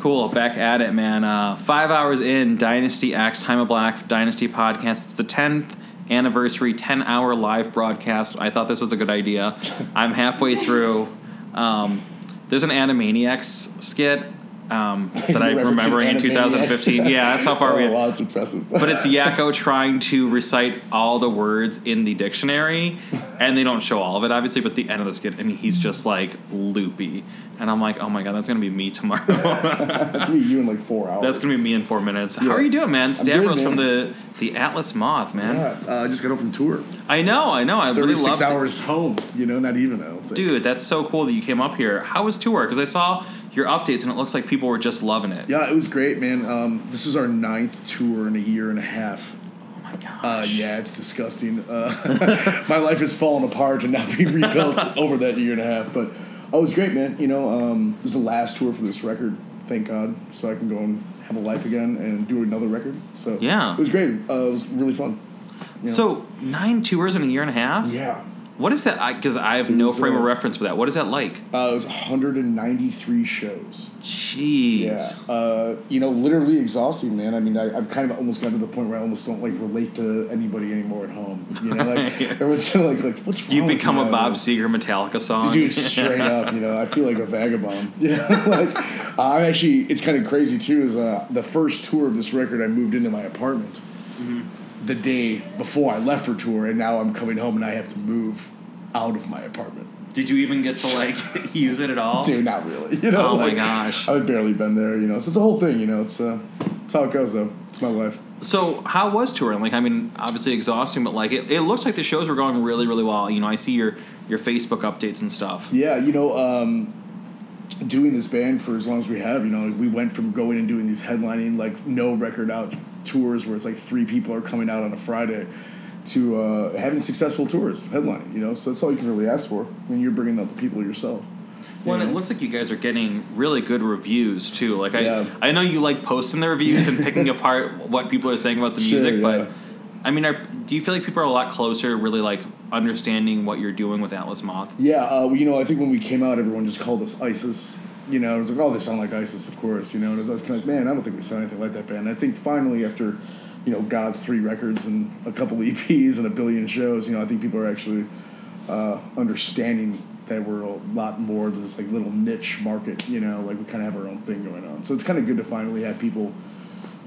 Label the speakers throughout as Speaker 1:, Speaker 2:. Speaker 1: Cool. Back at it, man. Uh, five hours in, Dynasty X, Time of Black, Dynasty Podcast. It's the 10th anniversary, 10 hour live broadcast. I thought this was a good idea. I'm halfway through. Um, there's an Animaniacs skit um, that I'm
Speaker 2: Referencing
Speaker 1: remembering in
Speaker 2: Animaniacs.
Speaker 1: 2015. Yeah, that's how far
Speaker 2: oh,
Speaker 1: we
Speaker 2: Wow, that's impressive.
Speaker 1: But it's Yakko trying to recite all the words in the dictionary, and they don't show all of it, obviously, but the end of the skit, and he's just like loopy. And I'm like, oh my god, that's gonna be me tomorrow.
Speaker 2: that's gonna be you in like four hours.
Speaker 1: That's gonna be me in four minutes. How are you doing, man?
Speaker 2: good,
Speaker 1: Stavros
Speaker 2: man.
Speaker 1: from the the Atlas Moth, man.
Speaker 3: Yeah, uh, I just got home from tour.
Speaker 1: I know, I know. I really love
Speaker 3: Thirty-six
Speaker 1: it.
Speaker 3: hours home. You know, not even. I don't think.
Speaker 1: Dude, that's so cool that you came up here. How was tour? Because I saw your updates and it looks like people were just loving it.
Speaker 3: Yeah, it was great, man. Um, this is our ninth tour in a year and a half.
Speaker 1: Oh my gosh.
Speaker 3: Uh, yeah, it's disgusting. Uh, my life has fallen apart and not being rebuilt over that year and a half. But oh, it was great, man. You know, um, it was the last tour for this record. Thank God, so I can go and have a life again and do another record. So
Speaker 1: Yeah.
Speaker 3: it was great. Uh, it was really fun. yeah.
Speaker 1: So nine tours in a year and a half.
Speaker 3: Yeah.
Speaker 1: What is that? Because I, have no
Speaker 3: was,
Speaker 1: frame of
Speaker 3: uh,
Speaker 1: reference for that. What is that like?
Speaker 3: Uh, it was 193 shows.
Speaker 1: Jeez.
Speaker 3: Yeah, uh, you know, literally exhausting, man. I mean, I, I've kind of almost gotten to the point where I almost don't like relate to anybody anymore at home. You know, like everyone's kind of like, like, what's wrong?
Speaker 1: You've
Speaker 3: with
Speaker 1: become
Speaker 3: you
Speaker 1: a
Speaker 3: now?"
Speaker 1: Bob Seger Metallica song.
Speaker 3: Dude, straight up, you know, I feel like a vagabond. You know, like I'm actually, it's kind of crazy too. Is uh, the first tour of this record, I moved into my apartment
Speaker 1: Mm-hmm.
Speaker 3: the day before I left for tour, and now I'm coming home and I have to move out of my apartment.
Speaker 1: Did you even get to like use it at all?
Speaker 3: Dude, not really. You know,
Speaker 1: Oh my
Speaker 3: like,
Speaker 1: gosh.
Speaker 3: I've barely been there. You know, so it's a whole thing. You know, it's uh, it's how it goes though. It's my life.
Speaker 1: So how was touring? Like, I mean, obviously exhausting, but like, it, it looks like the shows were going really, really well. You know, I see your your Facebook updates and stuff.
Speaker 3: Yeah, you know, um, doing this band for as long as we have, you know, we went from going and doing these headlining like no record out tours where it's like three people are coming out on a Friday to uh, having successful tours headlining. You know, so that's all you can really ask for when you're bringing out the people yourself.
Speaker 1: Well, and it looks like you guys are getting really good reviews too. Like, I
Speaker 3: Yeah.
Speaker 1: I know you like posting the reviews and picking apart what people are saying about the
Speaker 3: Sure,
Speaker 1: music,
Speaker 3: yeah.
Speaker 1: but I mean, are, do you feel like people are a lot closer, really like understanding what you're doing with Atlas Moth?
Speaker 3: Yeah, uh, well, you know, I think when we came out, everyone just called us ISIS. You know, it was like, oh, they sound like ISIS, of course. You know, and I was kind of like, man, I don't think we sound anything like that band. I think finally, after, you know, God's three records and a couple EPs and a billion shows, you know, I think people are actually uh, understanding that we're a lot more than this like little niche market. You know, like we kind of have our own thing going on. So it's kind of good to finally have people,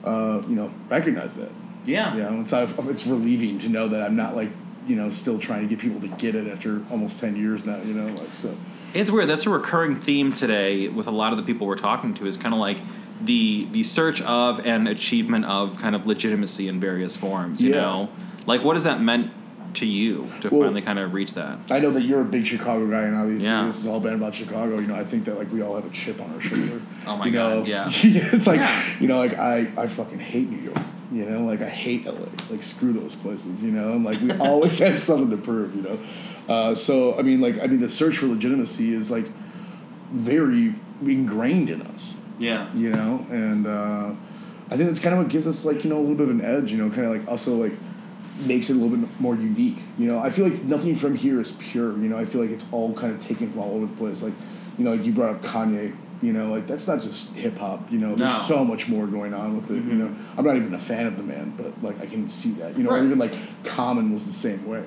Speaker 3: uh, you know, recognize that.
Speaker 1: Yeah.
Speaker 3: You know, it's it's relieving to know that I'm not like you know still trying to get people to get it after almost ten years now. You know, like so.
Speaker 1: It's weird. That's a recurring theme today with a lot of the people we're talking to. Is kind of like the the search of and achievement of kind of legitimacy in various forms. You
Speaker 3: Yeah.
Speaker 1: know, like what has that meant to you to
Speaker 3: Well-
Speaker 1: finally kind of reach that?
Speaker 3: I know that you're a big Chicago guy, and obviously
Speaker 1: Yeah.
Speaker 3: this has all been about Chicago. You know, I think that like we all have a chip on our shoulder.
Speaker 1: Oh my
Speaker 3: you know?
Speaker 1: God, yeah.
Speaker 3: it's like
Speaker 1: Yeah.
Speaker 3: you know, like I, I fucking hate New York. You know, like I hate LA. Like screw those places. You know, and like we always have something to prove. You know, uh, so I mean, like I mean, the search for legitimacy is like very ingrained in us.
Speaker 1: Yeah.
Speaker 3: you know and uh, i think that's kind of what gives us like you know a little bit of an edge you know kind of like also like makes it a little bit more unique you know i feel like nothing from here is pure you know i feel like it's all kind of taken from all over the place like you know like you brought up kanye you know like that's not just hip-hop you know
Speaker 1: No. Mm-hmm.
Speaker 3: there's so much more going on with it you know i'm not even a fan of the man but like i can see that you know
Speaker 1: Right.
Speaker 3: or even like common was the same way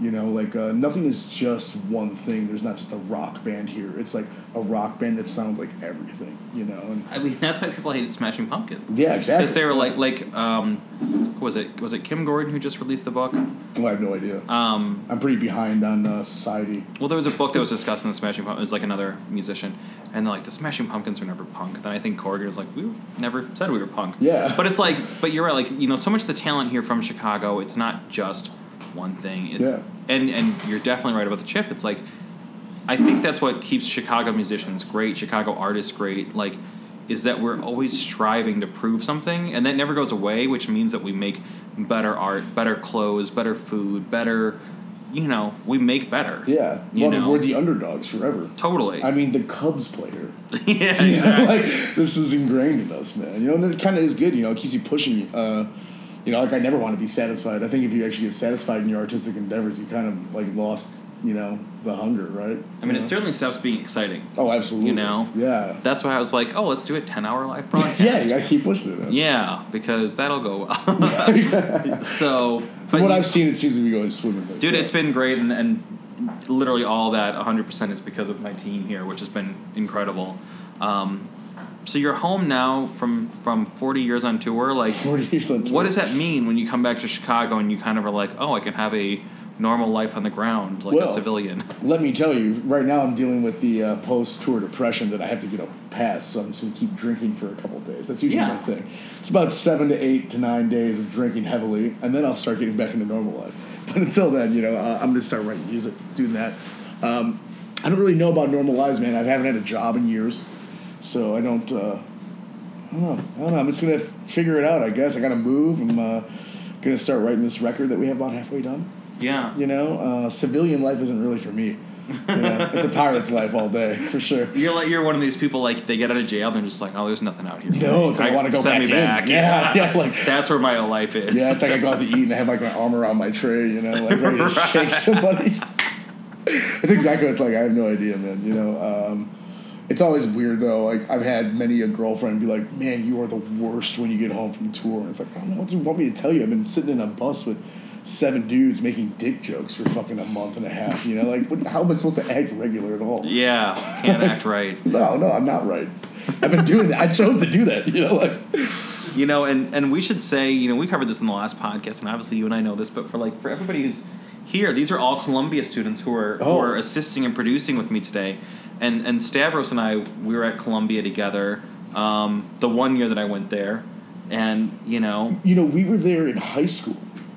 Speaker 3: you know like uh, nothing is just one thing there's not just a rock band here it's like a rock band that sounds like everything you know and
Speaker 1: I mean, that's why people hated Smashing Pumpkins.
Speaker 3: yeah, exactly.
Speaker 1: Because they were like, like, um, who was it was it Kim Gordon who just released the book?
Speaker 3: Oh, I have no idea.
Speaker 1: Um,
Speaker 3: I'm pretty behind on uh, society.
Speaker 1: well, there was a book that was discussing the Smashing Pumpkins. It was like another musician, and they're like, the Smashing Pumpkins were never punk. Then I think Corgan was like, we never said we were punk.
Speaker 3: Yeah.
Speaker 1: But it's like, but you're right. Like, you know, so much of the talent here from Chicago. It's not just one thing. It's
Speaker 3: Yeah.
Speaker 1: and and you're definitely right about the chip. It's like I think that's what keeps Chicago musicians great, Chicago artists great, like is that we're always striving to prove something and that never goes away, which means that we make better art, better clothes, better food, better you know, we make better.
Speaker 3: Yeah.
Speaker 1: You
Speaker 3: well, I mean,
Speaker 1: know.
Speaker 3: we're the underdogs forever.
Speaker 1: Totally.
Speaker 3: I mean, the Cubs play here.
Speaker 1: yeah,
Speaker 3: You know,
Speaker 1: exactly.
Speaker 3: like this is ingrained in us, man. You know, and it kind of is good. You know, it keeps you pushing. Uh, you know, like I never want to be satisfied. I think if you actually get satisfied in your artistic endeavors, you kind of like lost you know the hunger, right?
Speaker 1: I mean,
Speaker 3: You know?
Speaker 1: it certainly stops being exciting.
Speaker 3: oh, absolutely.
Speaker 1: you know?
Speaker 3: yeah,
Speaker 1: That's why I was like, oh, let's do a 10 hour live
Speaker 3: yeah.
Speaker 1: broadcast.
Speaker 3: You gotta keep pushing it. man.
Speaker 1: Yeah, because that'll go well. so,
Speaker 3: From
Speaker 1: but
Speaker 3: what
Speaker 1: you-
Speaker 3: I've seen, it seems to be going swimmingly.
Speaker 1: dude,
Speaker 3: so.
Speaker 1: it's been great, and, and literally all that 100% is because of my team here, which has been incredible. Um, so you're home now from from 40 years on tour. Like,
Speaker 3: forty years on tour.
Speaker 1: what does that mean when you come back to Chicago and you kind of are like, oh, I can have a normal life on the ground, like a
Speaker 3: Well,
Speaker 1: civilian?
Speaker 3: Let me tell you, right now I'm dealing with the uh, post-tour depression that I have to get a pass, so I'm just gonna keep drinking for a couple of days. That's usually
Speaker 1: Yeah.
Speaker 3: my thing. It's about seven to eight to nine days of drinking heavily, and then I'll start getting back into normal life. But until then, you know, uh, I'm gonna start writing music, doing that. Um, I don't really know about normal lives, man. I haven't had a job in years, so I don't. Uh, I don't know. I don't know. I'm just gonna figure it out. I guess I gotta move. I'm uh, gonna start writing this record that we have about halfway done.
Speaker 1: Yeah.
Speaker 3: You know, uh, civilian life isn't really for me. You know, it's a pirate's life all day for sure.
Speaker 1: You're like you're one of these people like they get out of jail and they're just like oh there's nothing out here. for
Speaker 3: No,
Speaker 1: me.
Speaker 3: it's like, I wanna go
Speaker 1: send
Speaker 3: back
Speaker 1: me
Speaker 3: in.
Speaker 1: back.
Speaker 3: Yeah, yeah, like-
Speaker 1: that's where my life is.
Speaker 3: Yeah, it's like I go out to eat and I have like my arm around my tray, you know, like ready to shake somebody. That's exactly what it's like. I have no idea, man. You know, um, it's always weird though. Like I've had many a girlfriend be like, "Man, you are the worst when you get home from tour," and it's like, I don't know what do you want me to tell you. I've been sitting in a bus with seven dudes making dick jokes for fucking a month and a half. You know, like what, how am I supposed to act regular at all?
Speaker 1: yeah, can't act right.
Speaker 3: No, no, I'm not right. I've been doing that. I chose to do that. You know, like
Speaker 1: You know, and and we should say you know we covered this in the last podcast and obviously you and I know this, but for like for everybody who's here, these are all Columbia students who are who
Speaker 3: Oh.
Speaker 1: are assisting and producing with me today, and and Stavros and I we were at Columbia together um, the one year that I went there, and you know
Speaker 3: you know, we were there in high school.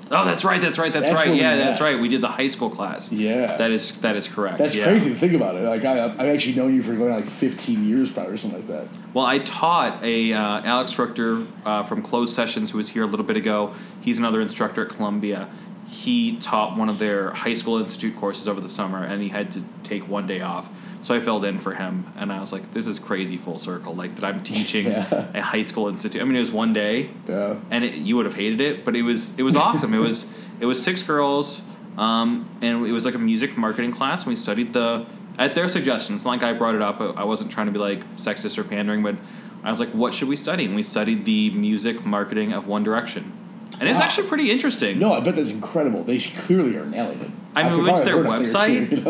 Speaker 1: Oh, that's right. That's right. That's,
Speaker 3: That's
Speaker 1: right.
Speaker 3: where we
Speaker 1: Yeah,
Speaker 3: met.
Speaker 1: that's right. We did the high school class.
Speaker 3: Yeah.
Speaker 1: that is that is correct.
Speaker 3: That's
Speaker 1: yeah.
Speaker 3: crazy to think about it. Like I, I've actually known you for going on, like 15 years probably or something like that.
Speaker 1: Well, I taught a uh, Alex Fruchter uh, from Closed Sessions who was here a little bit ago. He's another instructor at Columbia. He taught one of their high school institute courses over the summer, and he had to take one day off. So I filled in for him, and I was like, "This is crazy, full circle. Like that I'm teaching
Speaker 3: Yeah.
Speaker 1: a high school institute. I mean, it was one day,
Speaker 3: Yeah.
Speaker 1: and it, you would have hated it, but it was it was awesome. it was it was six girls, um, and it was like a music marketing class. And we studied the at their suggestions. Like I brought it up, I wasn't trying to be like sexist or pandering, but I was like, what should we study? And we studied the music marketing of One Direction, and it's
Speaker 3: Wow.
Speaker 1: actually pretty interesting.
Speaker 3: No, I bet that's incredible. They clearly are nailing it.
Speaker 1: I mean,
Speaker 3: could
Speaker 1: we went to
Speaker 3: probably
Speaker 1: their
Speaker 3: have heard a thing or
Speaker 1: website,
Speaker 3: two, you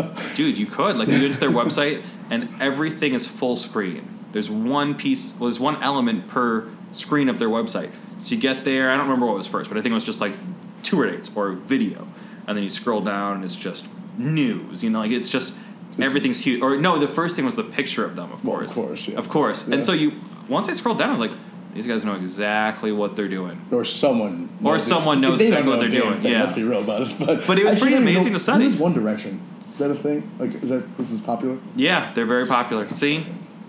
Speaker 3: know?
Speaker 1: dude. You could like you went to their website, and everything is full screen. There's one piece, well, there's one element per screen of their website. So you get there. I don't remember what was first, but I think it was just like tour dates or video, and then you scroll down, and it's just news. You know, like it's just everything's huge. Or no, the first thing was the picture of them, of
Speaker 3: Well, of
Speaker 1: course,
Speaker 3: course, yeah.
Speaker 1: of course.
Speaker 3: Yeah.
Speaker 1: And so you once I scrolled down, I was like, these guys know exactly what they're doing.
Speaker 3: Or someone.
Speaker 1: Or
Speaker 3: knows
Speaker 1: someone
Speaker 3: this-
Speaker 1: knows
Speaker 3: they
Speaker 1: exactly
Speaker 3: don't know
Speaker 1: what they're
Speaker 3: a damn
Speaker 1: doing,
Speaker 3: Thing,
Speaker 1: yeah.
Speaker 3: Let's be real about it. But,
Speaker 1: But it was pretty
Speaker 3: Actually, I don't even
Speaker 1: amazing
Speaker 3: know-
Speaker 1: to study.
Speaker 3: What is One Direction? Is that a thing? Like, is that this is popular?
Speaker 1: Yeah, they're very popular. See,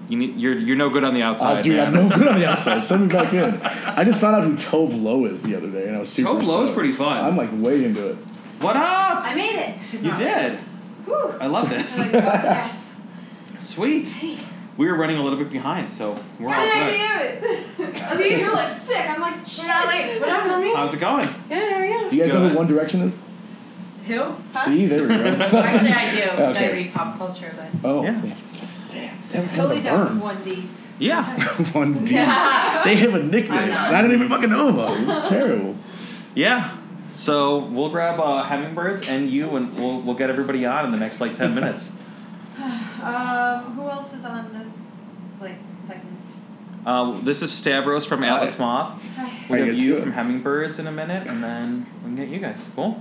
Speaker 1: you need, you're you're no good on the outside.
Speaker 3: Uh, dude,
Speaker 1: man.
Speaker 3: I'm no good on the outside. Send me back in. I just found out who Tove Lo is the other day, and I was super.
Speaker 1: Tove Lo is
Speaker 3: stoked.
Speaker 1: pretty fun.
Speaker 3: I'm like way into it.
Speaker 1: What up?
Speaker 4: I made it. She's
Speaker 1: You
Speaker 4: not.
Speaker 1: did.
Speaker 4: Whew.
Speaker 1: I love
Speaker 4: I'm
Speaker 1: this.
Speaker 4: like, what's yes.
Speaker 1: Sweet.
Speaker 4: Hey,
Speaker 1: We were running a little bit behind, so we're all
Speaker 4: Sick,
Speaker 1: good.
Speaker 4: damn it. I think you're like sick. I'm like, shit. Like, what happened to
Speaker 1: How's it going?
Speaker 4: Yeah, how are you?
Speaker 3: Do you guys know
Speaker 1: Good.
Speaker 3: who One Direction is?
Speaker 4: Who? Huh?
Speaker 3: See, there we go.
Speaker 4: Actually, I do. 'cause
Speaker 3: Okay.
Speaker 4: I read pop culture, but
Speaker 3: oh,
Speaker 1: Yeah.
Speaker 3: damn, that was
Speaker 4: totally
Speaker 3: kind
Speaker 4: down
Speaker 3: of a
Speaker 4: with one D.
Speaker 1: Yeah,
Speaker 3: burn. One D.
Speaker 4: Yeah.
Speaker 3: They have a nickname.
Speaker 4: I know.
Speaker 3: and I didn't even fucking know about. It was terrible.
Speaker 1: yeah. So we'll grab uh, hummingbirds and you, and we'll we'll get everybody on in the next like ten minutes.
Speaker 4: Um, who else is on this like segment?
Speaker 1: Uh, this is Stavros from
Speaker 3: Hi.
Speaker 1: Atlas Moth.
Speaker 4: Hi.
Speaker 1: We
Speaker 3: How you
Speaker 1: have
Speaker 3: guys
Speaker 1: you
Speaker 3: doing?
Speaker 1: from Hummingbirds in a minute, and then we can get you guys. Cool.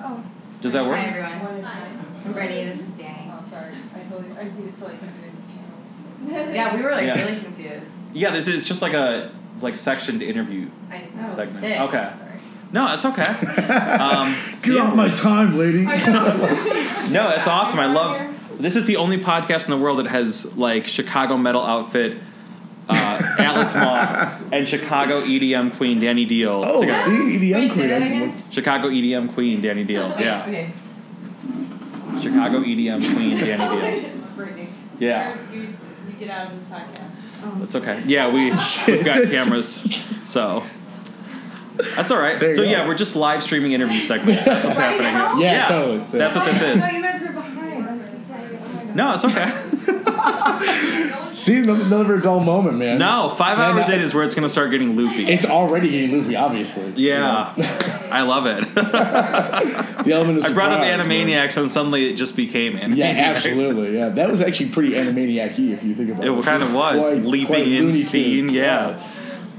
Speaker 4: Oh.
Speaker 1: Does that work?
Speaker 5: Hi everyone.
Speaker 4: Hi.
Speaker 5: I'm Brittany, this is Danny.
Speaker 4: Oh, sorry. I totally. I used to like doing
Speaker 5: Yeah, we were like
Speaker 1: Yeah.
Speaker 5: really confused.
Speaker 1: Yeah, this is just like a it's like sectioned interview.
Speaker 4: I didn't
Speaker 5: Oh,
Speaker 4: know.
Speaker 1: Segment.
Speaker 5: sick.
Speaker 1: Okay.
Speaker 5: Sorry.
Speaker 1: No, that's okay. Um,
Speaker 3: Get
Speaker 1: yeah.
Speaker 3: off my time, lady.
Speaker 1: No, that's awesome. I
Speaker 5: Here.
Speaker 1: love. This is the only podcast in the world that has like Chicago metal outfit, uh, Atlas Moth, and Chicago EDM queen Danny Deal.
Speaker 3: Oh,
Speaker 1: together.
Speaker 3: see, EDM
Speaker 5: Wait, say
Speaker 3: queen.
Speaker 5: that
Speaker 3: I can
Speaker 5: again?
Speaker 3: look-
Speaker 1: Chicago EDM queen Danny Deal. Yeah.
Speaker 5: Okay.
Speaker 1: Chicago EDM queen Danny Deal.
Speaker 4: Brittany.
Speaker 1: Yeah.
Speaker 4: You, you, you get out of this podcast.
Speaker 1: That's okay. Yeah, we we've got cameras, so. That's all right.
Speaker 3: There you
Speaker 1: So
Speaker 3: go.
Speaker 1: yeah, we're just live streaming interview segments. That's what's
Speaker 5: Right
Speaker 1: happening.
Speaker 5: now?
Speaker 3: Yeah,
Speaker 1: Yeah,
Speaker 3: totally.
Speaker 1: That's what this
Speaker 5: I
Speaker 1: is.
Speaker 5: thought you guys were
Speaker 1: No, it's okay.
Speaker 3: See, no- another dull moment, man.
Speaker 1: no, five
Speaker 3: Ten
Speaker 1: hours
Speaker 3: hou-
Speaker 1: in is where it's gonna start getting loopy.
Speaker 3: It's already getting loopy, obviously.
Speaker 1: yeah, I love it.
Speaker 3: The element of
Speaker 1: I brought up
Speaker 3: surprise, man.
Speaker 1: Animaniacs, and suddenly it just became Animaniacs.
Speaker 3: Yeah, absolutely. Yeah, that was actually pretty animaniac-y if you think about it.
Speaker 1: It kind of
Speaker 3: Just
Speaker 1: was
Speaker 3: quite-
Speaker 1: leaping
Speaker 3: quite
Speaker 1: in
Speaker 3: Looney
Speaker 1: scene.
Speaker 3: Tunes.
Speaker 1: Yeah.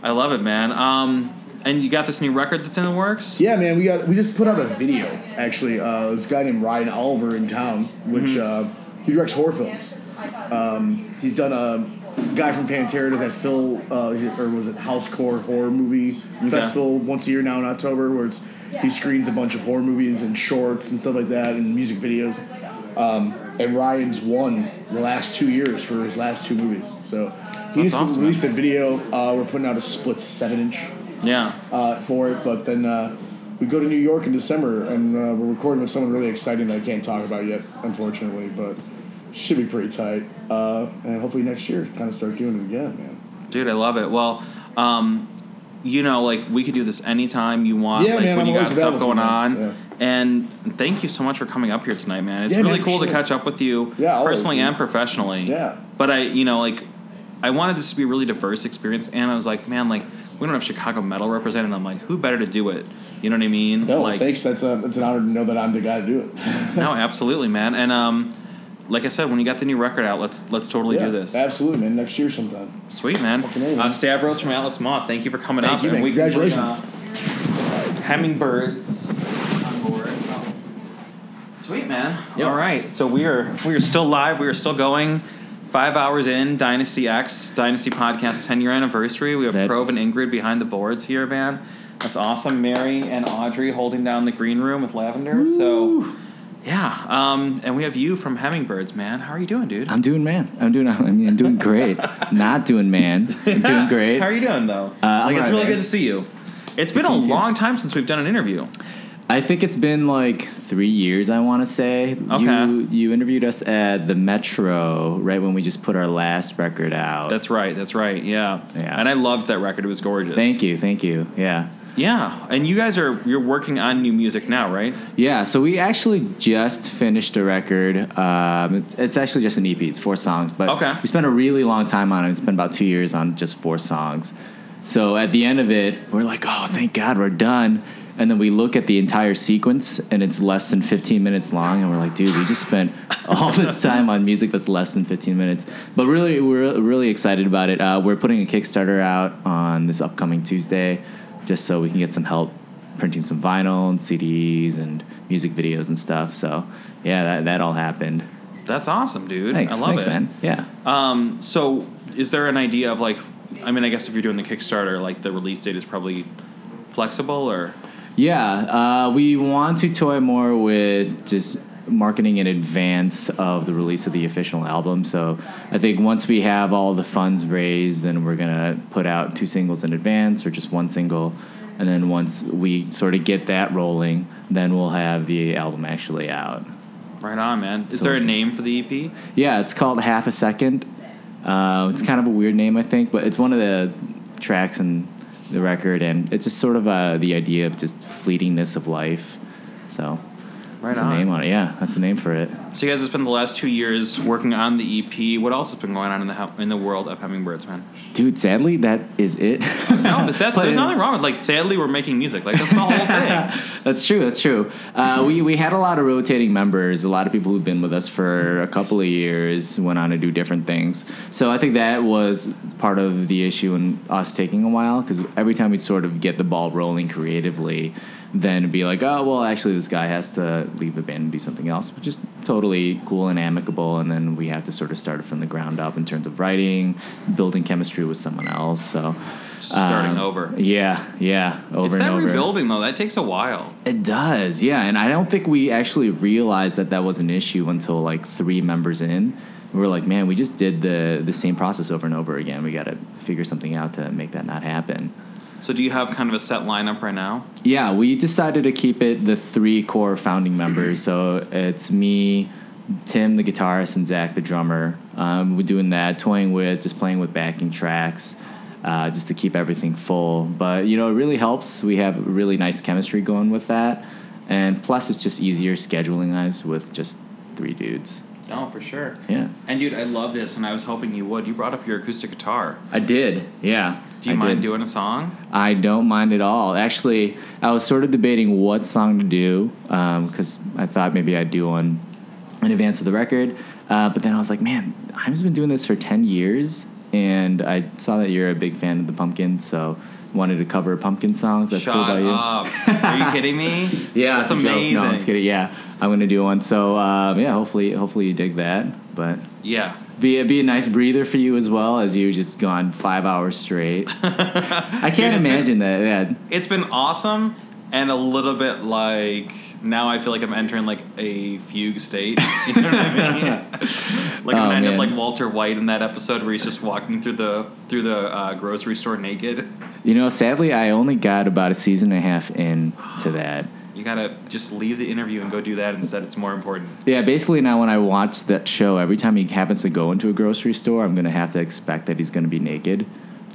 Speaker 1: I love it, man. Um, and you got this new record that's in the works.
Speaker 3: Yeah, man, we got we just put out a video actually. Uh, this guy named Ryan Oliver in town, which uh, he directs horror films. Um, he's done a guy from Pantera does that Phil uh, he- or was it Housecore horror movie festival once a year now in October, where it's he screens a bunch of horror movies and shorts and stuff like that and music videos. Um, and Ryan's won the last two years for his last two movies. So he just
Speaker 1: awesome, man.
Speaker 3: released a video. Uh, we're putting out a split seven inch
Speaker 1: Yeah.
Speaker 3: uh, for it. But then uh, we go to New York in December, and uh, we're recording with someone really exciting that I can't talk about yet, unfortunately. But should be pretty tight. Uh, and hopefully next year, kind of start doing it again, man.
Speaker 1: Dude, I love it. Well, um, you know, like we could do this anytime you want,
Speaker 3: Yeah,
Speaker 1: like
Speaker 3: man,
Speaker 1: when
Speaker 3: I'm
Speaker 1: you got
Speaker 3: always
Speaker 1: stuff
Speaker 3: available,
Speaker 1: going
Speaker 3: man.
Speaker 1: on.
Speaker 3: Yeah.
Speaker 1: And thank you so much for coming up here tonight, man. It's
Speaker 3: Yeah,
Speaker 1: really
Speaker 3: man, for
Speaker 1: cool to
Speaker 3: sure.
Speaker 1: catch up with you
Speaker 3: Yeah, always,
Speaker 1: personally
Speaker 3: dude.
Speaker 1: and professionally.
Speaker 3: Yeah.
Speaker 1: But I, you know, like I wanted this to be a really diverse experience and I was like, man, like we don't have Chicago metal represented. I'm like, who better to do it? You know what I mean?
Speaker 3: No,
Speaker 1: like
Speaker 3: thanks. That's a, it's an honor to know that I'm the guy to do it.
Speaker 1: no, absolutely, man. And um, like I said, when you got the new record out, let's let's totally
Speaker 3: yeah,
Speaker 1: do this.
Speaker 3: Absolutely, man. Next year sometime.
Speaker 1: Sweet, man.
Speaker 3: Fucking A, man.
Speaker 1: Uh, Stavros from Atlas Moth, thank you for coming
Speaker 3: Thank
Speaker 1: up.
Speaker 3: you,
Speaker 1: and
Speaker 3: man.
Speaker 1: we can bring,
Speaker 3: Congratulations.
Speaker 1: uh, Hummingbirds on board. Sweet, man.
Speaker 3: Yep.
Speaker 1: All right, so we are we are still live. We are still going. Five hours in, Dynasty X, Dynasty Podcast 10 year anniversary. We have
Speaker 6: That-
Speaker 1: Prove and Ingrid behind the boards here, man. That's awesome. Mary and Audrey holding down the green room with Lavender. So, yeah. Um, and we have you from Hummingbirds, man. How are you doing, dude?
Speaker 6: I'm doing man. I'm doing. I mean, I'm doing great. Not doing man. I'm doing great. Uh,
Speaker 1: How are you doing though?
Speaker 6: I'm
Speaker 1: like it's
Speaker 6: alright,
Speaker 1: really
Speaker 6: man.
Speaker 1: good to see you. It's been
Speaker 6: Good
Speaker 1: a
Speaker 6: seeing you, too.
Speaker 1: long time since we've done an interview.
Speaker 6: I think it's been like three years. I want to say. You
Speaker 1: Okay.
Speaker 6: you interviewed us at the Metro right when we just put our last record out.
Speaker 1: That's right. That's right. Yeah.
Speaker 6: Yeah.
Speaker 1: And I loved that record. It was gorgeous.
Speaker 6: Thank you, thank you. Yeah.
Speaker 1: Yeah. And you guys are you're working on new music now, right?
Speaker 6: Yeah, so we actually just finished a record. Um, it's- it's actually just an EP, it's four songs, but
Speaker 1: Okay.
Speaker 6: we spent a really long time on it. We spent about two years on just four songs. So at the end of it, we're like, oh, thank God we're done. And then we look at the entire sequence and it's less than 15 minutes long. And we're like, dude, we just spent all this time on music that's less than 15 minutes. But really, we're really excited about it. Uh, we're putting a Kickstarter out on this upcoming Tuesday just so we can get some help printing some vinyl and CDs and music videos and stuff. So yeah, that, that all happened.
Speaker 1: That's awesome, dude.
Speaker 6: Thanks,
Speaker 1: I love
Speaker 6: thanks,
Speaker 1: it.
Speaker 6: man. Yeah.
Speaker 1: Um so is there an idea of like I mean I guess if you're doing the Kickstarter, like the release date is probably flexible or
Speaker 6: Yeah, uh, we want to toy more with just marketing in advance of the release of the official album. So I think once we have all the funds raised, then we're gonna put out two singles in advance or just one single, and then once we sort of get that rolling, then we'll have the album actually out.
Speaker 1: right on, man. Is
Speaker 6: So
Speaker 1: there a
Speaker 6: it's-
Speaker 1: name for the E EP?
Speaker 6: Yeah, it's called Half a Second. Uh, it's kind of a weird name, I think, but it's one of the tracks in the record, and it's just sort of uh, the idea of just fleetingness of life. So
Speaker 1: Right
Speaker 6: that's
Speaker 1: on.
Speaker 6: the name on it. Yeah, that's the name for it.
Speaker 1: So you guys have spent the last two years working on the EP. What else has been going on in the hou- in the world of hummingbirds, man?
Speaker 6: Dude, sadly, that is it.
Speaker 1: No, but that,
Speaker 6: But-
Speaker 1: there's nothing wrong with like. Sadly, we're making music. Like that's the whole thing.
Speaker 6: that's true. That's true.
Speaker 1: Mm-hmm.
Speaker 6: Uh, we we had a lot of rotating members. A lot of people who've been with us for a couple of years went on to do different things. So I think that was part of the issue in us taking a while because every time we sort of get the ball rolling creatively, then it'd be like, oh well, actually this guy has to leave the band and do something else, which is totally cool and amicable. And then we have to sort of start it from the ground up in terms of writing, building chemistry with someone else. So.
Speaker 1: starting
Speaker 6: um,
Speaker 1: over.
Speaker 6: Yeah, yeah, over
Speaker 1: it's
Speaker 6: and
Speaker 1: that
Speaker 6: over.
Speaker 1: rebuilding though. That takes a while.
Speaker 6: It does, yeah. And I don't think we actually realized that that was an issue until like three members in. We were like, man, we just did the the same process over and over again. We got to figure something out to make that not happen.
Speaker 1: So do you have kind of a set lineup right now?
Speaker 6: Yeah, we decided to keep it the three core founding members. So it's me, Tim, the guitarist, and Zach, the drummer. Um, we're doing that, toying with, just playing with backing tracks, uh, just to keep everything full. But, you know, it really helps. We have really nice chemistry going with that. And plus, it's just easier scheduling wise with just three dudes.
Speaker 1: No, for sure.
Speaker 6: Yeah.
Speaker 1: And dude, I love this, and I was hoping you would. You brought up your acoustic guitar.
Speaker 6: I did. Yeah.
Speaker 1: Do you
Speaker 6: I did.
Speaker 1: mind doing a song?
Speaker 6: I don't mind at all. Actually, I was sort of debating what song to do because I thought maybe I'd do one in advance of the record. Uh, but then I was like, man, I've been doing this for 10 years. And I saw that you're a big fan of the Pumpkins, so wanted to cover a Pumpkin song. if That's
Speaker 1: Shut
Speaker 6: cool by you.
Speaker 1: up. Are you kidding me?
Speaker 6: Yeah,
Speaker 1: That's
Speaker 6: it's a joke.
Speaker 1: amazing.
Speaker 6: No, let's get it. Yeah, I'm gonna do one. So um, yeah, hopefully, hopefully you dig that. But
Speaker 1: Yeah.
Speaker 6: be it'd be a nice breather for you as well as you just gone five hours straight. I can't
Speaker 1: Dude, it's a-
Speaker 6: imagine that. Yeah,
Speaker 1: It's been awesome and a little bit like now I feel like I'm entering like a fugue state. You know what I mean? like I'm
Speaker 6: Oh,
Speaker 1: gonna end
Speaker 6: man.
Speaker 1: up like Walter White in that episode where he's just walking through the through the uh, grocery store naked.
Speaker 6: you know, sadly, I only got about a season and a half in to that.
Speaker 1: You gotta just leave the interview and go do that instead. It's more important.
Speaker 6: Yeah, basically now when I watch that show, every time he happens to go into a grocery store, I'm gonna have to expect that he's gonna be naked.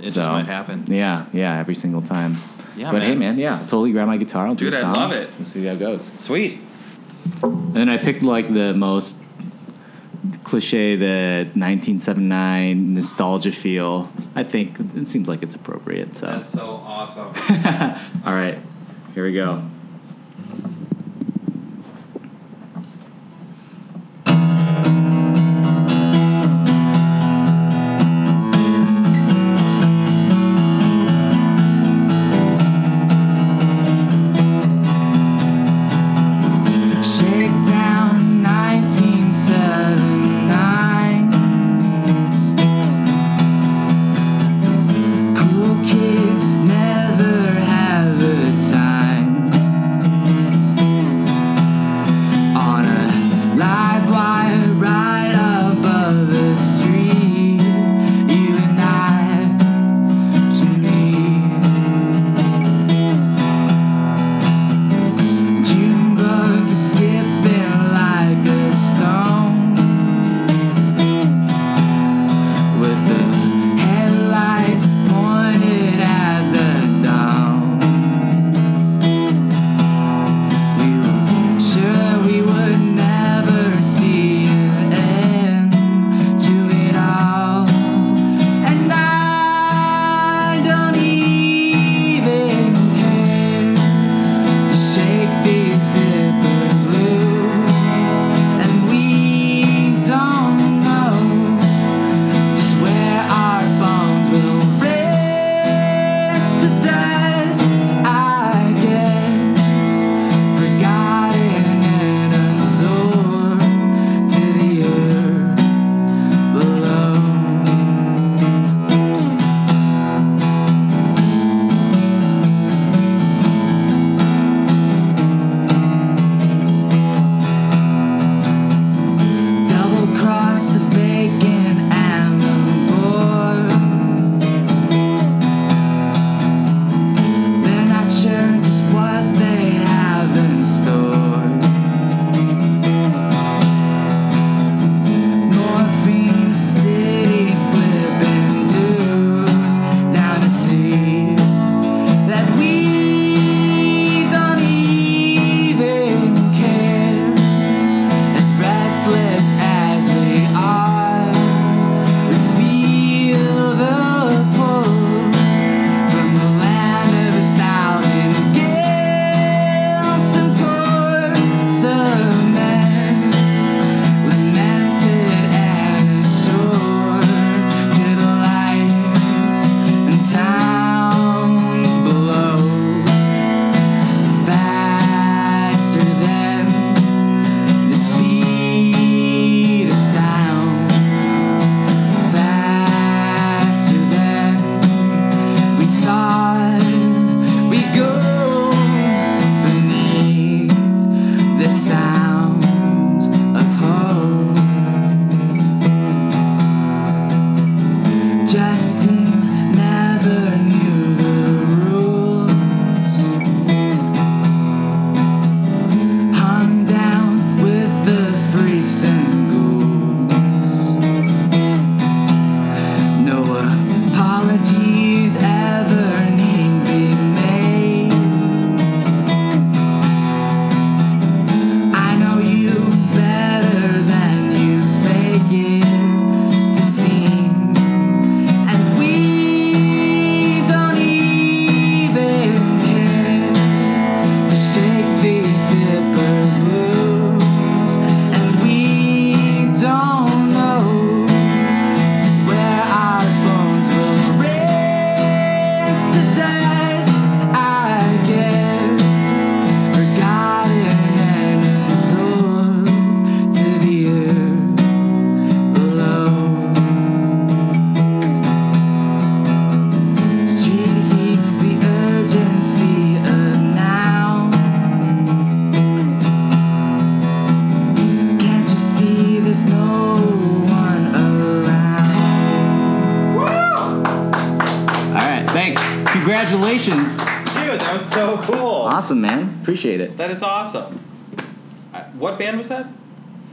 Speaker 1: It just might happen.
Speaker 6: Yeah, yeah, every single time.
Speaker 1: Yeah,
Speaker 6: but hey,
Speaker 1: man.
Speaker 6: man, yeah, totally grab my guitar. I'll do
Speaker 1: Dude,
Speaker 6: a
Speaker 1: I
Speaker 6: song.
Speaker 1: love it.
Speaker 6: Let's see how it goes.
Speaker 1: Sweet.
Speaker 6: And then I picked like the most cliche, the 1979 nostalgia feel. I think it seems like it's appropriate. So,
Speaker 1: That's so awesome.
Speaker 6: all right, here we go.
Speaker 7: Shakedown 1979. Cool kids never have a time.
Speaker 6: Thanks. Congratulations.
Speaker 1: Dude, that was so cool.
Speaker 6: Awesome, man. Appreciate it.
Speaker 1: That is awesome. I, what band was that?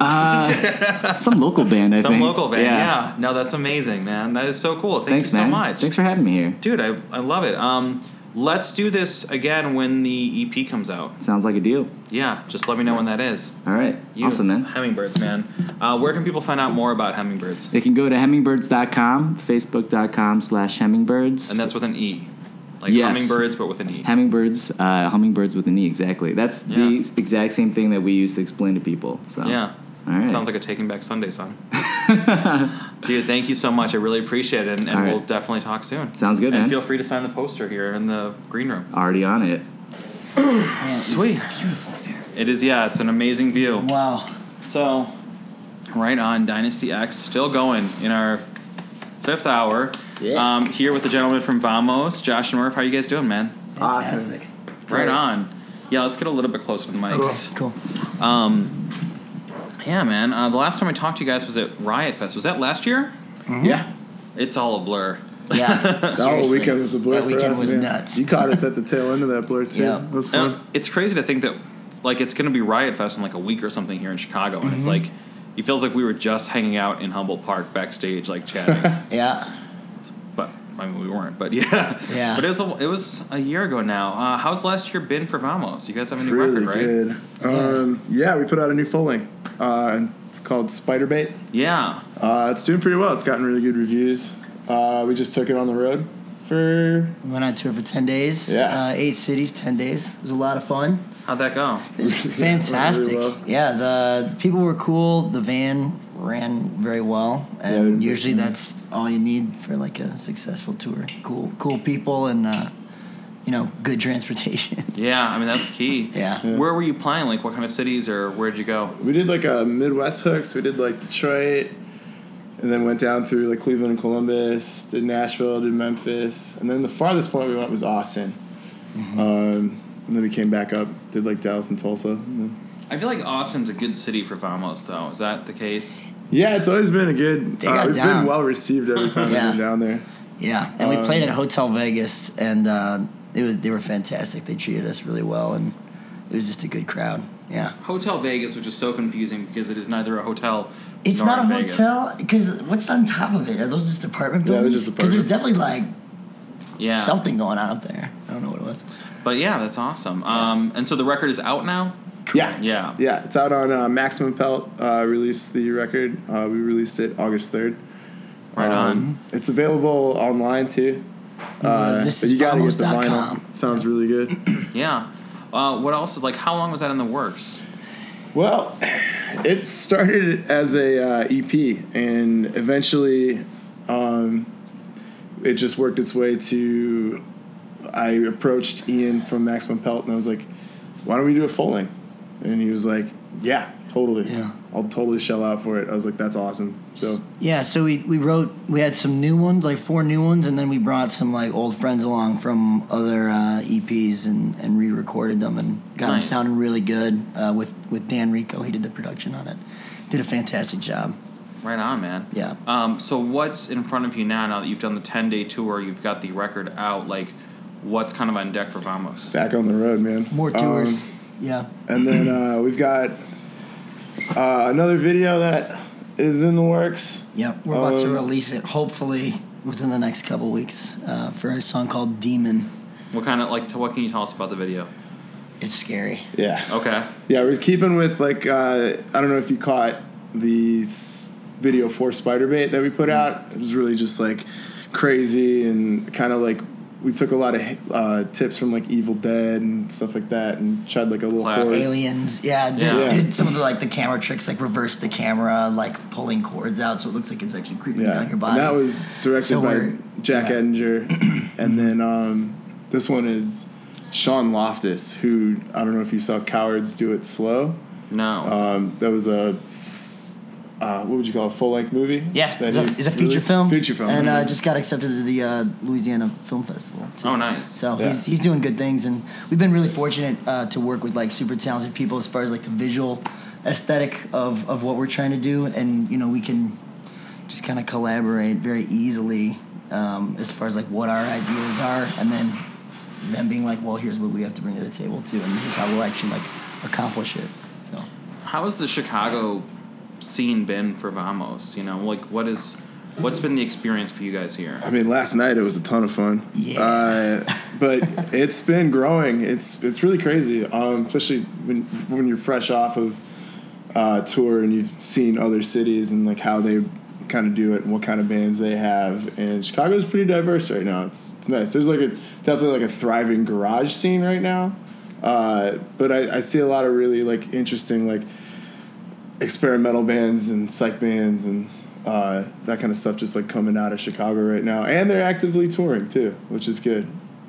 Speaker 6: Uh, some local band, I
Speaker 1: Some
Speaker 6: think.
Speaker 1: local band. Yeah. No, that's amazing, man. That is so cool. Thank
Speaker 6: Thanks,
Speaker 1: you so
Speaker 6: man.
Speaker 1: much.
Speaker 6: Thanks for having me here.
Speaker 1: Dude, I, I love it. Um, let's do this again when the EP comes out.
Speaker 6: Sounds like a deal.
Speaker 1: Yeah, just let me know when that is.
Speaker 6: All right.
Speaker 1: You,
Speaker 6: Awesome, man.
Speaker 1: Hummingbirds, man. Uh, where can people find out more about hummingbirds?
Speaker 6: They can go to hemmingbirds.com, facebook.com slash hemmingbirds.
Speaker 1: And that's with an E. Like
Speaker 6: Yes.
Speaker 1: hummingbirds, but with an E.
Speaker 6: hemmingbirds, uh, hummingbirds with an E, exactly. That's the
Speaker 1: Yeah.
Speaker 6: s- exact same thing that we use to explain to people. So
Speaker 1: yeah.
Speaker 6: All right.
Speaker 1: Sounds like a Taking Back Sunday song. Dude, thank you so much. I really appreciate it. And, and
Speaker 6: All right.
Speaker 1: we'll definitely talk soon.
Speaker 6: Sounds good,
Speaker 1: and
Speaker 6: man.
Speaker 1: feel free to sign the poster here in the green room.
Speaker 6: Already on it.
Speaker 1: Sweet.
Speaker 8: Beautiful, dude.
Speaker 1: It is, yeah, it's an amazing view.
Speaker 8: Wow.
Speaker 1: So, right on Dynasty X, still going in our fifth hour.
Speaker 8: Yeah.
Speaker 1: Um, here with the gentleman from Vamos, Josh and Murph. How you guys doing, man?
Speaker 8: Fantastic.
Speaker 1: Right on. Yeah, let's get a little bit closer to the mics. Um,
Speaker 8: Cool.
Speaker 1: Yeah, man. Uh, the last time I talked to you guys was at Riot Fest. Was that last year? Yeah. It's all a blur.
Speaker 8: cool. Yeah.
Speaker 2: Mm-hmm. That whole
Speaker 8: seriously.
Speaker 2: weekend was a blur
Speaker 8: That
Speaker 2: for
Speaker 8: weekend
Speaker 2: us,
Speaker 8: was
Speaker 2: man.
Speaker 8: nuts.
Speaker 2: You caught us at the tail end of that blur too.
Speaker 8: Yeah.
Speaker 2: That was
Speaker 1: And
Speaker 2: fun.
Speaker 1: it's crazy to think that like it's going to be Riot Fest in like a week or something here in Chicago, and
Speaker 2: Mm-hmm.
Speaker 1: it's like it feels like we were just hanging out in Humble Park backstage, like chatting.
Speaker 8: Yeah.
Speaker 1: but I mean, we weren't. But yeah,
Speaker 8: Yeah.
Speaker 1: But it was a, it was a year ago now. Uh, how's last year been for Vamos? You guys have a new
Speaker 2: really
Speaker 1: record, right?
Speaker 2: good. Um, yeah, we put out a new full length uh, called Spider Bait.
Speaker 1: Yeah.
Speaker 2: Uh, it's doing pretty well. It's gotten really good reviews. Uh, we just took it on the road for
Speaker 8: We went on tour for 10 days.
Speaker 2: Yeah.
Speaker 8: Uh, eight cities, 10 days. It was a lot of fun.
Speaker 1: How'd that go?
Speaker 8: Fantastic.
Speaker 2: well.
Speaker 8: Yeah, the people were cool. The van ran very well, and
Speaker 2: Yeah.
Speaker 8: usually that's all you need for like a successful tour. Cool, cool people, and uh, you know, good transportation.
Speaker 1: Yeah, I mean that's key.
Speaker 8: Yeah. Yeah.
Speaker 1: Where were you playing? Like, what kind of cities or where'd you go?
Speaker 2: we did like a Midwest hooks. We did like Detroit, and then went down through like Cleveland and Columbus. Did Nashville, did Memphis, and then the farthest point we went was Austin.
Speaker 1: Mm-hmm.
Speaker 2: Um, and then we came back up, did like Dallas and Tulsa. and then-
Speaker 1: I feel like Austin's a good city for Vamos, though. Is that the case?
Speaker 2: Yeah, it's always been a good.
Speaker 8: They
Speaker 2: uh,
Speaker 8: got
Speaker 2: we've
Speaker 8: down.
Speaker 2: Uh, been well received every time
Speaker 8: Yeah.
Speaker 2: we've been down there.
Speaker 8: yeah, and we
Speaker 2: Um,
Speaker 8: played at Hotel Vegas, and uh, it was they were fantastic. They treated us really well, and it was just a good crowd. Yeah.
Speaker 1: Hotel Vegas, which is so confusing because it is neither a hotel.
Speaker 8: It's
Speaker 1: nor
Speaker 8: not a
Speaker 1: Vegas.
Speaker 8: hotel because what's on top of it? Are those just apartment
Speaker 2: Yeah, they're
Speaker 8: buildings?
Speaker 2: just
Speaker 8: Because there's
Speaker 2: apartments.
Speaker 8: definitely like
Speaker 1: Yeah.
Speaker 8: something going on up there. I don't know what it was.
Speaker 1: But yeah, that's awesome. Um, and so the record is out now.
Speaker 2: Yeah,
Speaker 1: Yeah.
Speaker 2: yeah. It's out on uh, Maximum Pelt. Uh, released the record. Uh, we released it August third. Um,
Speaker 1: Right on.
Speaker 2: It's available online too.
Speaker 8: go
Speaker 2: Uh,
Speaker 8: to
Speaker 2: but you gotta get the
Speaker 8: thisisvamos.com.
Speaker 2: vinyl. It sounds really good.
Speaker 1: Yeah. Uh, what else is like? How long was that in the works?
Speaker 2: well, it started as a uh, EP, and eventually, um, it just worked its way to. I approached Ian from Maximum Pelt, and I was like, "Why don't we do a full length?" And he was like, "Yeah, totally.
Speaker 8: Yeah.
Speaker 2: I'll totally shell out for it." I was like, "That's awesome." So.
Speaker 8: Yeah, so we, we wrote we had some new ones, like four new ones, and then we brought some like old friends along from other uh, EPs and, and re-recorded them and got
Speaker 1: Nice.
Speaker 8: them sounding really good uh, with with Dan Rico. He did the production on it, did a fantastic job.
Speaker 1: Right on, man.
Speaker 8: Yeah.
Speaker 1: Um, so what's in front of you now? Now that you've done the ten day tour, you've got the record out. Like, what's kind of on deck for Vamos?
Speaker 2: back on the road, man.
Speaker 8: More tours,
Speaker 2: Um,
Speaker 8: yeah.
Speaker 2: and then uh, we've got uh, another video that is in the works.
Speaker 8: Yeah, we're about to
Speaker 2: um,
Speaker 8: release it hopefully within the next couple weeks uh, for a song called Demon.
Speaker 1: What kind of like? T- what can you tell us about the video?
Speaker 8: It's scary.
Speaker 2: Yeah.
Speaker 1: Okay.
Speaker 2: Yeah, we're keeping with like uh, I don't know if you caught the s- video for Spider Bait that we put out. It was really just like crazy and kind of like we took a lot of uh, tips from like Evil Dead and stuff like that and tried like a little
Speaker 1: Classic.
Speaker 2: horror.
Speaker 8: aliens. Yeah, did,
Speaker 1: Yeah.
Speaker 8: did some of the like the camera tricks, like reverse the camera, like pulling cords out, so it looks like it's actually creeping
Speaker 2: Yeah,
Speaker 8: down your body.
Speaker 2: And that was directed
Speaker 8: So
Speaker 2: by
Speaker 8: we're-
Speaker 2: Jack
Speaker 8: yeah.
Speaker 2: Edinger, and then um, this one is Sean Loftus, who I don't know if you saw Cowards Do It Slow.
Speaker 1: No.
Speaker 2: Um, that was a uh, what would you call it, full length movie?
Speaker 8: yeah,
Speaker 2: that
Speaker 8: it's a,
Speaker 2: he
Speaker 8: it's a feature
Speaker 2: released?
Speaker 8: film,
Speaker 2: Feature film,
Speaker 8: and
Speaker 2: that's
Speaker 8: uh,
Speaker 2: right.
Speaker 8: just got accepted to the uh, Louisiana Film Festival. too.
Speaker 1: oh, nice.
Speaker 8: So
Speaker 2: Yeah.
Speaker 8: he's, he's doing good things, and we've been really fortunate uh, to work with like super talented people as far as like the visual aesthetic of, of what we're trying to do, and you know we can just kind of collaborate very easily um, as far as like what our ideas are, and then them being like, well, here's what we have to bring to the table too, and here's how we'll actually like accomplish it. So
Speaker 1: How has the Chicago scene been for Vamos? You know, like what is what's been the experience for you guys here?
Speaker 2: I mean, last night it was a ton of fun.
Speaker 8: Yeah.
Speaker 2: Uh, but it's been growing. It's it's really crazy, um, especially when when you're fresh off of uh, tour and you've seen other cities and like how they kind of do it and what kind of bands they have. And Chicago's pretty diverse right now. It's it's nice. There's like a definitely like a thriving garage scene right now. Uh, but I, I see a lot of really like interesting like experimental bands and psych bands and uh, that kind of stuff just like coming out of Chicago right now. And they're actively touring too, which is good.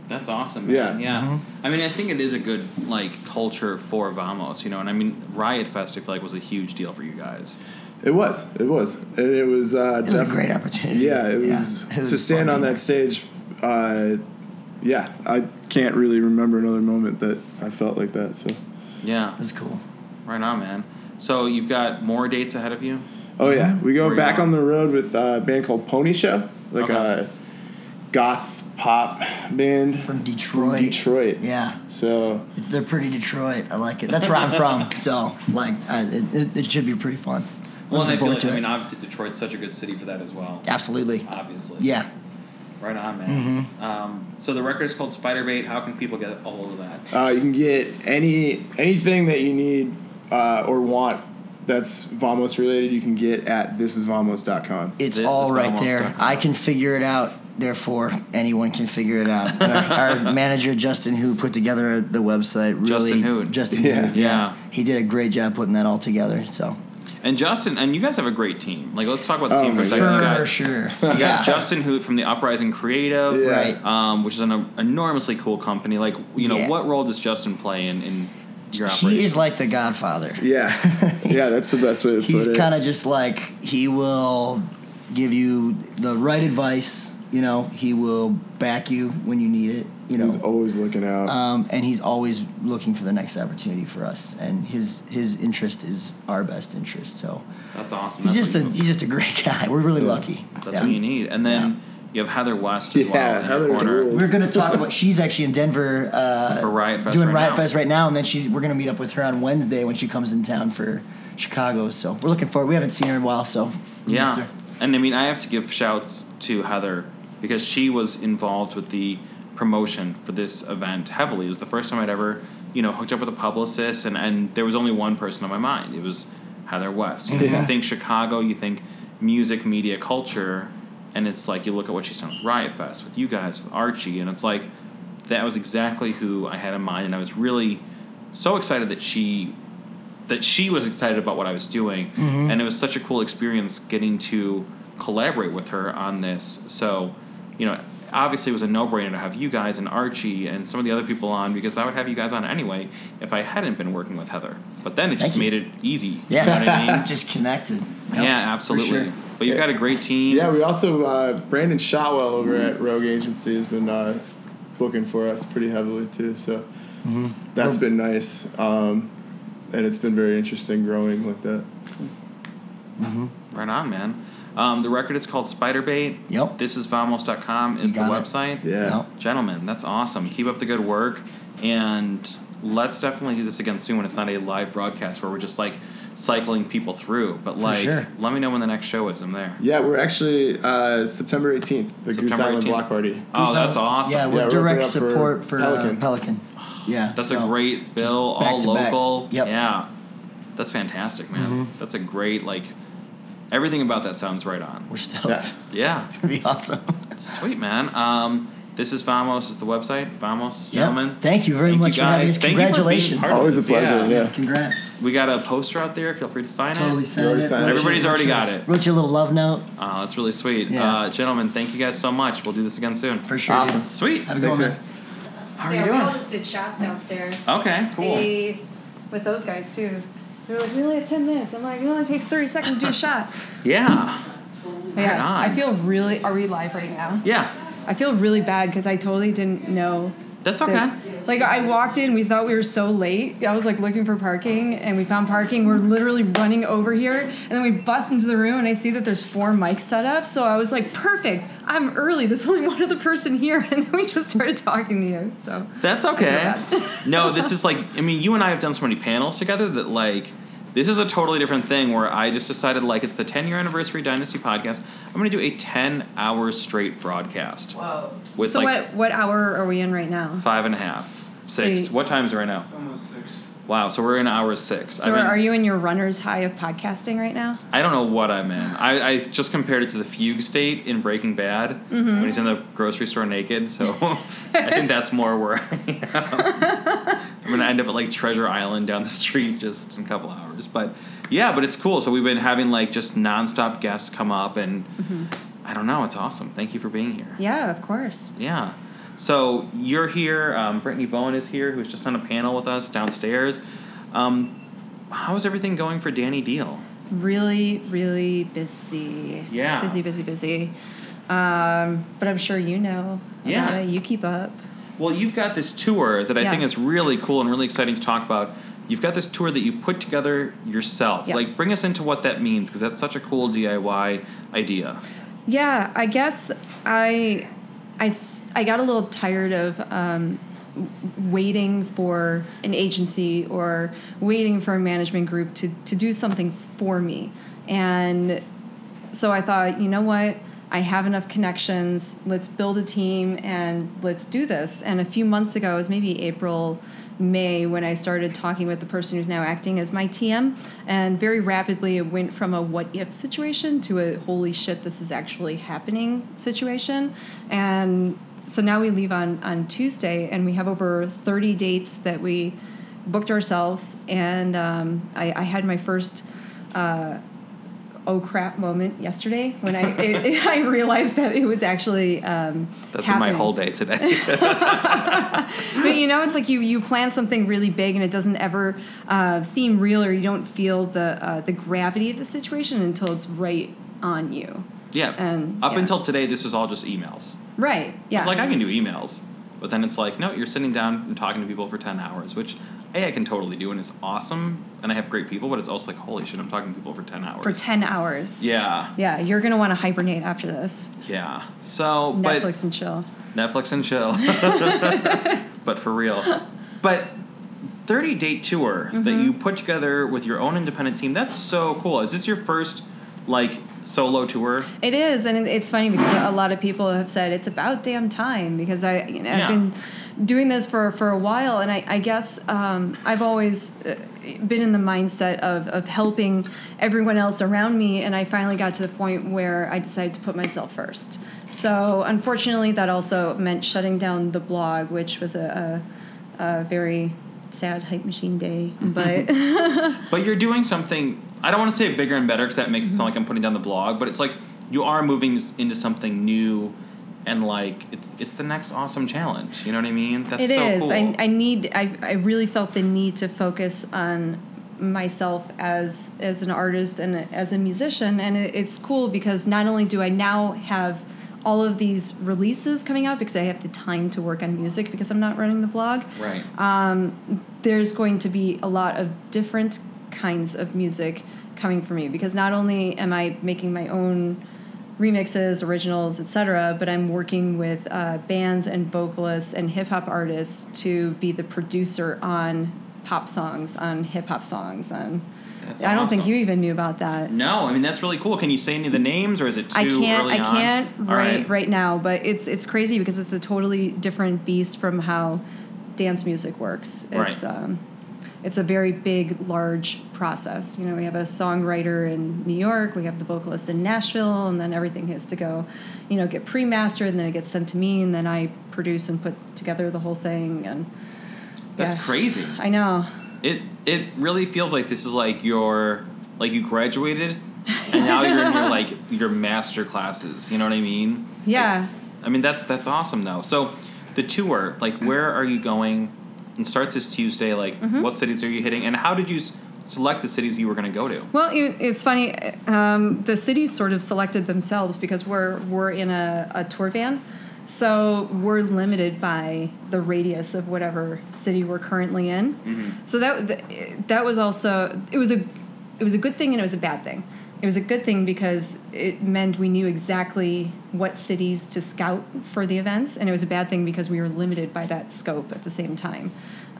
Speaker 1: That's awesome. Man.
Speaker 2: Yeah.
Speaker 1: Yeah.
Speaker 8: Mm-hmm.
Speaker 1: I mean, I think it is a good like culture for Vamos. You know, and I mean, Riot Fest I feel like was a huge deal for you guys.
Speaker 2: It was, it was, and it was. Uh,
Speaker 8: it was a
Speaker 2: def-
Speaker 8: great opportunity.
Speaker 2: Yeah, it was,
Speaker 8: It was
Speaker 2: to stand
Speaker 8: fun.
Speaker 2: on that stage. Uh, yeah, I can't really remember another moment that I felt like that. So,
Speaker 1: Yeah.
Speaker 8: It was cool.
Speaker 1: Right on, man. So you've got more dates ahead of you.
Speaker 2: oh yeah,
Speaker 8: Mm-hmm.
Speaker 2: we go
Speaker 1: Where you
Speaker 2: back
Speaker 1: going?
Speaker 2: on the road with uh, a band called Pony Show, like
Speaker 1: Okay.
Speaker 2: a goth pop band
Speaker 8: From Detroit.
Speaker 2: Detroit.
Speaker 8: Yeah,
Speaker 2: So
Speaker 8: they're pretty Detroit. I like it. That's where I'm from. So like, I, it, it, it should be pretty fun.
Speaker 1: Well, and I feel
Speaker 8: Looking forward
Speaker 1: like
Speaker 8: to
Speaker 1: I
Speaker 8: it.
Speaker 1: mean, obviously Detroit's such a good city for that as well.
Speaker 8: Absolutely.
Speaker 1: Obviously.
Speaker 8: Yeah. Mm-hmm.
Speaker 1: Right on, man. Um, so the record is called Spider Bait. How can people get a hold of that?
Speaker 2: Uh, you can get any anything that you need uh, or want that's Vamos related. You can get at thisisvamos.com.
Speaker 8: It's
Speaker 1: This is
Speaker 8: all right
Speaker 1: Vamos
Speaker 8: there.
Speaker 1: Duck.
Speaker 8: I can figure it out. Therefore, anyone can figure it out. our, our manager Justin, who put together the website, really
Speaker 1: Justin Hood.
Speaker 8: Justin
Speaker 2: Yeah.
Speaker 8: Hood, yeah.
Speaker 1: Yeah.
Speaker 8: he did a great job putting that all together. So
Speaker 1: And Justin, and you guys have a great team. Like, let's talk about the
Speaker 2: Oh
Speaker 1: team for
Speaker 2: my
Speaker 1: a second.
Speaker 2: God.
Speaker 1: You
Speaker 8: for
Speaker 1: got,
Speaker 8: sure,
Speaker 1: you got
Speaker 8: yeah,
Speaker 1: Justin Hoot from the Uprising Creative,
Speaker 2: Yeah.
Speaker 8: Right.
Speaker 1: um, which is an enormously cool company. Like, you know,
Speaker 8: Yeah.
Speaker 1: what role does Justin play in, in your operation?
Speaker 8: he is like the Godfather.
Speaker 2: Yeah, yeah, that's the best way to put
Speaker 8: he's
Speaker 2: it.
Speaker 8: kind of just like he will give you the right advice. You know, he will back you when you need it. You know,
Speaker 2: He's always looking out.
Speaker 8: um, and he's always looking for the next opportunity for us. And his his interest is our best interest. So
Speaker 1: That's awesome.
Speaker 8: he's
Speaker 1: That's
Speaker 8: just a
Speaker 1: what you-
Speaker 8: he's just a great guy. We're really lucky.
Speaker 1: That's
Speaker 8: Yeah.
Speaker 1: what you need. And then you have Heather West as
Speaker 2: Yeah,
Speaker 1: well in
Speaker 2: Heather
Speaker 1: the corner
Speaker 2: rules.
Speaker 8: We're gonna talk about. She's actually in Denver uh,
Speaker 1: for Riot Fest.
Speaker 8: doing
Speaker 1: right
Speaker 8: Riot
Speaker 1: now.
Speaker 8: Fest right now, and then she's we're gonna meet up with her on Wednesday when she comes in town for Chicago. So we're looking forward. We haven't seen her in a while, so we
Speaker 1: Yeah.
Speaker 8: miss her.
Speaker 1: And I mean, I have to give shouts to Heather because she was involved with the promotion for this event heavily. It was the first time I'd ever, you know, hooked up with a publicist, and, and there was only one person on my mind. It was Heather West. You, know, you think Chicago, you think music, media, culture, and it's like you look at what she's done with Riot Fest, with you guys, with Archie, and it's like that was exactly who I had in mind, and I was really so excited that she that she was excited about what I was doing,
Speaker 8: Mm-hmm.
Speaker 1: and it was such a cool experience getting to collaborate with her on this. So, you know, obviously it was a no-brainer to have you guys and Archie and some of the other people on because I would have you guys on anyway if I hadn't been working with Heather. But then it just
Speaker 8: you.
Speaker 1: made it easy.
Speaker 8: Yeah,
Speaker 1: you know what I mean?
Speaker 8: just connected. Yep,
Speaker 1: yeah,
Speaker 8: for
Speaker 1: absolutely.
Speaker 8: sure.
Speaker 1: But you've got a great team.
Speaker 2: yeah, we also uh, Brandon Shotwell over at Rogue Agency has been uh, booking for us pretty heavily too. So
Speaker 8: Mm-hmm.
Speaker 2: that's been nice, um, and it's been very interesting growing like that.
Speaker 1: Mm-hmm. Right on, man. Um, the record is called Spider Bait.
Speaker 8: Yep.
Speaker 1: This is vamos.com is the
Speaker 8: got it.
Speaker 1: website.
Speaker 2: Yeah.
Speaker 8: Yep.
Speaker 1: Gentlemen, that's awesome. Keep up the good work. And let's definitely do this again soon when it's not a live broadcast where we're just like cycling people through. But like,
Speaker 8: sure.
Speaker 1: let me know when the next show is. I'm there.
Speaker 2: Yeah, we're actually uh, September 18th, the Goose
Speaker 1: September
Speaker 2: Island
Speaker 1: 18th.
Speaker 2: Block Party.
Speaker 1: Oh,
Speaker 8: So-
Speaker 1: that's awesome.
Speaker 8: Yeah,
Speaker 2: Yeah,
Speaker 8: we're
Speaker 2: we're
Speaker 8: direct
Speaker 2: opening up for
Speaker 8: support for, Pelican.
Speaker 2: Pelican.
Speaker 8: Uh, Pelican. Yeah,
Speaker 1: That's
Speaker 8: so
Speaker 1: a great bill,
Speaker 8: back
Speaker 1: all
Speaker 8: to back.
Speaker 1: local.
Speaker 8: Yep. Mm-hmm.
Speaker 1: Yeah. That's fantastic, man. That's a great, like, everything about that sounds right on.
Speaker 8: We're stoked.
Speaker 2: Yeah.
Speaker 1: Yeah.
Speaker 8: It's gonna be awesome.
Speaker 1: Sweet man. Um, this is Vamos. Is the website Vamos,
Speaker 8: Yeah.
Speaker 1: gentlemen.
Speaker 8: Thank you very
Speaker 1: Thank
Speaker 8: much
Speaker 1: you
Speaker 8: for having
Speaker 1: guys.
Speaker 8: us.
Speaker 1: Thank you for being
Speaker 8: Congratulations.
Speaker 1: part of
Speaker 2: Always a
Speaker 1: this, yeah.
Speaker 2: pleasure. Yeah.
Speaker 8: Congrats.
Speaker 1: We got a poster out there. Feel free to sign
Speaker 8: Totally
Speaker 1: it.
Speaker 8: signed
Speaker 2: already
Speaker 8: it.
Speaker 2: signed it.
Speaker 8: Wrote you-
Speaker 1: Everybody's already got it.
Speaker 8: Wrote you a little love note
Speaker 1: Uh, that's really sweet,
Speaker 8: Yeah.
Speaker 1: uh, gentlemen. Thank you guys so much. We'll do this again soon.
Speaker 8: for sure.
Speaker 2: Awesome.
Speaker 8: dude.
Speaker 1: Sweet.
Speaker 8: Have a good
Speaker 2: Thanks,
Speaker 8: one.
Speaker 2: man.
Speaker 8: man.
Speaker 1: How are
Speaker 4: so
Speaker 1: you
Speaker 4: yeah, we all
Speaker 1: doing?
Speaker 4: just did shots downstairs.
Speaker 1: Okay. Cool.
Speaker 4: They, with those guys too. They were like, we only have 10 minutes. I'm like, it only takes 30 seconds to do a shot.
Speaker 1: Yeah.
Speaker 4: But yeah,
Speaker 1: on.
Speaker 4: I feel really, are we live right now?
Speaker 1: Yeah.
Speaker 4: I feel really bad because I totally didn't know
Speaker 1: That's okay.
Speaker 9: Like I walked in, we thought we were so late. I was like looking for parking, and we found parking. We're literally running over here, and then we bust into the room, and I see that there's four mics set up. So I was like, "Perfect! I'm early. There's only one other person here." And then we just started talking to you. So
Speaker 1: That's okay.
Speaker 9: I know
Speaker 1: no, this is like I mean, you and I have done so many panels together that like this is a totally different thing where I just decided like it's the 10 year anniversary Dynasty podcast. I'm going to do a 10 hour straight broadcast
Speaker 5: Whoa.
Speaker 1: with
Speaker 9: so
Speaker 1: like
Speaker 9: what what hour are we in right now?
Speaker 1: five and a half, six.
Speaker 9: So you-
Speaker 1: what time is it right now?
Speaker 10: Almost six.
Speaker 1: Wow, so we're in hour six.
Speaker 9: So
Speaker 1: I'm in-
Speaker 9: are you in your runner's high of podcasting right now?
Speaker 1: I don't know what I'm in. I, I just compared it to the fugue state in Breaking Bad when he's in the grocery store naked. So I think that's more where I am. I'm gonna end up at like Treasure Island down the street just in a couple hours. But yeah, but it's cool. So we've been having like just nonstop guests come up, and I don't know. It's awesome. Thank you for being here.
Speaker 9: Yeah, of course.
Speaker 1: Yeah. So you're here. Um, Brittany Bowen is here, who's just on a panel with us downstairs. Um, how is everything going for Danny Deal?
Speaker 9: Really, really busy.
Speaker 1: Yeah.
Speaker 9: Busy, busy, busy. Um, but I'm sure you know about
Speaker 1: Yeah.
Speaker 9: it. You keep up.
Speaker 1: Well, you've got this tour that I think is
Speaker 9: Yes.
Speaker 1: really cool and really exciting to talk about. You've got this tour that you put together yourself.
Speaker 9: Yes.
Speaker 1: Like, bring us into what that means because that's such a cool DIY idea.
Speaker 9: Yeah, I guess I, I, s- I got a little tired of um, w- waiting for an agency or waiting for a management group to, to do something for me. And so I thought, you know what? I have enough connections. Let's build a team and let's do this. And a few months ago, it was maybe April, May, when I started talking with the person who's now acting as my TM. And very rapidly, it went from a what if situation to a holy shit, this is actually happening situation. And so now we leave on, on Tuesday and we have over 30 dates that we booked ourselves. And um, I, I had my first uh, oh crap moment yesterday when I it, I realized that it was actually um,
Speaker 1: That's been my
Speaker 9: happening.
Speaker 1: whole day today.
Speaker 9: But you know, it's like you you plan something really big and it doesn't ever uh, seem real or you don't feel the uh, the gravity of the situation until it's right on you.
Speaker 1: yeah.
Speaker 9: And,
Speaker 1: Up
Speaker 9: yeah.
Speaker 1: until today, this was all just emails.
Speaker 9: Right? Yeah.
Speaker 1: It's like, I can do emails. But then it's like, no, you're sitting down and talking to people for 10 hours, which A, I can totally do and it's awesome. And I have great people, but it's also like, holy shit, I'm talking to people for 10 hours.
Speaker 9: for ten hours.
Speaker 1: Yeah.
Speaker 9: Yeah, you're gonna want to hibernate after this.
Speaker 1: Yeah. So, but.
Speaker 9: Netflix and chill.
Speaker 1: Netflix and chill. but for real. But 30 date tour that
Speaker 9: Mm-hmm.
Speaker 1: you put together with your own independent team, that's so cool. Is this your first like solo tour?
Speaker 9: It is, and it- it's funny because a lot of people have said it's about damn time because I, you know,
Speaker 1: Yeah.
Speaker 9: I've been doing this for for a while, and I, I guess um, I've always uh, been in the mindset of of helping everyone else around me, and I finally got to the point where I decided to put myself first. So unfortunately, that also meant shutting down the blog, which was a, a, a very sad hype machine day, but.
Speaker 1: But you're doing something I don't want to say bigger and better cuz that makes
Speaker 9: Mm-hmm.
Speaker 1: it sound like I'm putting down the blog, but it's like you are moving s- into something new and like it's it's the next awesome challenge. You know what I mean? That's
Speaker 9: It
Speaker 1: so
Speaker 9: is.
Speaker 1: cool.
Speaker 9: I, I need. I, I really felt the need to focus on myself as as an artist and as a musician, and it, it's cool because not only do I now have all of these releases coming out because I have the time to work on music because I'm not running the blog
Speaker 1: right.
Speaker 9: Um, there's going to be a lot of different kinds of music coming from me because not only am I making my own remixes, originals, etc., but I'm working with uh, bands and vocalists and hip hop artists to be the producer on pop songs, on hip hop songs, on.
Speaker 1: That's
Speaker 9: I don't think
Speaker 1: awesome.
Speaker 9: you even knew about that.
Speaker 1: no, I mean that's really cool. Can you say any of the names, or is it too
Speaker 9: I can't.
Speaker 1: early
Speaker 9: I
Speaker 1: on?
Speaker 9: can't
Speaker 1: All
Speaker 9: right, right now, but it's it's crazy because it's a totally different beast from how dance music works.
Speaker 1: Right.
Speaker 9: It's um, it's a very big, large process. You know, we have a songwriter in New York, we have the vocalist in Nashville, and then everything has to go, you know, get pre-mastered, and then it gets sent to me, and then I produce and put together the whole thing. And
Speaker 1: That's
Speaker 9: yeah.
Speaker 1: crazy.
Speaker 9: I know.
Speaker 1: it it really feels like this is like your like you graduated and now you're in your like your master classes you know what i mean
Speaker 9: Yeah.
Speaker 1: i mean that's that's awesome though so the tour like where are you going and starts this tuesday like what cities are you hitting and how did you s- select the cities you were going to go to
Speaker 9: Well, it, it's funny. Um, the cities sort of selected themselves because we're we're in a, a tour van, So we're limited by the radius of whatever city we're currently in. So that that was also it was a it was a good thing and it was a bad thing. It was a good thing because it meant we knew exactly what cities to scout for the events, and it was a bad thing because we were limited by that scope at the same time.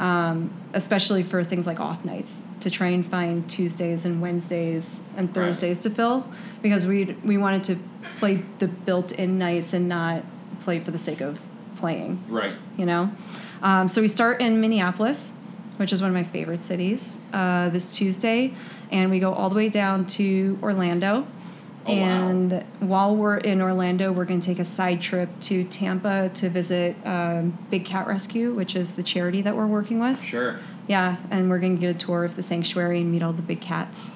Speaker 9: Um, especially for things like off nights, to try and find Tuesdays and Wednesdays and
Speaker 1: Right.
Speaker 9: Thursdays to fill, because we we wanted to play the built-in nights and not play for the sake of playing
Speaker 1: Right.
Speaker 9: you know. Um, so we start in Minneapolis, which is one of my favorite cities, uh, this Tuesday, and we go all the way down to Orlando.
Speaker 1: Oh, wow.
Speaker 9: and while we're in Orlando, we're going to take a side trip to Tampa to visit um, Big Cat Rescue, which is the charity that we're working with.
Speaker 1: Sure.
Speaker 9: Yeah, and we're going to get a tour of the sanctuary and meet all the big cats.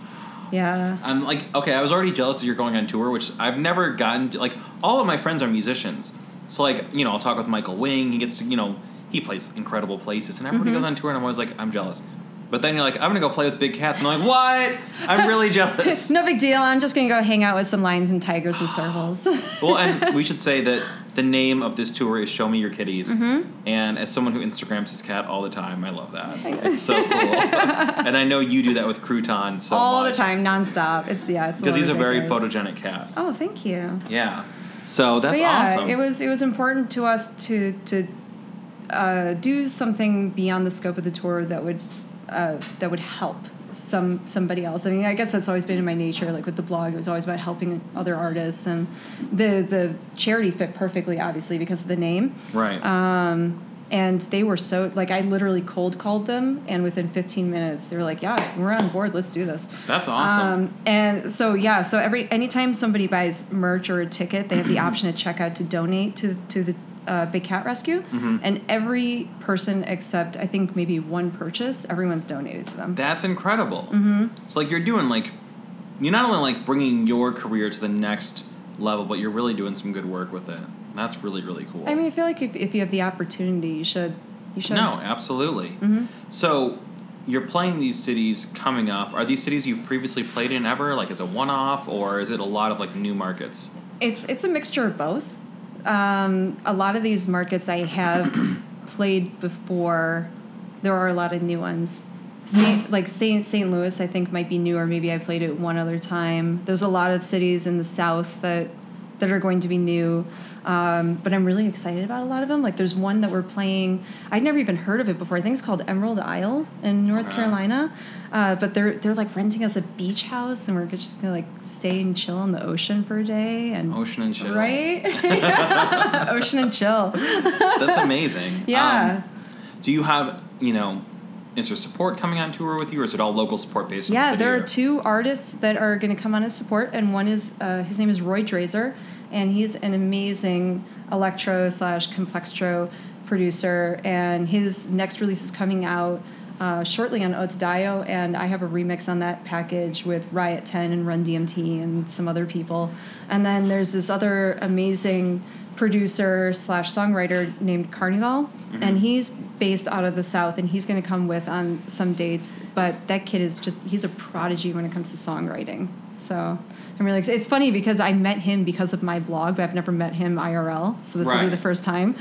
Speaker 9: Yeah.
Speaker 1: I'm like, okay, I was already jealous that you're going on tour, which I've never gotten to. Like, all of my friends are musicians. So, like, you know, I'll talk with Michael Wing. He gets to, you know, he plays incredible places. And everybody goes on tour, and I'm always like, I'm jealous. But then you're like, I'm going to go play with big cats. And I'm like, what? I'm really jealous.
Speaker 9: No big deal. I'm just going to go hang out with some lions and tigers and servals.
Speaker 1: well, and we should say that the name of this tour is Show Me Your Kitties.
Speaker 9: Mm-hmm.
Speaker 1: And as someone who Instagrams his cat all the time, I love that. It's so cool. and I know you do that with Crouton so
Speaker 9: all the time, nonstop. It's, yeah, it's
Speaker 1: Because he's a very
Speaker 9: ridiculous.
Speaker 1: photogenic cat.
Speaker 9: Oh, thank you.
Speaker 1: Yeah. So that's
Speaker 9: but yeah,
Speaker 1: awesome.
Speaker 9: it was it was important to us to to uh, do something beyond the scope of the tour that would uh, that would help some somebody else. I mean, I guess that's always been in my nature. Like with the blog, it was always about helping other artists, and the the charity fit perfectly, obviously, because of the name. Um,
Speaker 1: Right.
Speaker 9: And they were so like I literally cold called them, and within 15 minutes they were like, "Yeah, we're on board. Let's do this."
Speaker 1: That's awesome.
Speaker 9: Um, and so yeah, so every anytime somebody buys merch or a ticket, they have
Speaker 1: Mm-hmm.
Speaker 9: the option at checkout to donate to to the uh, Big Cat Rescue.
Speaker 1: Mm-hmm.
Speaker 9: And every person except I think maybe one purchase, everyone's donated to them.
Speaker 1: That's incredible. Mm-hmm. It's like you're doing like you're not only like bringing your career to the next level, but you're really doing some good work with it. That's really really cool.
Speaker 9: I mean, I feel like if, if you have the opportunity, you should you should. Mm-hmm.
Speaker 1: no, absolutely. So you're playing these cities coming up. Are these cities you've previously played in ever, like as a one-off, or is it a lot of like new markets?
Speaker 9: It's it's a mixture of both. Um, a lot of these markets I have played before. There are a lot of new ones. Saint, like Saint St. Louis, I think might be new, or maybe I played it one other time. There's a lot of cities in the South that that are going to be new. Um, but I'm really excited about a lot of them. Like there's one that we're playing. I'd never even heard of it before. I think it's called Emerald Isle in North
Speaker 1: Okay.
Speaker 9: Carolina. Uh, but they're they're like renting us a beach house, and we're just gonna like stay and chill in the ocean for a day. And
Speaker 1: Ocean and chill.
Speaker 9: Right? Ocean and chill.
Speaker 1: That's amazing.
Speaker 9: Yeah.
Speaker 1: Um, do you have you know? Is there support coming on tour with you, or is it all local support based? in the
Speaker 9: yeah,
Speaker 1: city,
Speaker 9: there are
Speaker 1: or-
Speaker 9: two artists that are going to come on as support, and one is uh, his name is Roy Drazer, and he's an amazing electro slash complextro producer, and his next release is coming out. Uh, shortly on Oats Dio, and I have a remix on that package with Riot 10 and Run DMT and some other people. And then there's this other amazing producer slash songwriter named Carnival, and he's based out of the South, and he's going to come with on some dates. But that kid is just—he's a prodigy when it comes to songwriting. So I'm really excited. It's funny because I met him because of my blog, but I've never met him IRL. So this will be
Speaker 1: Right.
Speaker 9: the first time.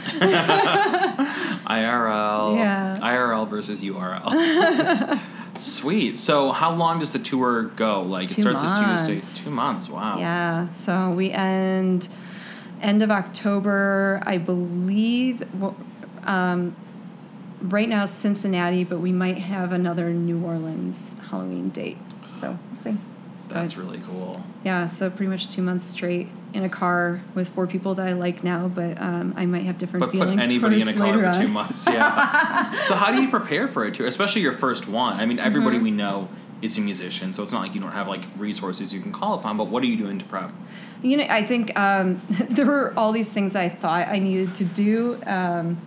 Speaker 1: IRL.
Speaker 9: Yeah.
Speaker 1: IRL versus URL. Sweet. So how long does the tour go? Like
Speaker 9: Two
Speaker 1: it starts
Speaker 9: months.
Speaker 1: this Tuesday. Two months. Wow.
Speaker 9: Yeah. So we end end of October, I believe. Well, um, right now, Cincinnati, but we might have another New Orleans Halloween date. So we'll see.
Speaker 1: That's really cool.
Speaker 9: Yeah. So pretty much two months straight in a car with four people that I like now, but um, I might have different
Speaker 1: But put
Speaker 9: feelings
Speaker 1: anybody in
Speaker 9: towards
Speaker 1: a car
Speaker 9: later
Speaker 1: for
Speaker 9: on.
Speaker 1: two months. Yeah. so how do you prepare for a tour, especially your first one? I mean,
Speaker 9: Mm-hmm.
Speaker 1: everybody we know is a musician, so it's not like you don't have like resources you can call upon. But what are you doing to prep?
Speaker 9: You know, I think um, there were all these things that I thought I needed to do, um,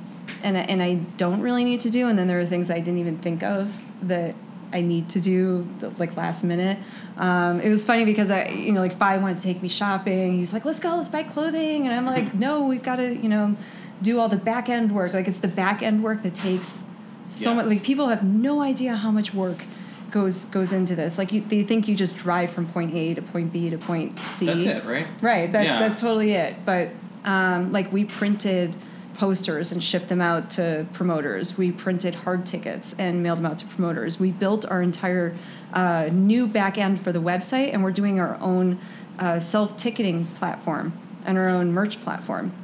Speaker 9: and I- and I don't really need to do, and then there were things that I didn't even think of that I need to do like last minute. Um, it was funny because I, you know, like Fi wanted to take me shopping. He's like, "Let's go, let's buy clothing," and I'm like,
Speaker 1: Mm-hmm.
Speaker 9: "No, we've got to, you know, do all the back end work. Like it's the back end work that takes so much.
Speaker 1: Yes.
Speaker 9: Like people have no idea how much work." Goes goes into this like you, they think you just drive from point A to point B to point C.
Speaker 1: That's it, right?
Speaker 9: Right. That,
Speaker 1: Yeah.
Speaker 9: That's totally it. But um, like we printed posters and shipped them out to promoters. We printed hard tickets and mailed them out to promoters. We built our entire uh, new back end for the website, and we're doing our own uh, self ticketing platform and our own merch platform.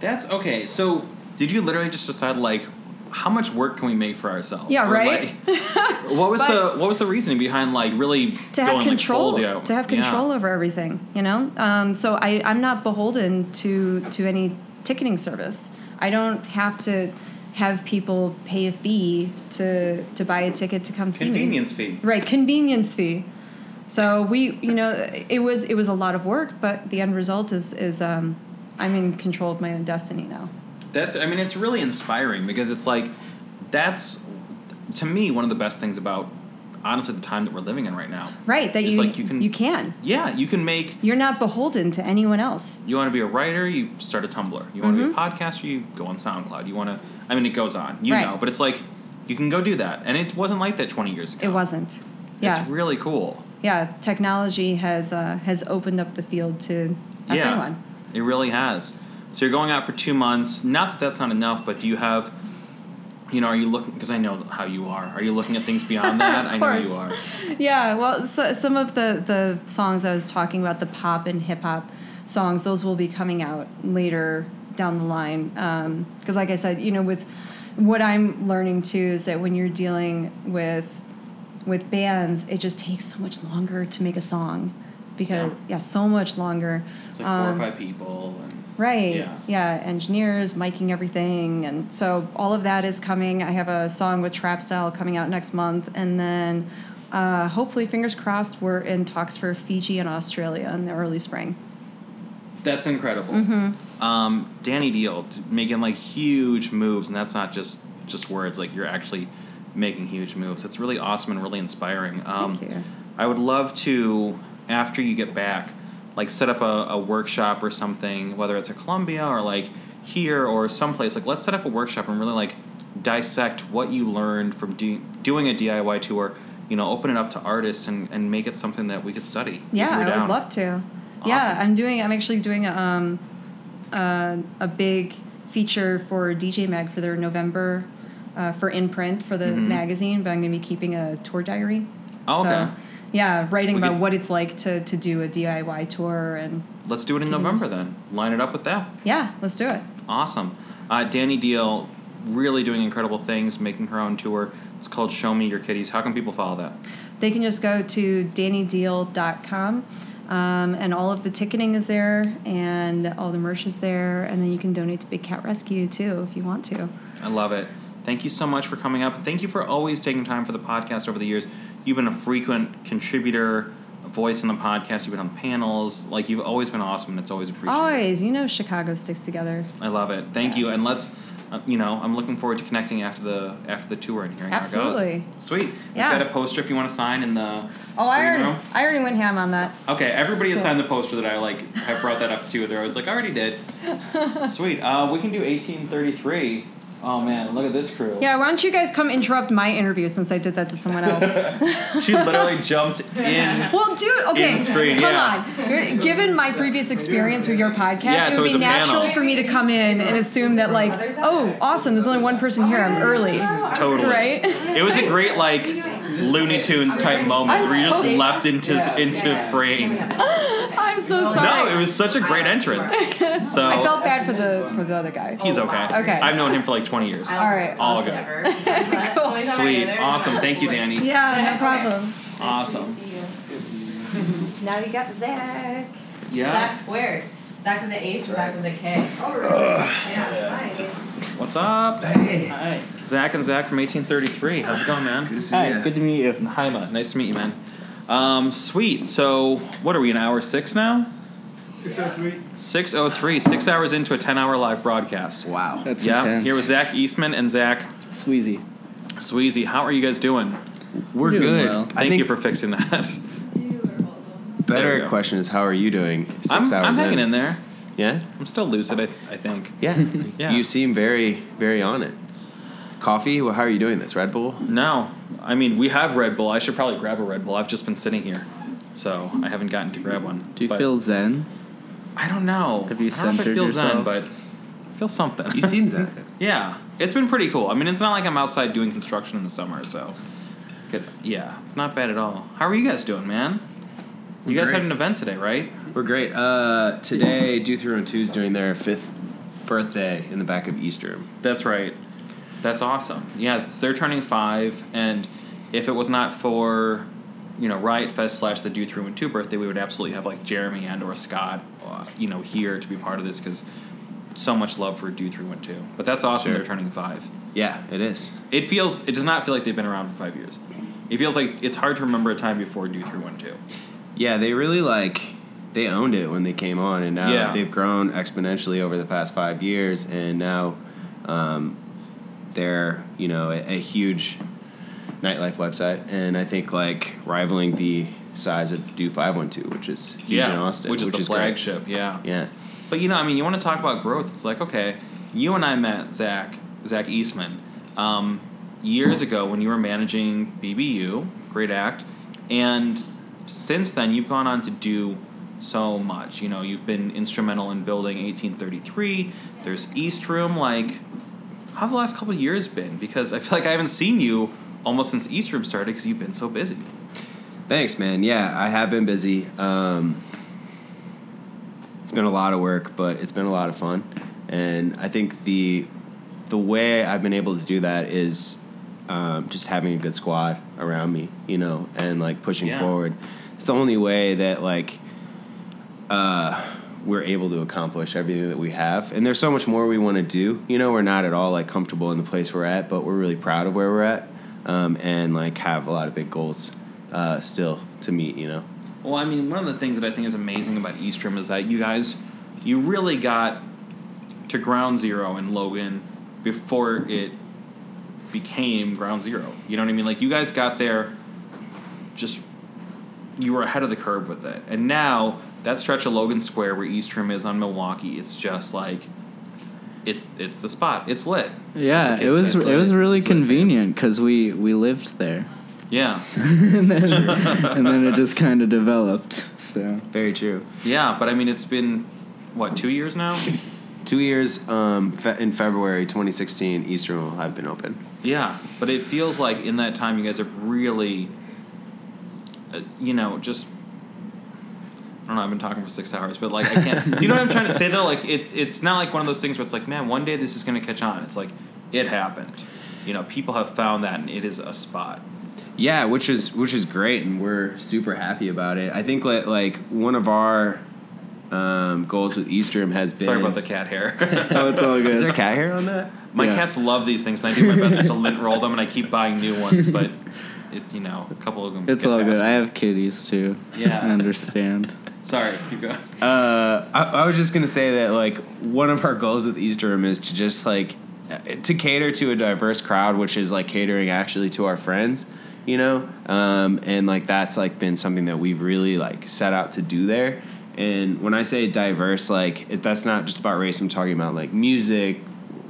Speaker 1: That's okay. So, did you literally just decide like how much work can we make for ourselves?
Speaker 9: Yeah,
Speaker 1: Or,
Speaker 9: right?
Speaker 1: like, what was
Speaker 9: But-
Speaker 1: the what was the reasoning behind like really
Speaker 9: to have
Speaker 1: going,
Speaker 9: control
Speaker 1: Like, full out?
Speaker 9: to have
Speaker 1: Yeah.
Speaker 9: control over everything you know um, so I, i'm not beholden to to any ticketing service i don't have to have people pay a fee to to buy a ticket to come see me
Speaker 1: convenience fee.
Speaker 9: right convenience fee so we you know it was it was a lot of work but the end result is is um, i'm in control of my own destiny now
Speaker 1: That's I mean it's really inspiring because it's like that's to me one of the best things about honestly the time that we're living in right now.
Speaker 9: right that
Speaker 1: It's
Speaker 9: you,
Speaker 1: like you can-
Speaker 9: you can
Speaker 1: Yeah, you can make
Speaker 9: you're not beholden to anyone else
Speaker 1: you want to be a writer, you start a Tumblr. You want
Speaker 9: Mm-hmm.
Speaker 1: to be a podcaster, you go on SoundCloud. You want to I mean it goes on. You
Speaker 9: Right.
Speaker 1: know, but it's like you can go do that. And it wasn't like that 20 years ago.
Speaker 9: it wasn't yeah
Speaker 1: It's really cool.
Speaker 9: yeah, technology has uh, has opened up the field to everyone.
Speaker 1: Yeah, it really has. So you're going out for two months. Not that that's not enough, but do you have, you know, are you looking? Because I know how you are. Are you looking at things beyond that?
Speaker 9: Of
Speaker 1: I know you are.
Speaker 9: course. Yeah, well, so, some of the the songs I was talking about, the pop and hip hop songs, those will be coming out later down the line. Because, like I said, you know, with what I'm learning too is that when you're dealing with with bands, it just takes so much longer to make a song because yeah,
Speaker 1: Yeah.
Speaker 9: so much longer.
Speaker 1: It's like four
Speaker 9: Um,
Speaker 1: or five people. And
Speaker 9: Right.
Speaker 1: Yeah.
Speaker 9: engineers, miking everything. And so all of that is coming. I have a song with Trap Style coming out next month. And then uh, hopefully, fingers crossed, we're in talks for Fiji and Australia in the early spring.
Speaker 1: that's incredible.
Speaker 9: Mm-hmm.
Speaker 1: Um, Danny Deal t- making like huge moves, and that's not just just words. Like you're actually making huge moves. It's really awesome and really inspiring. Um,
Speaker 9: Thank you.
Speaker 1: I would love to, after you get back, like set up a, a workshop or something, whether it's at Columbia or like here or someplace. Like, let's set up a workshop and really like dissect what you learned from do, doing a DIY tour. You know, open it up to artists and, and make it something that we could study.
Speaker 9: Yeah,
Speaker 1: if
Speaker 9: I
Speaker 1: you're down.
Speaker 9: would love to. Yeah,
Speaker 1: Awesome.
Speaker 9: I'm doing. I'm actually doing um, uh, a big feature for DJ Mag for their November uh, for imprint for the magazine. But I'm going to be keeping a tour diary.
Speaker 1: Mm-hmm. Oh, okay.
Speaker 9: yeah, writing
Speaker 1: We
Speaker 9: about
Speaker 1: could-
Speaker 9: what it's like to to do a DIY tour and
Speaker 1: Let's do it in
Speaker 9: Mm-hmm.
Speaker 1: November then. Line it up with that.
Speaker 9: yeah, let's do it.
Speaker 1: Awesome. Uh, Danny Deal really doing incredible things, making her own tour. It's called Show Me Your Kitties. How can people follow that?
Speaker 9: They can just go to DannyDeal.com. Um, and all of the ticketing is there, and all the merch is there, and then you can donate to Big Cat Rescue too if you want to.
Speaker 1: I love it. Thank you so much for coming up. Thank you for always taking time for the podcast over the years. You've been a frequent contributor, a voice in the podcast. You've been on panels. Like you've always been awesome, and it's always appreciated.
Speaker 9: Always, you know, Chicago sticks together.
Speaker 1: I love it. Thank you, and let's. Uh, you know, I'm looking forward to connecting after the after the tour and hearing how it
Speaker 9: Absolutely.
Speaker 1: goes. Sweet.
Speaker 9: Yeah.
Speaker 1: We've got a poster if you want to sign in the.
Speaker 9: Oh, I
Speaker 1: green
Speaker 9: already,
Speaker 1: room.
Speaker 9: I already went ham on that.
Speaker 1: Okay, everybody has
Speaker 9: Sure.
Speaker 1: signed the poster that I like. have brought that up too. They're always like, I already did. Sweet. Uh, we can do 1833. Oh man, look at this crew.
Speaker 9: Yeah, why don't you guys come interrupt my interview since I did that to someone else?
Speaker 1: She literally jumped in.
Speaker 9: well, dude, okay,
Speaker 1: In screen,
Speaker 9: come
Speaker 1: yeah.
Speaker 9: on. You're- given my previous experience with your podcast,
Speaker 1: Yeah, it's
Speaker 9: it would
Speaker 1: always
Speaker 9: be
Speaker 1: a panel.
Speaker 9: natural for me to come in and assume that, like, oh, awesome, there's only one person here. I'm early,
Speaker 1: Totally.
Speaker 9: right?
Speaker 1: It was a great like Looney Tunes type moment
Speaker 9: I'm
Speaker 1: where you just
Speaker 9: sorry.
Speaker 1: left into into frame.
Speaker 9: I'm so sorry.
Speaker 1: No, it was such a great entrance. So
Speaker 9: I felt bad for the for the other guy.
Speaker 1: he's okay.
Speaker 9: Okay.
Speaker 1: I've known him for like 20 years.
Speaker 9: All right.
Speaker 1: All
Speaker 5: Awesome.
Speaker 1: good.
Speaker 5: Ever.
Speaker 1: Sweet. Awesome. Thank you, Danny.
Speaker 9: Yeah, no problem.
Speaker 1: Awesome.
Speaker 9: Now you got Zach.
Speaker 1: Yeah.
Speaker 5: Zach squared. Zach with the H, Zach with a K.
Speaker 1: What's up? Hi. Zach and Zach from 1833. How's it going, man?
Speaker 2: Good to see
Speaker 1: Hi.
Speaker 2: ya.
Speaker 1: Good to meet you. Hi, Ma. Nice to meet you, man. Um, sweet. So, what are we, an hour six now?
Speaker 3: 603.
Speaker 1: 6.03. Six hours into a 10-hour live broadcast.
Speaker 2: Wow.
Speaker 10: That's
Speaker 1: yeah.
Speaker 10: intense.
Speaker 1: Here with Zach Eastman and Zach
Speaker 10: Sweezy.
Speaker 1: Sweezy. How are you guys doing?
Speaker 10: We're
Speaker 2: Doing
Speaker 10: good.
Speaker 2: well.
Speaker 10: I
Speaker 1: Thank
Speaker 10: think
Speaker 1: you for fixing that. There we
Speaker 10: better
Speaker 1: go.
Speaker 10: question is how are you doing? 6
Speaker 1: I'm,
Speaker 10: hours
Speaker 1: I'm hanging in.
Speaker 10: in.
Speaker 1: there.
Speaker 10: Yeah.
Speaker 1: I'm still lucid, I, I think.
Speaker 10: Yeah.
Speaker 1: Yeah.
Speaker 10: You seem very, very on it. Coffee? Well, how are you doing this? Red Bull?
Speaker 1: No. I mean, we have Red Bull. I should probably grab a Red Bull. I've just been sitting here. So I haven't gotten to grab one.
Speaker 10: Do
Speaker 1: But
Speaker 10: you feel zen?
Speaker 1: I don't know.
Speaker 6: Have you
Speaker 1: I don't know if I
Speaker 6: centered
Speaker 1: feel Zen,
Speaker 6: yourself?
Speaker 1: but I feel something.
Speaker 10: You seem zen.
Speaker 1: yeah, it's been pretty cool. I mean, it's not like I'm outside doing construction in the summer, so Good- yeah, it's not bad at all. How are you guys doing, man? You guys
Speaker 10: Great.
Speaker 1: had an event today, right?
Speaker 10: We're great. Uh, today, Do Through and Two is doing their fifth birthday in the back of East Room.
Speaker 1: That's right. That's awesome. Yeah, it's, they're turning five, and if it was not for, you know, Riot Fest slash the Do Through and Two birthday, we would absolutely have like Jeremy and or Scott, uh, you know, here to be part of this because so much love for Do Through and Two. But that's awesome.
Speaker 10: Sure.
Speaker 1: They're turning five.
Speaker 10: Yeah, it is.
Speaker 1: It feels. It does not feel like they've been around for five years. It feels like it's hard to remember a time before Do Through and Two.
Speaker 10: Yeah, they really like they owned it when they came on, and now
Speaker 1: Yeah.
Speaker 10: they've grown exponentially over the past five years, and now um, they're you know a, a huge nightlife website, and I think like rivaling the size of Do Five One Two, which is huge
Speaker 1: yeah,
Speaker 10: in Austin,
Speaker 1: which is the
Speaker 10: great.
Speaker 1: flagship. Yeah.
Speaker 10: Yeah,
Speaker 1: But you know, I mean, you want to talk about growth. It's like, okay, you and I met Zach, Zach Eastman, um, years ago when you were managing BBU, great act, and since then you've gone on to do so much. You know, you've been instrumental in building 1833. There's East Room. Like, how have the last couple of years been? Because I feel like I haven't seen you almost since East Room started because you've been so busy.
Speaker 10: Thanks, man. Yeah, I have been busy. Um, it's been a lot of work, but it's been a lot of fun, and I think the the way I've been able to do that is um, just having a good squad around me, you know, and like pushing
Speaker 1: Yeah.
Speaker 10: forward. It's the only way that like uh, we're able to accomplish everything that we have. And there's so much more we want to do. You know, we're not at all like comfortable in the place we're at, but we're really proud of where we're at, um, and like have a lot of big goals uh, still to meet. You know.
Speaker 1: Well, I mean, one of the things that I think is amazing about Eastrum is that you guys, you really got to Ground Zero in Logan before it became Ground Zero. You know what I mean? Like, you guys got there just, you were ahead of the curve with it. And now, that stretch of Logan Square where Eastrum is on Milwaukee, it's just like, it's it's the spot. It's lit.
Speaker 6: Yeah,
Speaker 1: As the
Speaker 6: it
Speaker 1: kids
Speaker 6: was
Speaker 1: say, it's
Speaker 6: it
Speaker 1: lit.
Speaker 6: was really
Speaker 1: It's lit.
Speaker 6: convenient because we we lived there,
Speaker 1: Yeah.
Speaker 6: and then and then it just kind of developed. So
Speaker 10: Very true.
Speaker 1: Yeah, but I mean, it's been, what, two years now?
Speaker 10: Two years um, fe- in February 2016, Eastern will have been open.
Speaker 1: Yeah, but it feels like in that time you guys have really, uh, you know, just. I don't know. I've been talking for six hours, but like I can't. do you know what I'm trying to say though? Like it, it's not like one of those things where it's like, man, one day this is going to catch on. It's like it happened. You know, people have found that, and it is a spot.
Speaker 10: Yeah, which is which is great, and we're super happy about it. I think that like one of our um, goals with Eastern has been.
Speaker 1: Sorry about the cat hair.
Speaker 6: oh, it's all
Speaker 10: Is there
Speaker 6: good.
Speaker 10: cat hair on that?
Speaker 1: my
Speaker 6: Yeah.
Speaker 1: cats love these things, and I do my best to lint roll them, and I keep buying new ones. But it's you know, a couple of them.
Speaker 6: It's
Speaker 1: get
Speaker 6: all good.
Speaker 1: past
Speaker 6: I
Speaker 1: me.
Speaker 6: have kitties too.
Speaker 1: Yeah.
Speaker 6: I understand.
Speaker 1: Sorry, keep going.
Speaker 10: Uh, I, I was just gonna say that like one of our goals with East Durham is to just like uh, to cater to a diverse crowd, which is like catering actually to our friends, you know, um, and like that's like been something that we've really like set out to do there. And when I say diverse, like it, that's not just about race. I'm talking about like music,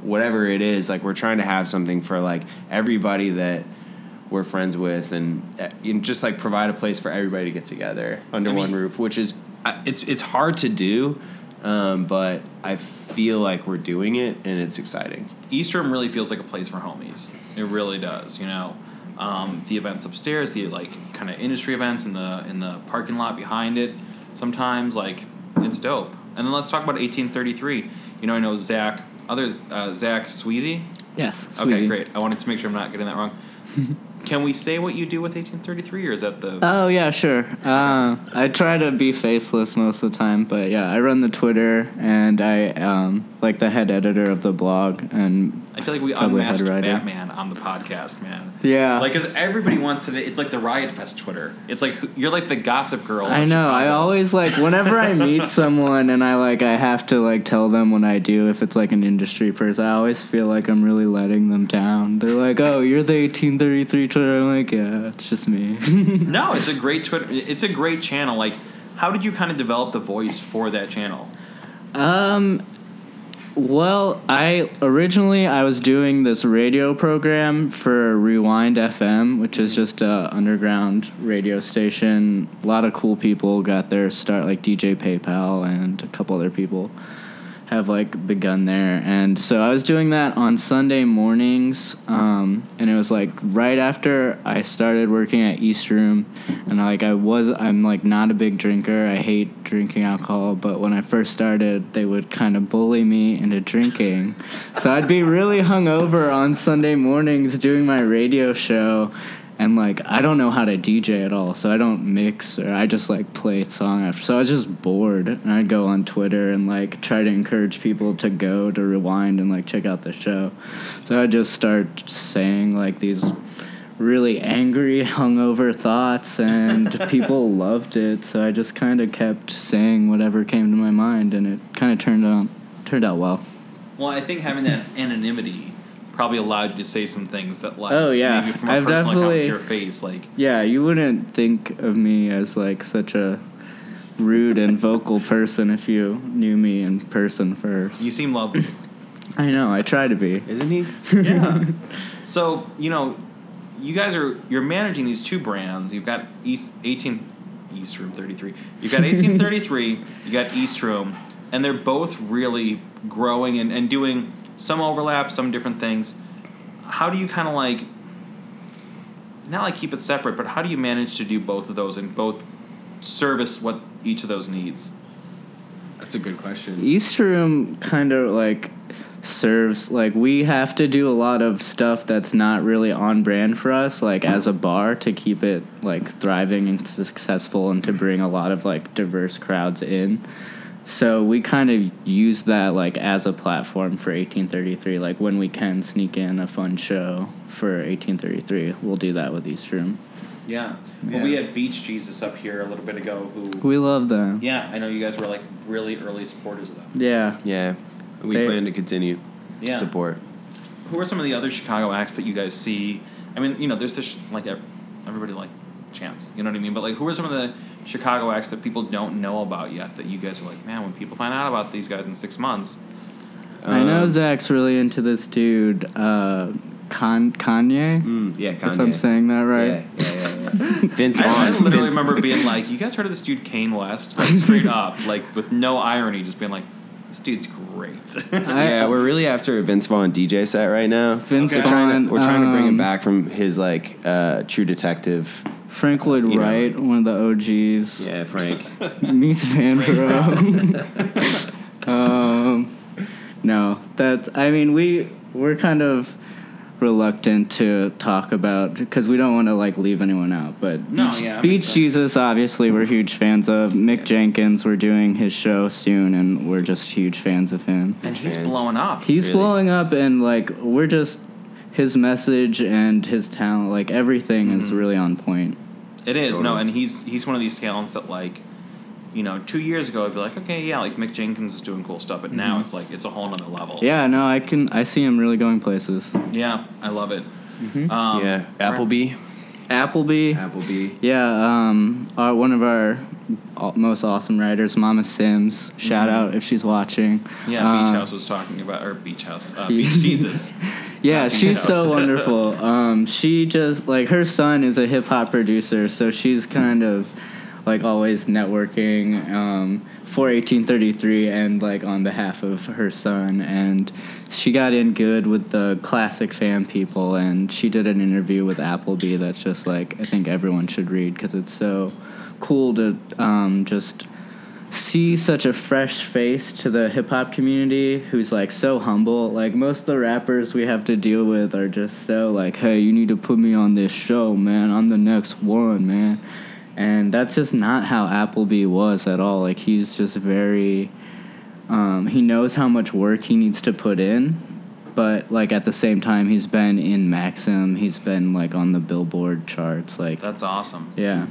Speaker 10: whatever it is. Like we're trying to have something for like everybody that we're friends with, and, uh, and just like provide a place for everybody to get together under
Speaker 1: I mean-
Speaker 10: one roof, which is I- it's it's hard to do, um, but I feel like we're doing it, and it's exciting.
Speaker 1: East Room really feels like a place for homies. It really does, you know. Um, the events upstairs, the like kind of industry events in the in the parking lot behind it. Sometimes like it's dope. And then let's talk about 1833. You know, I know Zach, others, uh, Zach Sweezy.
Speaker 6: Yes.
Speaker 1: Okay,
Speaker 6: sweetie.
Speaker 1: great. I wanted to make sure I'm not getting that wrong. Can we say what you do with 1833, or is that the
Speaker 6: Oh yeah, sure. Uh, I try to be faceless most of the time, but yeah, I run the Twitter and I um, like the head editor of the blog, and
Speaker 1: I feel like we
Speaker 6: Probably
Speaker 1: unmasked
Speaker 6: Head Rider.
Speaker 1: Batman on the podcast, man.
Speaker 6: Yeah.
Speaker 1: Like, because everybody wants to. It's like the Riot Fest Twitter. It's like you're like the Gossip Girl. of
Speaker 6: I know. I
Speaker 1: Chicago.
Speaker 6: always like whenever I meet someone and I like I have to like tell them when I do if it's like an industry person. I always feel like I'm really letting them down. They're like, "Oh, you're the 1833 Twitter." I'm like, "Yeah, it's just me."
Speaker 1: No, it's a great Twitter. It's a great channel. Like, how did you kind of develop the voice for that channel?
Speaker 6: um,
Speaker 11: Well, I originally I was doing this radio program for Rewind FM, which is just a underground radio station. A lot of cool people got their start, like DJ PayPal and a couple other people have like begun there. And so I was doing that on Sunday mornings, um, and it was like right after I started working at East Room, and like I was, I'm like not a big drinker. I hate drinking alcohol, but when I first started, they would kind of bully me into drinking, so I'd be really hungover on Sunday mornings doing my radio show. And like I don't know how to DJ at all, so I don't mix or I just like play a song after. So I was just bored, and I'd go on Twitter and like try to encourage people to go to rewind and like check out the show. So I just start saying like these really angry, hungover thoughts, and people loved it. So I just kind of kept saying whatever came to my mind, and it kind of turned out turned out well.
Speaker 1: Well, I think having that anonymity probably allowed you to say some things that, like,
Speaker 11: Oh, yeah.
Speaker 1: maybe from a
Speaker 11: I've
Speaker 1: personal account to
Speaker 11: definitely-
Speaker 1: your face, like,
Speaker 11: Yeah, you wouldn't think of me as like such a rude and vocal person if you knew me in person first.
Speaker 1: you seem lovely.
Speaker 11: I know, I try to be.
Speaker 10: Isn't he?
Speaker 1: yeah. So you know, you guys are you're managing these two brands. You've got East eighteen East Room thirty three. You've got eighteen thirty three. You got East Room, and they're both really growing and, and doing some overlap, some different things. How do you kind of like not like keep it separate, but how do you manage to do both of those and both service what each of those needs?
Speaker 10: That's a good question.
Speaker 11: East Room kind of like serves like we have to do a lot of stuff that's not really on brand for us like as a bar to keep it like thriving and successful and to bring a lot of like diverse crowds in so we kind of use that like as a platform for 1833 like when we can sneak in a fun show for 1833 we'll do that with East Room
Speaker 1: Yeah. Well, we had Beach Jesus up here a little bit ago. Who
Speaker 11: we love them
Speaker 1: Yeah, I know you guys were like really early supporters of them.
Speaker 11: yeah
Speaker 10: Yeah. We
Speaker 11: They-
Speaker 10: plan to continue
Speaker 1: Yeah.
Speaker 10: to support.
Speaker 1: Who are some of the other Chicago acts that you guys see? I mean, you know, there's this like ev- everybody like Chance, you know what I mean? But like, who are some of the Chicago acts that people don't know about yet that you guys are like, man, when people find out about these guys in six months,
Speaker 11: I know
Speaker 1: Um,
Speaker 11: Zach's really into this dude, uh, Con- Kanye.
Speaker 1: Mm,
Speaker 10: yeah,
Speaker 11: If I'm
Speaker 10: Kanye.
Speaker 11: saying that right.
Speaker 10: Vince
Speaker 1: I, I
Speaker 10: Vaughn.
Speaker 1: literally
Speaker 10: Vince-
Speaker 1: remember being like, you guys heard of this dude Kane West? Like, straight up, like with no irony, just being like, this dude's great.
Speaker 10: yeah, we're really after a Vince Vaughn DJ set right now.
Speaker 11: Vince
Speaker 10: we're Trying
Speaker 11: Vaughn,
Speaker 10: to, we're trying to bring him
Speaker 11: um,
Speaker 10: back from his like uh, True Detective.
Speaker 11: Frank Lloyd
Speaker 10: You know.
Speaker 11: Wright, one of the OGs.
Speaker 10: Yeah, Frank.
Speaker 11: Mies Van Bro. um, no, that's. I mean, we we're kind of reluctant to talk about because we don't want to like leave anyone out. But
Speaker 1: No,
Speaker 11: Beach,
Speaker 1: yeah, that makes
Speaker 11: Beach
Speaker 1: sense.
Speaker 11: Jesus, obviously, we're huge fans of. Mick Jenkins, we're doing his show soon, and we're just huge fans of him.
Speaker 1: and he's blowing up.
Speaker 11: He's blowing up, and like we're just his message and his talent, like everything is
Speaker 1: Mm-hmm.
Speaker 11: really on point.
Speaker 1: It is no,
Speaker 11: Totally.
Speaker 1: and he's he's one of these talents that like, you know, two years ago I'd be like, okay, yeah, like Mick Jenkins is doing cool stuff, but now
Speaker 11: Mhm.
Speaker 10: Mm-hmm.
Speaker 1: it's like it's a whole nother level.
Speaker 11: Yeah, no, I can I see him really going places.
Speaker 1: yeah, I love it.
Speaker 11: Mhm.
Speaker 1: Um,
Speaker 10: Mm-hmm. yeah, Applebee.
Speaker 11: Applebee.
Speaker 10: Applebee.
Speaker 11: Yeah, um, our, one of our au- most awesome writers, Mama Sims. Shout
Speaker 1: Mhm.
Speaker 11: out if she's watching.
Speaker 1: Yeah,
Speaker 10: Uh,
Speaker 11: Um,
Speaker 1: Beach House was talking about or Beach House, uh, Beach Jesus.
Speaker 11: Yeah,
Speaker 1: Not Beach
Speaker 11: she's
Speaker 1: House.
Speaker 11: so wonderful. Um, she just like her son is a hip hop producer, so she's kind of like always networking um, for 1833 and like on behalf of her son. And she got in good with the classic fan people, and she did an interview with Appleby that's just like I think everyone should read because it's so cool to um, just see such a fresh face to the hip hop community who's like so humble. Like most of the rappers we have to deal with are just so like, hey, you need to put me on this show, man. I'm the next one, man. And that's just not how Appleby was at all. Like he's just very um, he knows how much work he needs to put in, but like at the same time he's been in Maxim, he's been like on the Billboard charts, like
Speaker 1: That's awesome.
Speaker 11: yeah.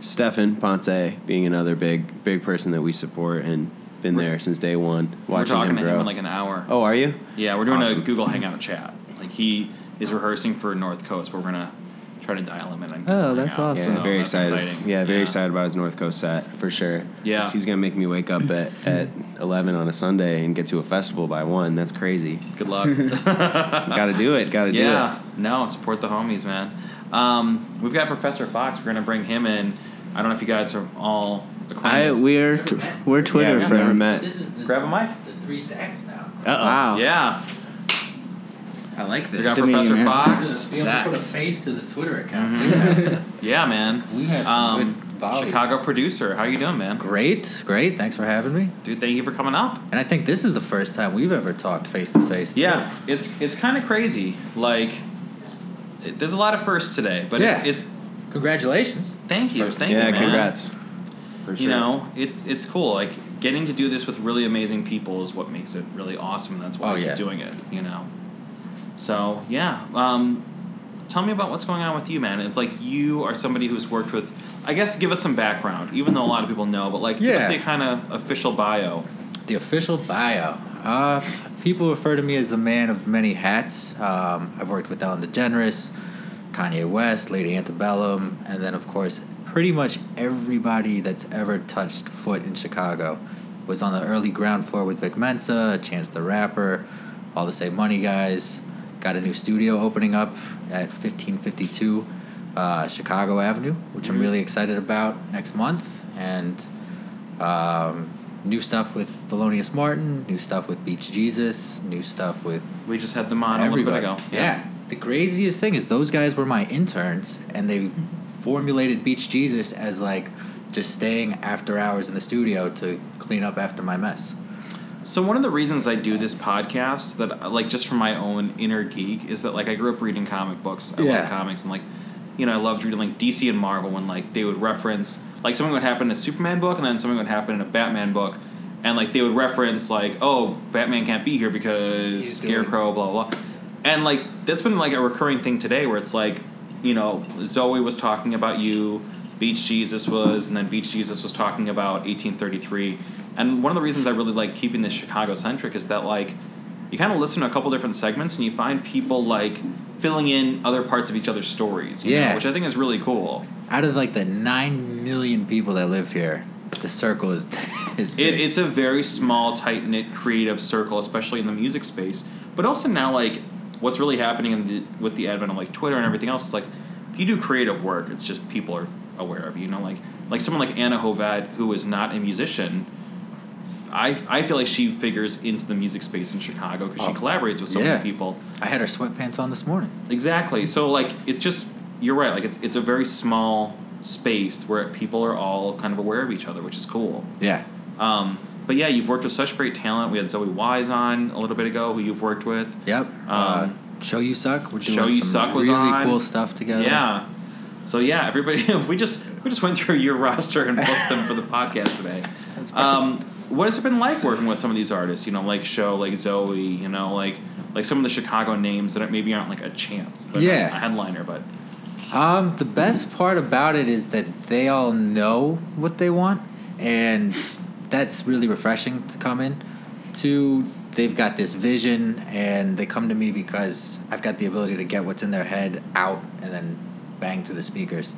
Speaker 10: Stefan Ponce being another big big person that we support and been there since day one. Watching
Speaker 1: We're talking
Speaker 10: him
Speaker 1: to
Speaker 10: grow.
Speaker 1: him in like an hour.
Speaker 10: oh, are you?
Speaker 1: Yeah, we're doing
Speaker 10: Awesome.
Speaker 1: a Google Hangout chat. Like he is rehearsing for North Coast, but we're gonna try to dial him in. and
Speaker 11: Oh,
Speaker 1: figure
Speaker 11: that's
Speaker 1: out.
Speaker 11: awesome.
Speaker 1: So
Speaker 10: very
Speaker 1: that's
Speaker 10: excited.
Speaker 1: exciting.
Speaker 10: Yeah, very excited about his North Coast set for sure.
Speaker 1: Yeah.
Speaker 10: he's gonna make me wake up at, at eleven on a Sunday and get to a festival by one. That's crazy.
Speaker 1: Good luck.
Speaker 10: Got to do it. Got to do it.
Speaker 1: yeah, no, support the homies, man. Um, we've got Professor Fox. We're gonna bring him in. I don't know if you guys are all
Speaker 11: I
Speaker 1: acquainted.
Speaker 11: we're t- we're Twitter
Speaker 1: yeah, we've
Speaker 11: friends.
Speaker 1: never met.
Speaker 12: This is the,
Speaker 1: Grab a mic.
Speaker 12: the three sacks now.
Speaker 11: Wow.
Speaker 1: Yeah.
Speaker 12: I like
Speaker 1: We got
Speaker 11: Good meeting you,
Speaker 1: Professor
Speaker 11: man.
Speaker 1: Fox.
Speaker 12: Be able to put a
Speaker 1: Zach's.
Speaker 12: face to the Twitter account.
Speaker 1: Mhm. yeah, man. We
Speaker 12: have some good volleys.
Speaker 1: Chicago producer. How you doing, man?
Speaker 12: Great, great. Thanks for having me,
Speaker 1: dude. Thank you for coming up.
Speaker 12: And I think this is the first time we've ever talked face to face.
Speaker 1: Yeah, it's it's kind of crazy. Like, it, there's a lot of firsts today, but it's, it's
Speaker 12: congratulations.
Speaker 1: Thank you, thank
Speaker 10: yeah,
Speaker 1: you, man.
Speaker 10: congrats. For
Speaker 1: You
Speaker 10: sure.
Speaker 1: know, it's it's cool. Like getting to do this with really amazing people is what makes it really awesome. That's why
Speaker 12: Oh,
Speaker 1: I keep
Speaker 12: yeah.
Speaker 1: doing it. You know, so yeah. Um, tell me about what's going on with you, man. It's like you are somebody who's worked with. I guess give us some background, even though a lot of people know, but like give
Speaker 12: Yeah.
Speaker 1: us the kind of official bio.
Speaker 12: The official bio. Uh, people refer to me as the man of many hats. Um, I've worked with Ellen DeGeneres, Kanye West, Lady Antebellum, and then, of course, pretty much everybody that's ever touched foot in Chicago. Was on the early ground floor with Vic Mensa, Chance the Rapper, all the Save Money guys. Got a new studio opening up at 1552 uh, Chicago Avenue, which I'm
Speaker 1: Mm-hmm.
Speaker 11: Mhm.
Speaker 12: really excited about next month. And um, new stuff with Thelonious Martin, new stuff with Beach Jesus, new stuff with.
Speaker 1: We just had them on a little bit ago.
Speaker 12: Yeah.
Speaker 1: Yeah.
Speaker 12: The craziest thing is those guys were my interns, and they formulated Beach Jesus as like just staying after hours in the studio to clean up after my mess.
Speaker 1: So one of the reasons I do this podcast that like just for my own inner geek is that like I grew up reading comic books. I
Speaker 12: Yeah.
Speaker 1: love comics and like you know, I loved reading like DC and Marvel when like they would reference like something would happen in a Superman book and then something would happen in a Batman book and like they would reference like, oh, Batman can't be here because Scarecrow, blah blah blah. And like that's been like a recurring thing today where it's like, you know, Zoe was talking about you, Beach Jesus was, and then Beach Jesus was talking about 1833. And one of the reasons I really like keeping this Chicago centric is that like you kind of listen to a couple different segments and you find people like filling in other parts of each other's stories. you know,
Speaker 12: Yeah.
Speaker 1: which I think is really cool.
Speaker 12: Out of like the 9 million people that live here, the circle is. is big.
Speaker 1: It, it's a very small, tight knit creative circle, especially in the music space. But also now, like what's really happening in the, with the advent of like Twitter and everything else, it's like if you do creative work, it's just people are aware of you know like like someone like Anna Hovad who is not a musician. I, I feel like she figures into the music space in Chicago because she
Speaker 12: Oh,
Speaker 1: collaborates with so
Speaker 12: yeah.
Speaker 1: many people.
Speaker 12: I had her sweatpants on this morning.
Speaker 1: Exactly. So like it's just you're right. Like it's it's a very small space where people are all kind of aware of each other, which is cool.
Speaker 12: Yeah.
Speaker 1: Um, but yeah, you've worked with such great talent. We had Zoe Wise on a little bit ago, who you've worked with. Um,
Speaker 12: Yep. uh, Show You Suck. We're doing
Speaker 1: Show You
Speaker 12: some
Speaker 1: Suck was
Speaker 12: really
Speaker 1: on.
Speaker 12: cool stuff together.
Speaker 1: Yeah. So yeah, everybody, we just we just went through your roster and booked them for the podcast today. Um, what has it been like working with some of these artists? You know, like Show, like Zoe. You know, like like some of the Chicago names that maybe aren't like a chance. They're not
Speaker 12: Yeah.
Speaker 1: a headliner, but
Speaker 12: Um, the best part about it is that they all know what they want, and that's really refreshing to come in. To they've got this vision, and they come to me because I've got the ability to get what's in their head out and then bang to the speakers.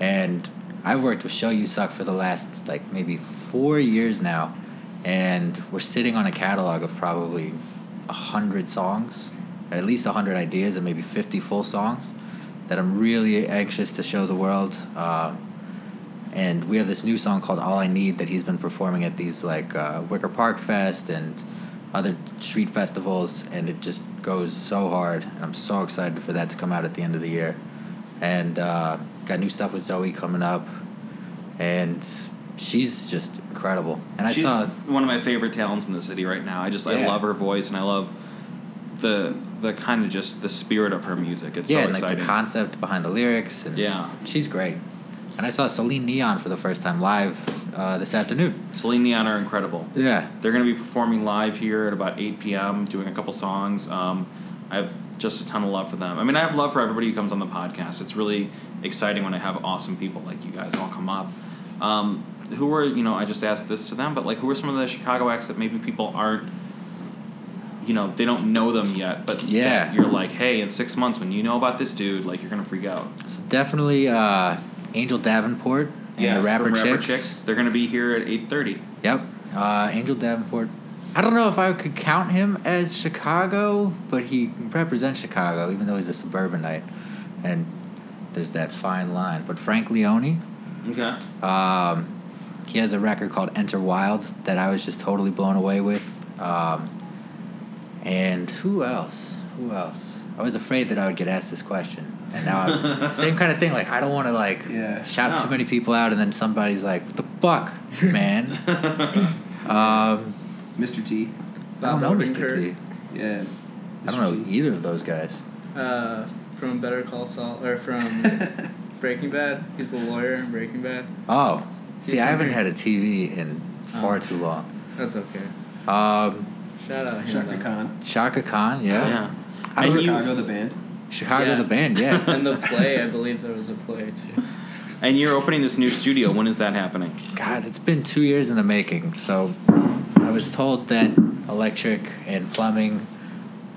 Speaker 12: And I've worked with Show You Suck for the last like maybe four years now, and we're sitting on a catalog of probably a hundred songs, at least a hundred ideas, and maybe fifty full songs that I'm really anxious to show the world. Um, and we have this new song called "All I Need" that he's been performing at these like uh, Wicker Park Fest and other street festivals, and it just goes so hard. And I'm so excited for that to come out at the end of the year. And uh, got new stuff with Zoe coming up, and she's just incredible. And I
Speaker 1: She's
Speaker 12: saw
Speaker 1: one of my favorite talents in the city right now. I just I
Speaker 12: Yeah.
Speaker 1: love her voice and I love the the kind of just the spirit of her music. It's
Speaker 12: yeah,
Speaker 1: so
Speaker 12: and like
Speaker 1: exciting.
Speaker 12: the concept behind the lyrics, and
Speaker 1: Yeah.
Speaker 12: she's great. And I saw Celine Dion for the first time live uh, this afternoon.
Speaker 1: Celine Dion are incredible.
Speaker 12: Yeah.
Speaker 1: They're going to be performing live here at about 8 p.m., doing a couple songs. Um, I have just a ton of love for them. I mean, I have love for everybody who comes on the podcast. It's really exciting when I have awesome people like you guys all come up. Um, who were, you know, I just asked this to them, but like, who are some of the Chicago acts that maybe people aren't you know they don't know them yet, but
Speaker 12: Yeah.
Speaker 1: that you're like, hey, in six months when you know about this dude, like you're gonna freak out.
Speaker 12: So definitely uh, Angel Davenport and
Speaker 1: yeah,
Speaker 12: the Rapper,
Speaker 1: from Rapper
Speaker 12: Chicks.
Speaker 1: They're gonna be here at eight thirty.
Speaker 12: Yep. Uh, Angel Davenport. I don't know if I could count him as Chicago, but he represents Chicago, even though he's a suburbanite. And there's that fine line. But Frank Leone,
Speaker 1: Okay.
Speaker 12: um, he has a record called Enter Wild that I was just totally blown away with. Um, and who else? Who else? I was afraid that I would get asked this question. And now I'm, same kind of thing. Like, I don't want to, like, shout
Speaker 1: No.
Speaker 12: too many people out and then somebody's like, what the fuck, man? um,
Speaker 10: Mr. T.
Speaker 12: I don't know
Speaker 13: Bob
Speaker 12: Mr. T.
Speaker 13: Odenkirk. Yeah.
Speaker 12: I don't know either of those guys.
Speaker 13: Uh, from Better Call Saul or from Breaking Bad. He's the lawyer in Breaking Bad.
Speaker 12: Oh, see,
Speaker 13: He's
Speaker 12: I
Speaker 13: from
Speaker 12: haven't
Speaker 13: here.
Speaker 12: had a TV in far
Speaker 13: Oh.
Speaker 12: too long.
Speaker 13: That's okay.
Speaker 12: Um,
Speaker 13: Shout out
Speaker 10: Shaka
Speaker 13: him, though.
Speaker 10: Khan.
Speaker 12: Shaka Khan, yeah.
Speaker 1: Yeah.
Speaker 12: I don't know-
Speaker 10: Chicago the band.
Speaker 12: Chicago the band, yeah.
Speaker 13: and the play, I believe there was a play too.
Speaker 1: And you're opening this new studio. When is that happening?
Speaker 12: God, it's been two years in the making. So I was told that electric and plumbing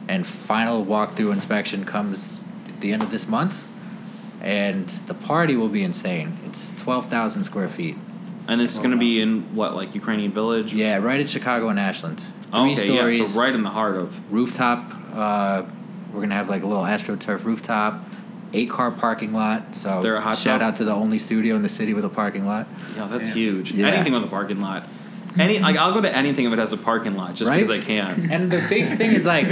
Speaker 12: and final walkthrough inspection comes at the end of this month. And the party will be insane. It's 12,000 square feet.
Speaker 1: And this is going to be in what, like Ukrainian Village? Oh,
Speaker 12: Yeah, right at Chicago and Ashland. Three
Speaker 1: Okay,
Speaker 12: stories.
Speaker 1: yeah, so right in the heart of.
Speaker 12: rooftop. Uh, we're gonna have like a little astroturf rooftop, eight car parking lot. So
Speaker 1: Is there a hot
Speaker 12: shout
Speaker 1: tub?
Speaker 12: out to the only studio in the city with a parking lot.
Speaker 1: Yeah, Hmm. that's
Speaker 12: Yeah.
Speaker 1: huge.
Speaker 12: Yeah.
Speaker 1: Anything with a parking lot. Any, like, I'll go to anything if it has a parking lot, just
Speaker 12: Right?
Speaker 1: because I can.
Speaker 12: And the big thing is like,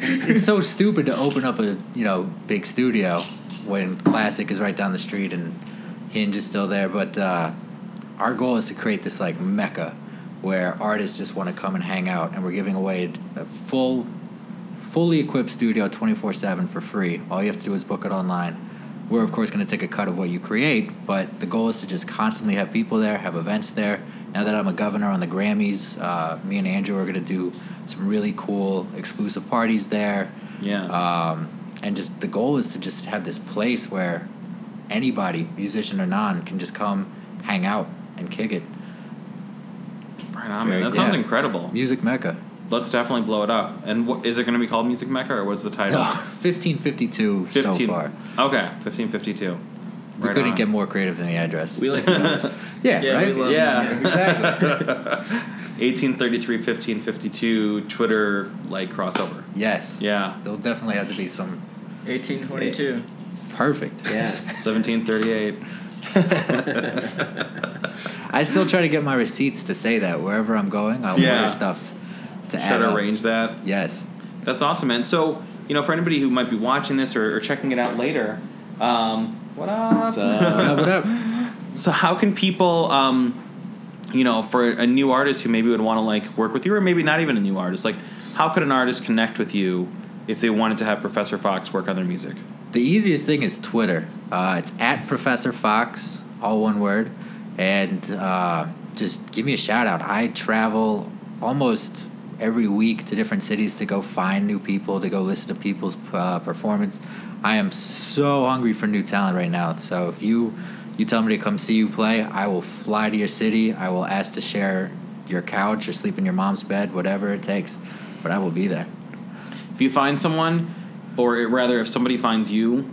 Speaker 12: it's so stupid to open up a you know big studio when Classic is right down the street and Hinge is still there. But uh, our goal is to create this like mecca where artists just want to come and hang out, and we're giving away a full, fully equipped studio twenty four seven for free. All you have to do is book it online. We're of course going to take a cut of what you create, but the goal is to just constantly have people there, have events there. Now that I'm a governor on the Grammys, uh, me and Andrew are going to do some really cool exclusive parties there.
Speaker 1: Yeah.
Speaker 12: Um, and just the goal is to just have this place where anybody, musician or non, can just come hang out and kick it.
Speaker 1: Right on, man. That sounds incredible.
Speaker 12: Music Mecca.
Speaker 1: Let's definitely blow it up. And what, is it going to be called Music Mecca, or what's the title?
Speaker 12: No, 1552 so far.
Speaker 1: Okay, 1552.
Speaker 12: We
Speaker 1: Right
Speaker 12: couldn't
Speaker 1: on.
Speaker 12: get more creative than the address.
Speaker 10: We like the numbers.
Speaker 12: yeah,
Speaker 1: Yeah,
Speaker 12: right?
Speaker 1: we love
Speaker 12: yeah,
Speaker 1: numbers.
Speaker 12: exactly.
Speaker 1: 1833, 1552, Twitter, like, crossover.
Speaker 12: Yes.
Speaker 1: Yeah.
Speaker 12: There'll definitely have to be some
Speaker 13: 1822.
Speaker 12: perfect.
Speaker 10: Yeah.
Speaker 1: 1738.
Speaker 12: I still try to get my receipts to say that wherever I'm going, I'll
Speaker 1: Yeah.
Speaker 12: order stuff to
Speaker 1: Try
Speaker 12: add
Speaker 1: to
Speaker 12: up.
Speaker 1: arrange that.
Speaker 12: Yes.
Speaker 1: That's awesome, man. So, you know, for anybody who might be watching this or, or checking it out later, um, what up?
Speaker 12: what up?
Speaker 1: So, how can people, um, you know, for a new artist who maybe would want to like work with you, or maybe not even a new artist, like how could an artist connect with you if they wanted to have Professor Fox work on their music?
Speaker 12: The easiest thing is Twitter. Uh, it's at Professor Fox, all one word, and uh, just give me a shout out. I travel almost every week to different cities to go find new people, to go listen to people's uh, performance. I am so hungry for new talent right now. So if you you tell me to come see you play, I will fly to your city. I will ask to share your couch or sleep in your mom's bed, whatever it takes. But I will be there.
Speaker 1: If you find someone, or rather, if somebody finds you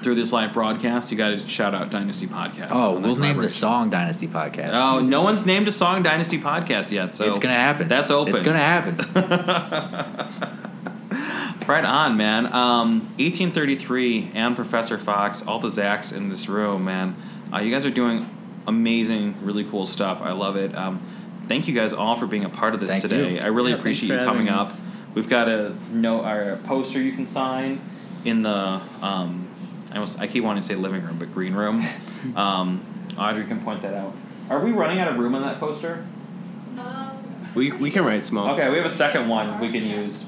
Speaker 1: through this live broadcast, you got to shout out Dynasty Podcast.
Speaker 12: Oh,
Speaker 1: on that
Speaker 12: we'll name the
Speaker 1: collaboration.
Speaker 12: song Dynasty Podcast.
Speaker 1: Oh, no one's named a song Dynasty podcast yet, so
Speaker 12: It's gonna happen.
Speaker 1: That's open.
Speaker 12: It's gonna happen.
Speaker 1: Right on, man. Um, 1833 and Professor Fox, all the Zacks in this room, man. Uh, you guys are doing amazing, really cool stuff. I love it. Um, thank you guys all for being a part of this
Speaker 12: Thank
Speaker 1: today.
Speaker 12: you.
Speaker 1: I really
Speaker 12: Yeah, thanks
Speaker 1: appreciate
Speaker 12: for
Speaker 1: you coming
Speaker 12: having
Speaker 1: up.
Speaker 12: us.
Speaker 1: We've got a note or a poster you can sign in the um, I almost I keep wanting to say living room, but green room. um, Audrey can point that out. Are we running out of room on that poster?
Speaker 10: We, we can write small.
Speaker 1: Okay, we have a second one we can use.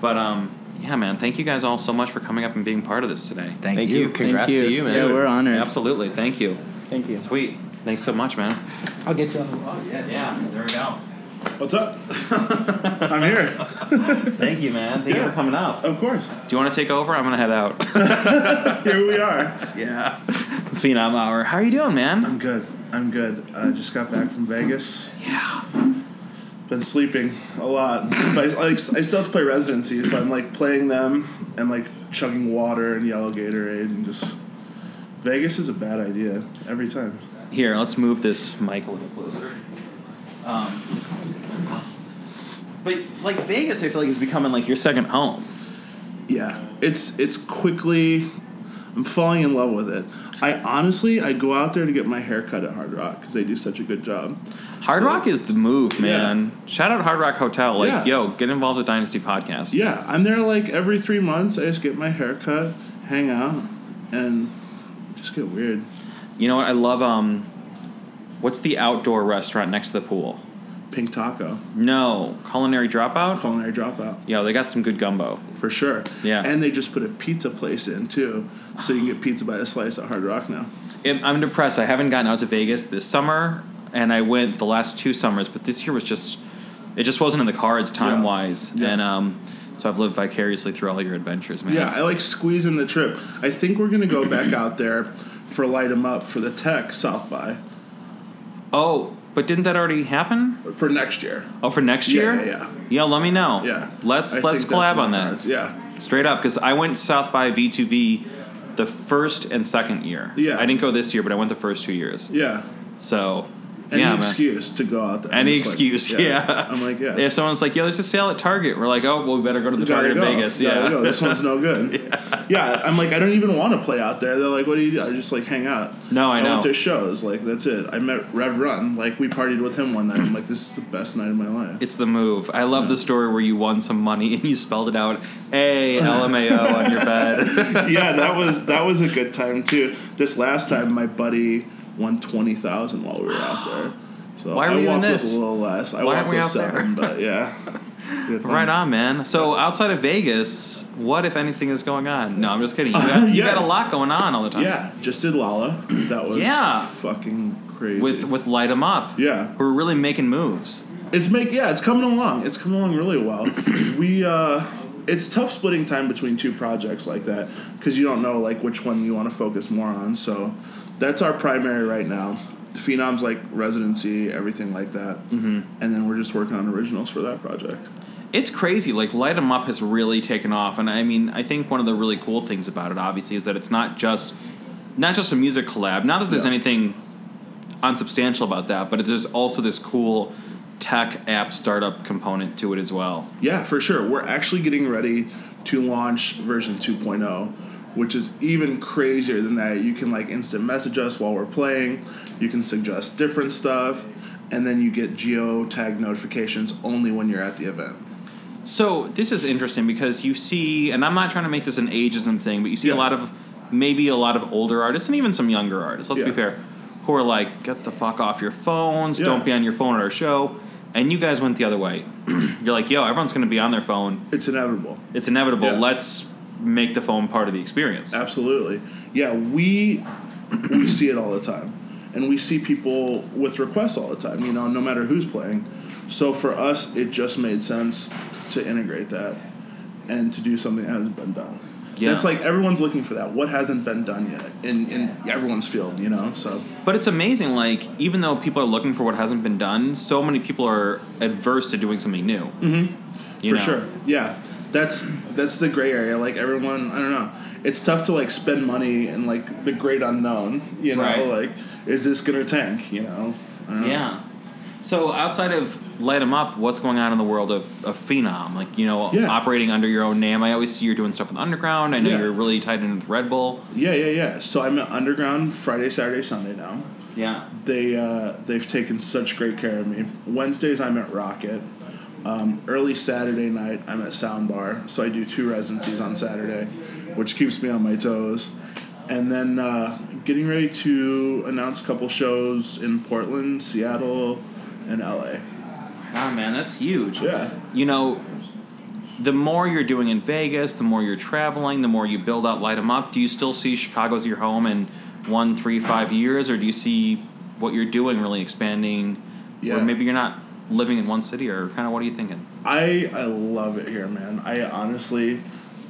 Speaker 1: But um, yeah, man, thank you guys all so much for coming up and being part of this today.
Speaker 12: Thank Thank you. you.
Speaker 11: Congrats Thank you. to you, man. Yeah, we're honored.
Speaker 1: Absolutely, thank you.
Speaker 11: Thank you.
Speaker 1: Sweet. Thanks so much, man.
Speaker 12: I'll get you on the wall. Yeah.
Speaker 1: Yeah, there we go.
Speaker 2: What's up? I'm here.
Speaker 1: Thank you, man. Thank you for coming up.
Speaker 2: Of course.
Speaker 1: Do you want to take over? I'm gonna head out.
Speaker 14: Here we are.
Speaker 1: yeah. Phenom Hour. How are you doing, man?
Speaker 14: I'm good. I'm good. I just got back from Vegas.
Speaker 1: Yeah.
Speaker 14: been sleeping a lot. but I, like, I still have to play residency, so I'm like playing them and like chugging water and yellow Gatorade and just. Vegas is a bad idea every time.
Speaker 1: Here, let's move this mic a little closer. Um, but like Vegas, I feel like is becoming like your second home.
Speaker 14: Yeah, it's it's quickly. I'm falling in love with it. I honestly, I go out there to get my hair cut at Hard Rock because they do such a good job.
Speaker 1: Hard Rock is the move, man. Shout out Hard Rock Hotel. Like,
Speaker 14: Yeah.
Speaker 1: yo, get involved with Dynasty Podcast.
Speaker 14: Yeah, I'm there like every three months. I just get my hair cut, hang out, and just get weird.
Speaker 1: You know what? I love um what's the outdoor restaurant next to the pool?
Speaker 14: Pink Taco.
Speaker 1: No. Culinary Dropout?
Speaker 14: Culinary Dropout.
Speaker 1: Yeah, they got some good gumbo.
Speaker 14: For sure.
Speaker 1: Yeah.
Speaker 14: And they just put a pizza place in too, so you can get pizza by the slice at Hard Rock now.
Speaker 1: I'm I'm depressed. I haven't gotten out to Vegas this summer, and I went the last two summers, but this year was just it just wasn't in the cards time wise, and um, so I've lived vicariously through all your adventures, man.
Speaker 14: Yeah, I like squeezing the trip. I think we're gonna go back out there for light 'em up for the tech South by.
Speaker 1: Oh, but didn't that already happen?
Speaker 14: For next year.
Speaker 1: Oh, for next
Speaker 14: Yeah,
Speaker 1: year?
Speaker 14: yeah, yeah.
Speaker 1: Yeah, let me know.
Speaker 14: Yeah.
Speaker 1: Let's
Speaker 14: I
Speaker 1: let's
Speaker 14: think that's
Speaker 1: collab
Speaker 14: in
Speaker 1: on
Speaker 14: the
Speaker 1: that.
Speaker 14: cards, yeah.
Speaker 1: Straight up, because I went South by V2V the first and second year. Yeah. I didn't go this year, but I went the first two years.
Speaker 14: Yeah.
Speaker 1: So.
Speaker 14: Any
Speaker 1: yeah, man.
Speaker 14: excuse to go out there. I'm
Speaker 1: Any
Speaker 14: just like,
Speaker 1: excuse, yeah.
Speaker 14: I'm like, yeah.
Speaker 1: If someone's like, "Yo, there's a sale at Target," we're like, "Oh, well, we better go to the
Speaker 14: Gotta
Speaker 1: Target in
Speaker 14: go.
Speaker 1: Vegas."
Speaker 14: Gotta
Speaker 1: Yeah,
Speaker 14: go. This one's no good. yeah. I'm like, I don't even want to play out there. They're like, what do you do? I just like hang out.
Speaker 1: No, I know.
Speaker 14: went to shows. Like that's it. I met Rev Run. Like we partied with him one night. I'm like, this is the best night of my life.
Speaker 1: It's the move. I love the story where you won some money and you spelled it out, A L M A O on your bed.
Speaker 14: yeah, that was that was a good time too. This last time, my buddy won twenty thousand while we were out there. So
Speaker 1: Why are we
Speaker 14: I
Speaker 1: doing
Speaker 14: walked
Speaker 1: this?
Speaker 14: with a little less. I
Speaker 1: Why aren't
Speaker 14: walked
Speaker 1: we
Speaker 14: with
Speaker 1: out there?
Speaker 14: seven, but yeah. Good thing.
Speaker 1: Right on, man. So outside of Vegas, what if anything is going on? No, I'm just kidding. You got, you
Speaker 14: Yeah.
Speaker 1: got a lot going on all the time.
Speaker 14: Yeah, just did Lala. That was
Speaker 1: Yeah.
Speaker 14: fucking crazy.
Speaker 1: With with light 'em up.
Speaker 14: Yeah,
Speaker 1: we're really making moves.
Speaker 14: It's make yeah, it's coming along. It's coming along really well. we uh, it's tough splitting time between two projects like that because you don't know like which one you want to focus more on. So that's our primary right now. Phenoms like residency, everything like that, mm-hmm. and then we're just working on originals for that project.
Speaker 1: It's crazy. Like light 'em up has really taken off, and I mean, I think one of the really cool things about it, obviously, is that it's not just not just a music collab. Not that there's
Speaker 14: Yeah.
Speaker 1: anything unsubstantial about that, but there's also this cool tech app startup component to it as well.
Speaker 14: Yeah, for sure. We're actually getting ready to launch version 2.0, which is even crazier than that. You can like instant message us while we're playing, you can suggest different stuff, and then you get geo tag notifications only when you're at the event.
Speaker 1: So this is interesting because you see, and I'm not trying to make this an ageism thing, but you see a lot of maybe a lot of older artists and even some younger artists. Let's be
Speaker 14: Yeah.
Speaker 1: fair, who are like, get the fuck off your phones.
Speaker 14: Yeah.
Speaker 1: Don't be on your phone at our show. And you guys went the other way. You're like, yo, everyone's going to be on their phone.
Speaker 14: It's inevitable.
Speaker 1: It's inevitable.
Speaker 14: Yeah.
Speaker 1: Let's make the phone part of the experience.
Speaker 14: Absolutely. Yeah, we we see it all the time. And we see people with requests all the time, you know, no matter who's playing. So for us, it just made sense to integrate that and to do something that hasn't been done.
Speaker 1: Yeah.
Speaker 14: That's like everyone's looking for that. What hasn't been done yet in, in everyone's field, you know? So
Speaker 1: But it's amazing, like, even though people are looking for what hasn't been done, so many people are adverse to doing something new.
Speaker 14: Mm-hmm.
Speaker 1: You
Speaker 14: for
Speaker 1: know?
Speaker 14: sure. Yeah, that's that's the gray area. Like everyone, I don't know. It's tough to like spend money and like the great unknown. You know,
Speaker 1: Right.
Speaker 14: like is this gonna tank? You know. I don't know.
Speaker 1: Yeah. So outside of light 'em up, what's going on in the world of, of Phenom? Like you know,
Speaker 14: Yeah.
Speaker 1: operating under your own name. I always see you're doing stuff with Underground. I know
Speaker 14: Yeah.
Speaker 1: you're really tied in with Red Bull.
Speaker 14: Yeah, yeah, yeah. So I'm at Underground Friday, Saturday, Sunday now.
Speaker 1: Yeah.
Speaker 14: They uh, they've taken such great care of me. Wednesdays I'm at Rocket. Um, early Saturday night I'm at Soundbar, so I do two residencies on Saturday, which keeps me on my toes. And then uh, getting ready to announce a couple shows in Portland, Seattle, and LA.
Speaker 1: Wow, man, that's huge.
Speaker 14: Yeah.
Speaker 1: You know, the more you're doing in Vegas, the more you're traveling, the more you build out light 'em up. Do you still see Chicago as your home in one, three, five years, or do you see what you're doing really expanding?
Speaker 14: Yeah.
Speaker 1: Or maybe you're not living in one city, or kind of what are you thinking?
Speaker 14: I I love it here, man. I honestly,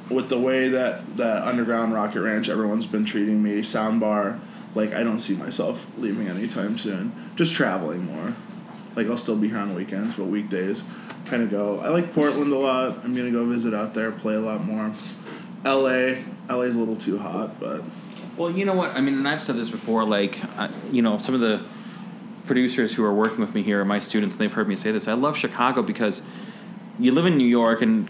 Speaker 14: with the way that that underground Rocket Ranch, everyone's been treating me, soundbar, like I don't see myself leaving anytime soon. Just traveling more. Like I'll still be here on weekends, but weekdays, kind of go. I like Portland a lot. I'm gonna go visit out there, play a lot more. L.A. L.A.'s a little too hot, but
Speaker 1: Well, you know what? I mean, and I've said this before. Like, I, you know, some of the producers who are working with me here are my students, and they've heard me say this. I love Chicago because you live in New York, and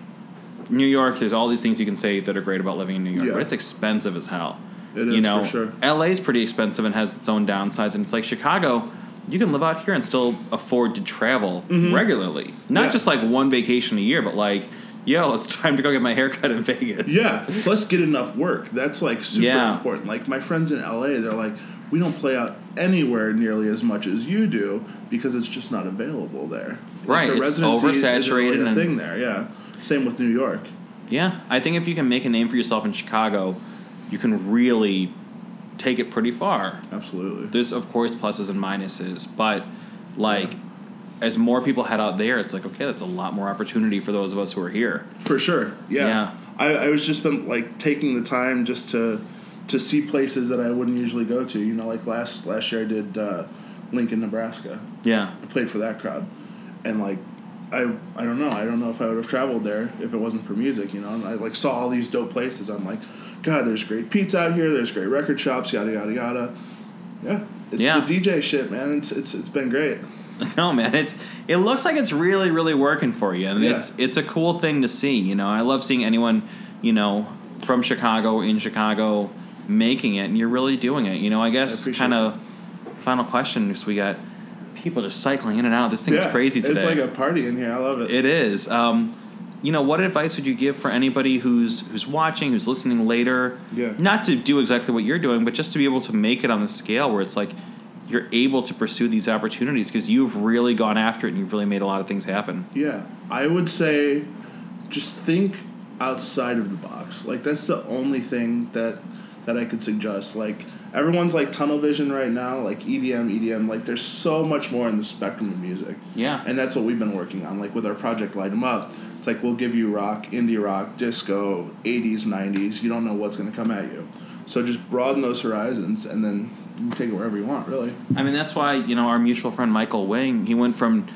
Speaker 1: New York, there's all these things you can say that are great about living in New York,
Speaker 14: Yeah.
Speaker 1: but it's expensive as hell.
Speaker 14: It is,
Speaker 1: you know,
Speaker 14: for sure.
Speaker 1: LA's pretty expensive and has its own downsides, and it's like Chicago. You can live out here and still afford to travel
Speaker 14: Mhm.
Speaker 1: regularly, not
Speaker 14: Yeah.
Speaker 1: just like one vacation a year, but like, yo, it's time to go get my hair cut in Vegas.
Speaker 14: Yeah, plus get enough work. That's like super
Speaker 1: Yeah.
Speaker 14: important. Like my friends in LA, they're like, we don't play out anywhere nearly as much as you do because it's just not available there. Like,
Speaker 1: Right,
Speaker 14: the
Speaker 1: it's
Speaker 14: residency isn't
Speaker 1: oversaturated
Speaker 14: really a
Speaker 1: and-
Speaker 14: thing there. Yeah, same with New York.
Speaker 1: Yeah, I think if you can make a name for yourself in Chicago, you can really take it pretty far.
Speaker 14: Absolutely.
Speaker 1: There's of course pluses and minuses, but like as more people head out there, it's like okay, that's a lot more opportunity for those of us who are here.
Speaker 14: For sure. Yeah.
Speaker 1: Yeah.
Speaker 14: I, I was just been like taking the time just to to see places that I wouldn't usually go to. You know, like last last year I did uh, Lincoln, Nebraska.
Speaker 1: Yeah.
Speaker 14: I played for that crowd, and like, I I don't know. I don't know if I would have traveled there if it wasn't for music. You know, and I like saw all these dope places. I'm like, God, there's great pizza out here. There's great record shops. Yada yada yada. Yeah, it's
Speaker 1: Yeah.
Speaker 14: the DJ shit, man. It's it's it's been great.
Speaker 1: no man, it's it looks like it's really really working for you, and
Speaker 14: Yeah.
Speaker 1: it's it's a cool thing to see. You know, I love seeing anyone you know from Chicago in Chicago making it, and you're really doing it. You know, I guess
Speaker 14: appreciate
Speaker 1: kind of final question because we got people just cycling in and out. This thing's
Speaker 14: Yeah,
Speaker 1: crazy today.
Speaker 14: It's like a party in here. I love it.
Speaker 1: It is. Um, you know, what advice would you give for anybody who's who's watching, who's listening later?
Speaker 14: Yeah.
Speaker 1: Not to do exactly what you're doing, but just to be able to make it on the scale where it's like you're able to pursue these opportunities because you've really gone after it and you've really made a lot of things happen.
Speaker 14: Yeah, I would say just think outside of the box. Like that's the only thing that that I could suggest. Like everyone's like tunnel vision right now, like E EDM, EDM. Like there's so much more in the spectrum of music.
Speaker 1: Yeah.
Speaker 14: And that's what we've been working on. Like with our project Light 'em Up, it's like we'll give you rock, indie rock, disco, 80s, 90s. You don't know what's going to come at you. So just broaden those horizons and then you can take it wherever you want, really.
Speaker 1: I mean, that's why you know our mutual friend Michael Wing. He went from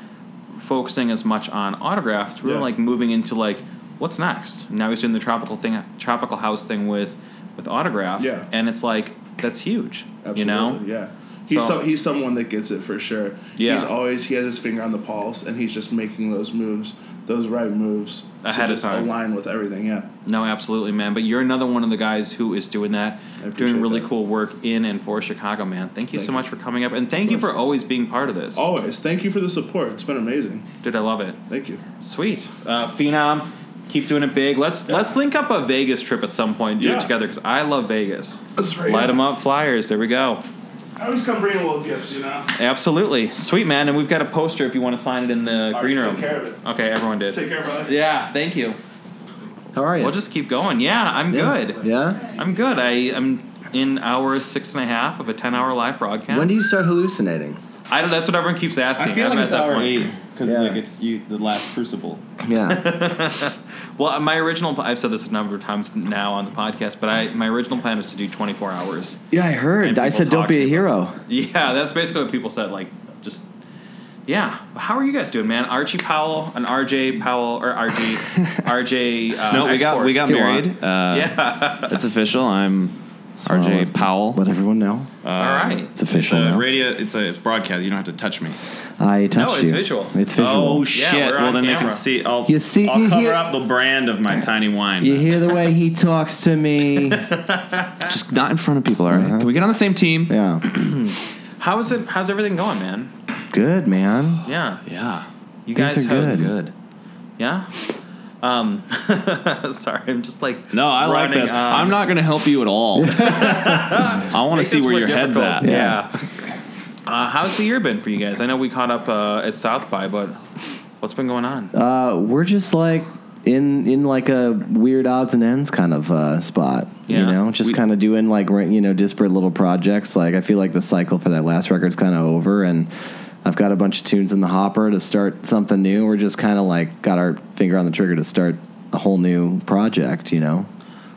Speaker 1: focusing as much on autographs, to really
Speaker 14: Yeah.
Speaker 1: like moving into like what's next. Now he's doing the tropical thing, tropical house thing with with autograph.
Speaker 14: Yeah.
Speaker 1: and it's like that's huge. You know,
Speaker 14: Absolutely, yeah. He's
Speaker 1: So-
Speaker 14: some, he's someone that gets it for sure.
Speaker 1: Yeah.
Speaker 14: He's always he has his finger on the pulse and he's just making those moves, those right moves
Speaker 1: Ahead
Speaker 14: to
Speaker 1: of
Speaker 14: just
Speaker 1: time.
Speaker 14: align with everything. Yeah.
Speaker 1: No, absolutely, man. But you're another one of the guys who is doing that, doing really cool work in and for Chicago, man. Thank you
Speaker 14: Thank
Speaker 1: so
Speaker 14: you.
Speaker 1: much for coming up, and thank you for always being part of this.
Speaker 14: Always. Thank you for the support. It's been amazing.
Speaker 1: Dude, I love it.
Speaker 14: Thank you.
Speaker 1: Sweet, uh, Phenom. Keep doing it big. Let's let's link up a Vegas trip at some point. Do
Speaker 14: Yeah. Oh,
Speaker 1: it together because I love Vegas.
Speaker 14: That's right.
Speaker 1: Light them up, flyers. There we go.
Speaker 14: I always come bring little gifts, you know.
Speaker 1: Absolutely, sweet man. And we've got a poster if you want to sign it in the
Speaker 14: All
Speaker 1: green
Speaker 14: right,
Speaker 1: room.
Speaker 14: take care of
Speaker 1: Okay, everyone did.
Speaker 14: Take care, brother.
Speaker 1: Yeah, thank you.
Speaker 12: How are you?
Speaker 1: We'll just keep going. Yeah, I'm good.
Speaker 12: Yeah.
Speaker 1: I'm good. I am in hour six and a half of a ten-hour live broadcast.
Speaker 15: When do you start hallucinating?
Speaker 1: I don't, that's what everyone keeps asking.
Speaker 15: I feel
Speaker 1: I'm
Speaker 15: like
Speaker 1: at
Speaker 15: it's
Speaker 1: that
Speaker 15: hour
Speaker 1: point.
Speaker 15: eight, 'cause, Yeah. like,
Speaker 1: it's you, the last crucible.
Speaker 15: Yeah.
Speaker 1: well, my original I've said this a number of times now on the podcast, but I my original plan was to do 24 hours.
Speaker 15: Yeah, I heard. I
Speaker 1: people
Speaker 15: said,
Speaker 1: talk
Speaker 15: don't be a hero.
Speaker 1: Yeah, that's basically what people said. Like, just yeah. How are you guys doing, man? Archie Powell and RJ Powell or RG RJ. Uh,
Speaker 10: no, we got
Speaker 1: export.
Speaker 10: we got married. Uh,
Speaker 1: yeah,
Speaker 10: it's official. I'm RJ Powell. Let
Speaker 15: everyone know.
Speaker 10: All
Speaker 1: right,
Speaker 15: It's official
Speaker 10: It's a
Speaker 15: now.
Speaker 10: radio. It's a it's broadcast. You don't have to touch me.
Speaker 15: I touched you. It's visual.
Speaker 10: Oh shit! well, then they can see. I'll
Speaker 15: You see-
Speaker 10: I'll
Speaker 15: you
Speaker 10: cover
Speaker 15: hear-
Speaker 10: up the brand of my tiny wine.
Speaker 15: You hear the way he talks to me.
Speaker 10: Just not in front of people. All right? Uh-huh. Can we get on the same team?
Speaker 15: Yeah.
Speaker 1: How is it? How's everything going, man?
Speaker 15: Good, man.
Speaker 1: Yeah.
Speaker 10: Yeah.
Speaker 1: You
Speaker 15: Things
Speaker 1: guys
Speaker 15: are
Speaker 1: have-
Speaker 15: good. Good.
Speaker 1: Yeah. Um, sorry, I'm just like
Speaker 16: Oh,
Speaker 10: No, I like
Speaker 1: running
Speaker 10: this.
Speaker 1: on.
Speaker 10: I'm not going to help you at all. I want to
Speaker 1: Make
Speaker 10: see
Speaker 1: this
Speaker 10: where
Speaker 1: more
Speaker 10: your head's at.
Speaker 1: difficult. Yeah. Uh, how's the year been for you guys? I know we caught up uh, at South by, but what's been going on?
Speaker 15: Uh, we're just like in in like a weird odds and ends kind of uh, spot. You
Speaker 1: Yeah.
Speaker 15: know, just kind of doing like ra- you know disparate little projects. Like I feel like the cycle for that last record's kind of over, and I've got a bunch of tunes in the hopper to start something new. We're just kind of like got our finger on the trigger to start a whole new project. You know,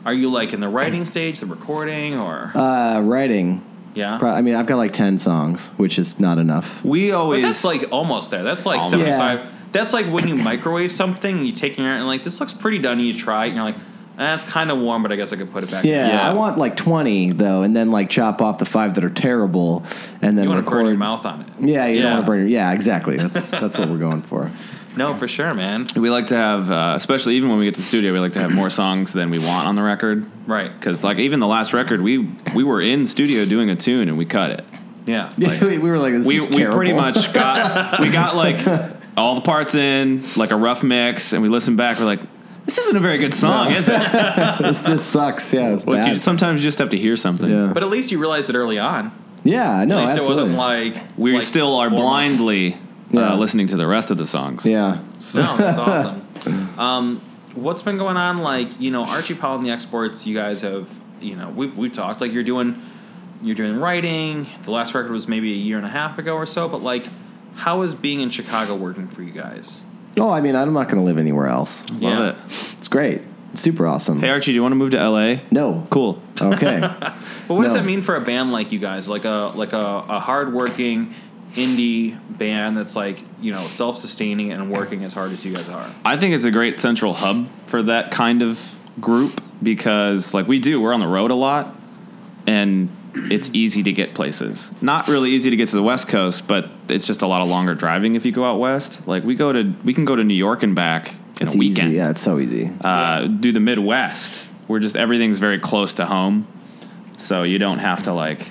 Speaker 1: Are you like in the writing stage, the recording, or
Speaker 15: uh, writing.
Speaker 1: Yeah.
Speaker 15: Pro- I mean, I've got like ten songs, which is not enough.
Speaker 1: We always. But that's like almost there. That's like
Speaker 15: Almost.
Speaker 1: 75. That's like when you microwave something and you take it out and like, this looks pretty done and you try it and you're like, that's kind of warm, but I guess I could put it back in."
Speaker 15: Yeah, I want like twenty though, and then like chop off the five that are terrible, and then
Speaker 1: You want to
Speaker 15: record.
Speaker 1: burn your mouth on it.
Speaker 15: Yeah, you don't
Speaker 1: Yeah.
Speaker 15: want to burn. Your, yeah, exactly. That's that's what we're going for.
Speaker 1: No, for sure, man.
Speaker 16: We like to have, uh, especially even when we get to the studio, we like to have more songs than we want on the record.
Speaker 1: Right.
Speaker 16: Because like even the last record, we we were in studio doing a tune and we cut it.
Speaker 1: Yeah.
Speaker 15: we, we were like, this
Speaker 16: we
Speaker 15: is
Speaker 16: we pretty
Speaker 15: terrible.
Speaker 16: much got we got like all the parts in like a rough mix, and we listened back. We're like, this isn't a very good song,
Speaker 15: No.
Speaker 16: is it?
Speaker 15: this, this sucks. Yeah, it's
Speaker 16: Like, you
Speaker 15: bad.
Speaker 16: just- sometimes you just have to hear something. Yeah.
Speaker 1: But at least you realized it early on.
Speaker 15: yeah,
Speaker 16: Ah,
Speaker 15: no,
Speaker 1: at least
Speaker 15: absolutely.
Speaker 1: it wasn't like
Speaker 16: we still are blindly
Speaker 15: Yeah.
Speaker 16: uh, listening to the rest of the songs.
Speaker 15: Yeah.
Speaker 1: No, that's awesome. Um, what's been going on? Like you know, Archie Powell and the Exports. You guys have you know we've we've talked. Like you're doing you're doing writing. The last record was maybe a year and a half ago or so. But like, how is being in Chicago working for you guys?
Speaker 15: Oh, I mean, I'm not going to live anywhere else. Love
Speaker 16: Yeah.
Speaker 15: it. It's great. It's super awesome.
Speaker 16: Hey Archie, do you want to move to LA?
Speaker 15: No.
Speaker 16: Cool.
Speaker 15: Okay.
Speaker 1: But what does
Speaker 15: No.
Speaker 1: that mean for a band like you guys? Like a like a, a hardworking indie band that's like you know self sustaining and working as hard as you guys are.
Speaker 16: I think it's a great central hub for that kind of group because, like, we do, we're on the road a lot and it's easy to get places. Not really easy to get to the West Coast, but it's just a lot of longer driving if you go out West. Like, we go to, we can go to New York and back in
Speaker 15: It's
Speaker 16: a weekend.
Speaker 15: easy. Yeah, it's so easy.
Speaker 16: Uh, Do the Midwest. We're just, everything's very close to home. So you don't have to, like,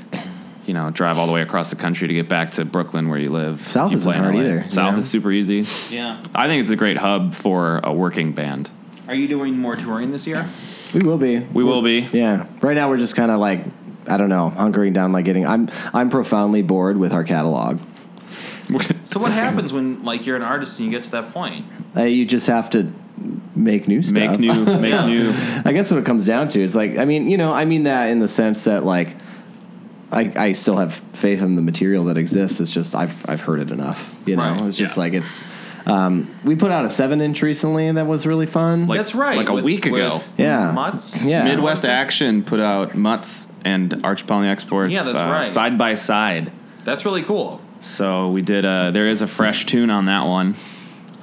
Speaker 16: you know, drive all the way across the country to get back to Brooklyn where you live.
Speaker 15: South
Speaker 16: You
Speaker 15: isn't
Speaker 16: play in
Speaker 15: hard
Speaker 16: LA.
Speaker 15: either, you
Speaker 16: South
Speaker 15: know?
Speaker 16: is super easy.
Speaker 1: Yeah.
Speaker 16: I think it's a great hub for a working band.
Speaker 1: Are you doing more touring this year?
Speaker 15: We will be. We
Speaker 16: will be.
Speaker 15: Yeah. Right now, we're just kind of like, I don't know, hunkering down, like getting. I'm I'm profoundly bored with our catalog.
Speaker 1: So what happens when like you're an artist and you get to that point?
Speaker 15: Uh, you just have to make new stuff.
Speaker 1: Make new- make Yeah. new-
Speaker 15: I guess what it comes down to is like, I mean, you know, I mean that in the sense that like, I, I still have faith in the material that exists. It's just I've I've heard it enough. You know,
Speaker 16: Right,
Speaker 15: it's just
Speaker 16: yeah.
Speaker 15: like it's. Um, we put out a seven inch recently, and that was really fun.
Speaker 16: Like- That's right, like a with- week ago. with
Speaker 15: Yeah.
Speaker 1: Mutz?
Speaker 15: Yeah.
Speaker 16: Midwest Action put out Mutz and Arch Poly Exports.
Speaker 1: Yeah, that's
Speaker 16: uh,
Speaker 1: right.
Speaker 16: Side by side.
Speaker 1: That's really cool.
Speaker 16: So we did. A, there is a fresh tune on that one.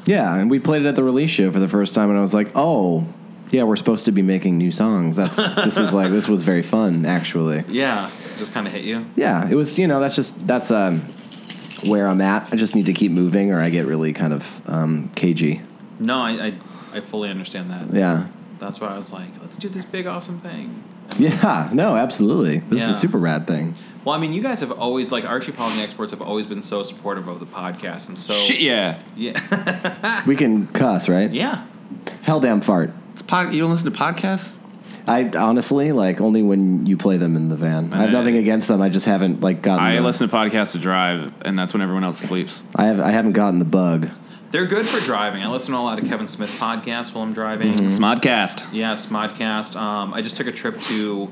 Speaker 15: Yeah, and we played it at the release show for the first time, and I was like, oh, yeah, we're supposed to be making new songs. That's this is like this was very fun actually.
Speaker 1: Yeah, just kind of hit you.
Speaker 15: Yeah, it was. You know, that's just that's um where I'm at. I just need to keep moving, or I get really kind of um, cagey.
Speaker 1: No, I, I I fully understand that.
Speaker 15: Yeah.
Speaker 1: That's why I was like, let's do this big awesome thing.
Speaker 15: Yeah, no, absolutely. This is
Speaker 1: Yeah.
Speaker 15: a super rad thing.
Speaker 1: Well, I mean, you guys have always like Archie Paul and the Exports have always been so supportive of the podcast and so
Speaker 16: Shit, yeah,
Speaker 1: yeah,
Speaker 15: We can cuss, right?
Speaker 1: yeah.
Speaker 15: Hell damn fart.
Speaker 16: Ah. It's pod, you don't listen to podcasts?
Speaker 15: I honestly like only when you play them in the van. I have
Speaker 16: Uh,
Speaker 15: nothing against them. I just haven't like gotten.
Speaker 16: I
Speaker 15: the,
Speaker 16: listen to podcasts to drive, and that's when everyone else sleeps.
Speaker 15: I have. I haven't gotten the bug.
Speaker 1: They're good for driving. I listen to a lot of Kevin Smith podcasts while I'm driving.
Speaker 16: Mhm. Smodcast.
Speaker 1: Yeah, Smodcast. Um, I just took a trip to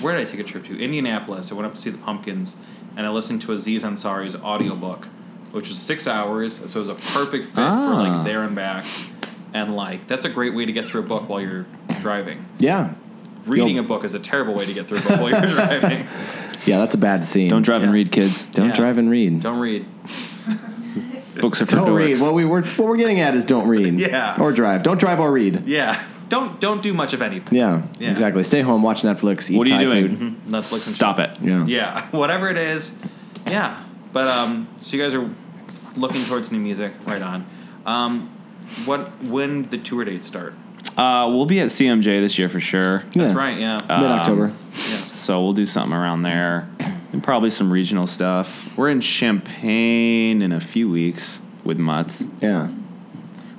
Speaker 1: where did I take a trip to? Indianapolis. I went up to see the Pumpkins, and I listened to Aziz Ansari's audiobook, which was six hours, so it was a perfect fit for
Speaker 15: Ah.
Speaker 1: like there and back. And like that's a great way to get through a book while you're driving.
Speaker 15: Yeah,
Speaker 1: Reading
Speaker 15: You'll-
Speaker 1: a book is a terrible way to get through a book while you're driving.
Speaker 15: yeah, that's a bad scene. Don't
Speaker 16: drive and read, kids.
Speaker 15: Don't
Speaker 1: Yeah.
Speaker 15: drive and read.
Speaker 1: Don't read.
Speaker 16: Books are for
Speaker 15: Don't read.
Speaker 16: dorks.
Speaker 15: What we were what we're getting at is don't read.
Speaker 1: Yeah.
Speaker 15: Or drive. Don't drive or read.
Speaker 1: Yeah, don't don't do much of anything.
Speaker 15: Yeah.
Speaker 1: Yeah.
Speaker 15: Exactly. Stay home. Watch Netflix. Eat
Speaker 16: What are you
Speaker 15: Thai
Speaker 16: doing?
Speaker 15: Food.
Speaker 1: Mhm. Netflix and
Speaker 16: Stop it.
Speaker 15: Yeah.
Speaker 1: Yeah, whatever it is. Yeah. But um so you guys are looking towards new music, right on. Um what when the tour dates start?
Speaker 16: Uh, we'll be at CMJ this year for sure. Um,
Speaker 1: That's Yeah. right, yeah. Mid-October. Yeah.
Speaker 16: So we'll do something around there, and probably some regional stuff. We're in Champagne in a few weeks with Mutz.
Speaker 15: Yeah.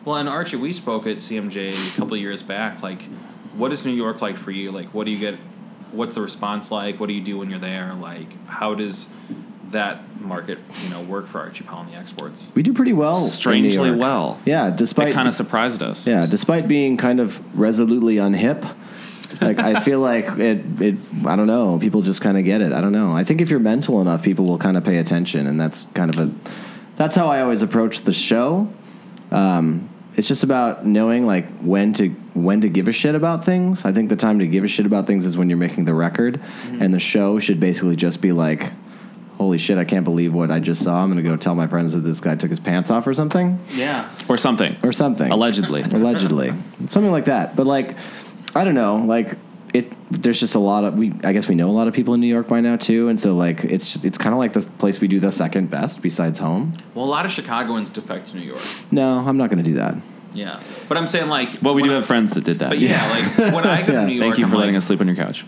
Speaker 1: Well, and Archie, we spoke at CMJ a couple of years back. Like, what is New York like for you? Like, what do you get? What's the response like? What do you do when you're there? Like, how does that market, you know, work for Archie Powell and the exports?
Speaker 15: We do pretty well. in New
Speaker 16: Strangely
Speaker 15: York.
Speaker 16: well.
Speaker 15: Yeah. Despite
Speaker 16: It kind of surprised us.
Speaker 15: Yeah, despite being kind of resolutely unhip, like I feel like it, it. I don't know. People just kind of get it. I don't know. I think if you're mental enough, people will kind of pay attention, and that's kind of a. That's how I always approach the show. Um, it's just about knowing like when to when to give a shit about things. I think the time to give a shit about things is when you're making the record,
Speaker 16: Mm-hmm.
Speaker 15: and the show should basically just be like, "Holy shit, I can't believe what I just saw." I'm gonna go tell my friends that this guy took his pants off or something
Speaker 16: Yeah. Or something.
Speaker 15: or something.
Speaker 16: Allegedly.
Speaker 15: Allegedly. Something like that. But like I don't know, like it there's just a lot of we I guess we know a lot of people in New York by now too, and so like it's just, it's kind of like the place we do the second best besides home.
Speaker 1: Well, a lot of Chicagoans defect to New York.
Speaker 15: No, I'm not going to do that.
Speaker 1: Yeah, but I'm saying like
Speaker 16: Well, we do have friends that did that.
Speaker 1: But yeah, like, when I go to New York,
Speaker 16: Thank you for
Speaker 1: I'm
Speaker 16: letting
Speaker 1: like-
Speaker 16: us sleep on your couch.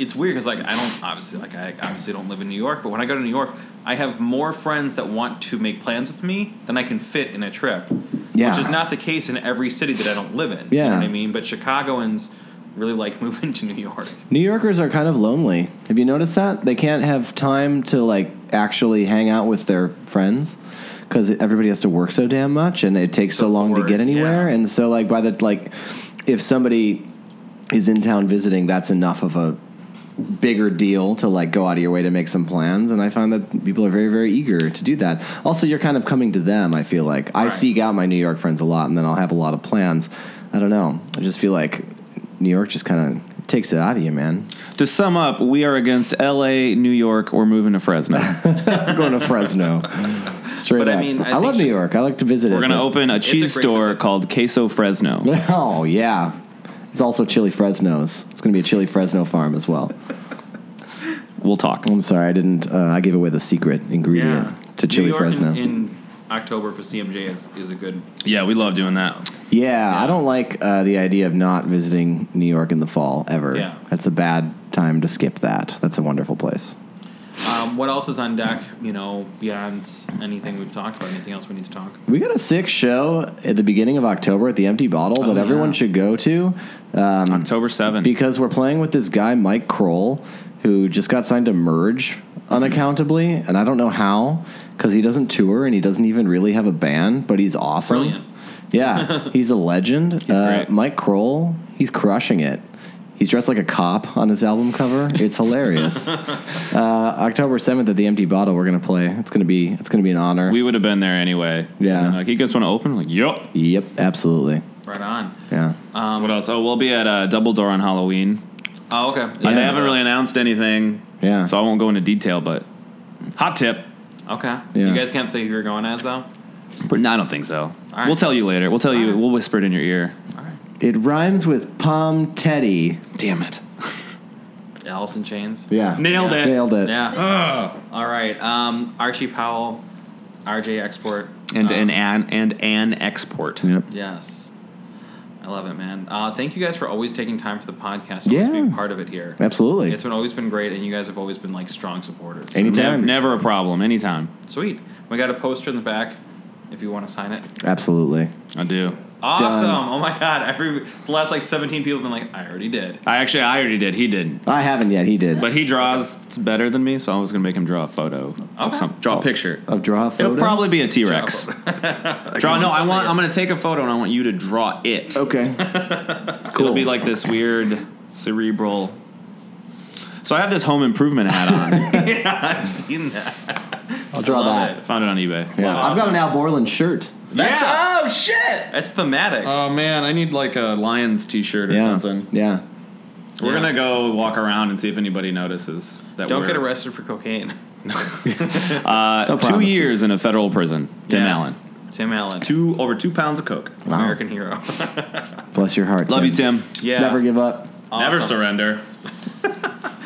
Speaker 1: it's weird because like I don't obviously like I obviously don't live in New York, but when I go to New York, I have more friends that want to make plans with me than I can fit in a trip,
Speaker 15: Yeah.
Speaker 1: which is not the case in every city that I don't live in. you
Speaker 15: Yeah.
Speaker 1: know what I mean. But Chicagoans really like moving to New York.
Speaker 15: New Yorkers are kind of lonely. Have you noticed that? They can't have time to like actually hang out with their friends cuz everybody has to work so damn much and it takes so long to get anywhere and so like by the like if somebody is in town visiting, that's enough of a bigger deal to like go out of your way to make some plans and i find that people are very very eager to do that also you're kind of coming to them i feel like i seek out my new york friends a lot and then i'll have a lot of plans i don't know i just feel like new york just kind of takes it out of you man
Speaker 16: To sum up, we are against L.A., New York. We're moving to Fresno.
Speaker 15: I'm going to Fresno. Straight
Speaker 16: But I
Speaker 15: up.
Speaker 16: mean, I
Speaker 15: love New York. I like to visit
Speaker 16: We're
Speaker 15: it.
Speaker 16: going to
Speaker 15: but-
Speaker 16: open a cheese store called Queso Fresno.
Speaker 15: Oh, yeah. It's also Chili Fresno's. It's going to be a Chili Fresno farm as well.
Speaker 16: We'll talk.
Speaker 15: I'm sorry, I didn't. Uh, I gave away the secret ingredient to Chili
Speaker 1: New York
Speaker 15: Fresno.
Speaker 1: in, in October for CMJ is, is a good.
Speaker 16: Yeah, we love doing that.
Speaker 15: yeah, I don't like uh, the idea of not visiting New York in the fall ever.
Speaker 1: Yeah.
Speaker 15: That's a bad time to skip that. That's a wonderful place.
Speaker 1: Um, what else is on deck? You know, beyond anything we've talked about, anything else we need to talk?
Speaker 15: We got a sick show at the beginning of October at the Empty Bottle that everyone should go to. Um,
Speaker 16: October 7th.
Speaker 15: Because we're playing with this guy, Mike Kroll, who just got signed to Merge unaccountably, and I don't know how, because he doesn't tour and he doesn't even really have a band, but he's awesome. Yeah, he's a legend. uh, Mike Kroll, he's crushing it. He's dressed like a cop on his album cover. It's hilarious. uh, October seventh at the Empty Bottle, we're gonna play. It's gonna be it's gonna be an honor.
Speaker 16: We would have been there anyway.
Speaker 15: Yeah.
Speaker 16: And, like, you guys want to open? Like, yup.
Speaker 15: Yep, absolutely.
Speaker 1: Right on. Um,
Speaker 15: Yeah.
Speaker 16: what else? Oh, we'll be at uh, Double Door on Halloween.
Speaker 1: Oh, okay.
Speaker 16: Uh, they haven't really announced anything.
Speaker 15: Yeah.
Speaker 16: So I won't go into detail, but hot tip.
Speaker 1: Okay.
Speaker 16: Yeah.
Speaker 1: You guys can't say who you're going as though.
Speaker 16: But no, I don't think so.
Speaker 1: right.
Speaker 16: We'll tell you later. We'll tell you. We'll whisper it in your ear.
Speaker 15: It rhymes with Palm Teddy.
Speaker 16: Damn it.
Speaker 1: Alice in Chains.
Speaker 15: Yeah. Nailed
Speaker 1: Yeah.
Speaker 15: it. Nailed it.
Speaker 1: Yeah. All right. Um, Archie Powell, RJ Export.
Speaker 16: And
Speaker 1: um,
Speaker 16: an an and an export.
Speaker 1: Yes. I love it, man. Uh, thank you guys for always taking time for the podcast.
Speaker 15: Yeah.
Speaker 1: Always being part of it here.
Speaker 15: Absolutely.
Speaker 1: It's been always been great, and you guys have always been like strong supporters.
Speaker 16: Nev- never a problem. Anytime.
Speaker 1: Sweet. We got a poster in the back if you want to sign it.
Speaker 15: Absolutely.
Speaker 16: I do.
Speaker 1: Awesome.
Speaker 16: Done.
Speaker 1: Oh my god. Every the last like 17 people have been like, I already did.
Speaker 16: I actually, I already did. He didn't.
Speaker 15: I haven't yet. He did.
Speaker 16: But he draws better than me, so I was gonna make him draw a photo of
Speaker 1: Okay.
Speaker 16: some, draw a picture.
Speaker 15: Of Oh. draw a photo?
Speaker 16: It'll probably be a T Rex. draw. No, I want. I'm gonna take a photo and I want you to draw it.
Speaker 15: Okay.
Speaker 16: It'll be like this weird cerebral. So I have this home improvement hat on.
Speaker 1: yeah, I've seen that.
Speaker 15: I'll draw
Speaker 16: Love
Speaker 15: that.
Speaker 16: it. Found it on eBay.
Speaker 15: Yeah. I've got an Al Borland shirt.
Speaker 1: That's
Speaker 16: oh shit.
Speaker 1: That's thematic.
Speaker 16: Oh man, I need like a Lions T-shirt or
Speaker 15: yeah.
Speaker 16: something.
Speaker 15: Yeah.
Speaker 16: We're
Speaker 1: Yeah.
Speaker 16: gonna go walk around and see if anybody notices that.
Speaker 1: Don't
Speaker 16: we're,
Speaker 1: get arrested for cocaine.
Speaker 16: Uh,
Speaker 1: No
Speaker 16: two
Speaker 1: promises.
Speaker 16: years in a federal prison. Tim
Speaker 1: Yeah.
Speaker 16: Allen.
Speaker 1: Tim Allen.
Speaker 16: Two over two pounds of coke.
Speaker 15: Wow.
Speaker 1: American hero.
Speaker 15: Bless your heart.
Speaker 16: Love you, Tim.
Speaker 1: Yeah.
Speaker 15: Never give up.
Speaker 16: Never surrender.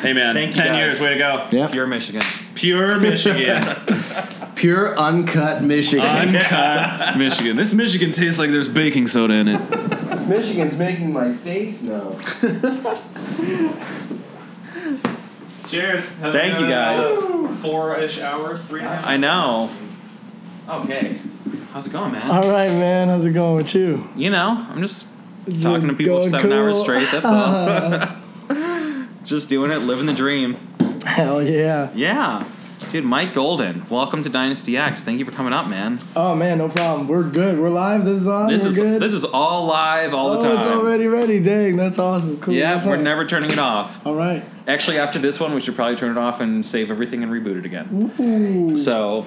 Speaker 16: hey man,
Speaker 1: Thank you
Speaker 16: ten years.
Speaker 1: guys.
Speaker 16: Way to go.
Speaker 15: Yeah.
Speaker 1: Pure Michigan.
Speaker 16: Pure Michigan.
Speaker 15: Pure uncut Michigan.
Speaker 16: Uncut Michigan. This Michigan tastes like there's baking soda in it.
Speaker 15: Michigan's making my face now.
Speaker 16: Cheers.
Speaker 1: Have Thank you, guys.
Speaker 16: Four ish hours, three and a half.
Speaker 1: I know. Okay. How's it going, man?
Speaker 3: All right, man. How's it going with you?
Speaker 1: You know, I'm just
Speaker 3: Is
Speaker 1: talking
Speaker 3: it
Speaker 1: to people for
Speaker 3: going
Speaker 1: seven hours
Speaker 3: cool?
Speaker 1: straight. That's
Speaker 3: uh-huh.
Speaker 1: all. just doing it, living the dream.
Speaker 3: Hell yeah.
Speaker 1: Yeah. Dude, Mike Golden, welcome to Dynasty X. Thank you for coming up, man.
Speaker 3: Oh man, no problem. We're good. We're live. This is on.
Speaker 1: This
Speaker 3: We're
Speaker 1: is
Speaker 3: good.
Speaker 1: this is all live all
Speaker 3: oh,
Speaker 1: the time.
Speaker 3: it's already ready. Dang, that's awesome. Cool.
Speaker 1: yeah,
Speaker 3: That's
Speaker 1: we're
Speaker 3: all-
Speaker 1: never turning it off.
Speaker 3: All right.
Speaker 1: Actually, after this one, we should probably turn it off and save everything and reboot it again.
Speaker 3: Ooh.
Speaker 1: So,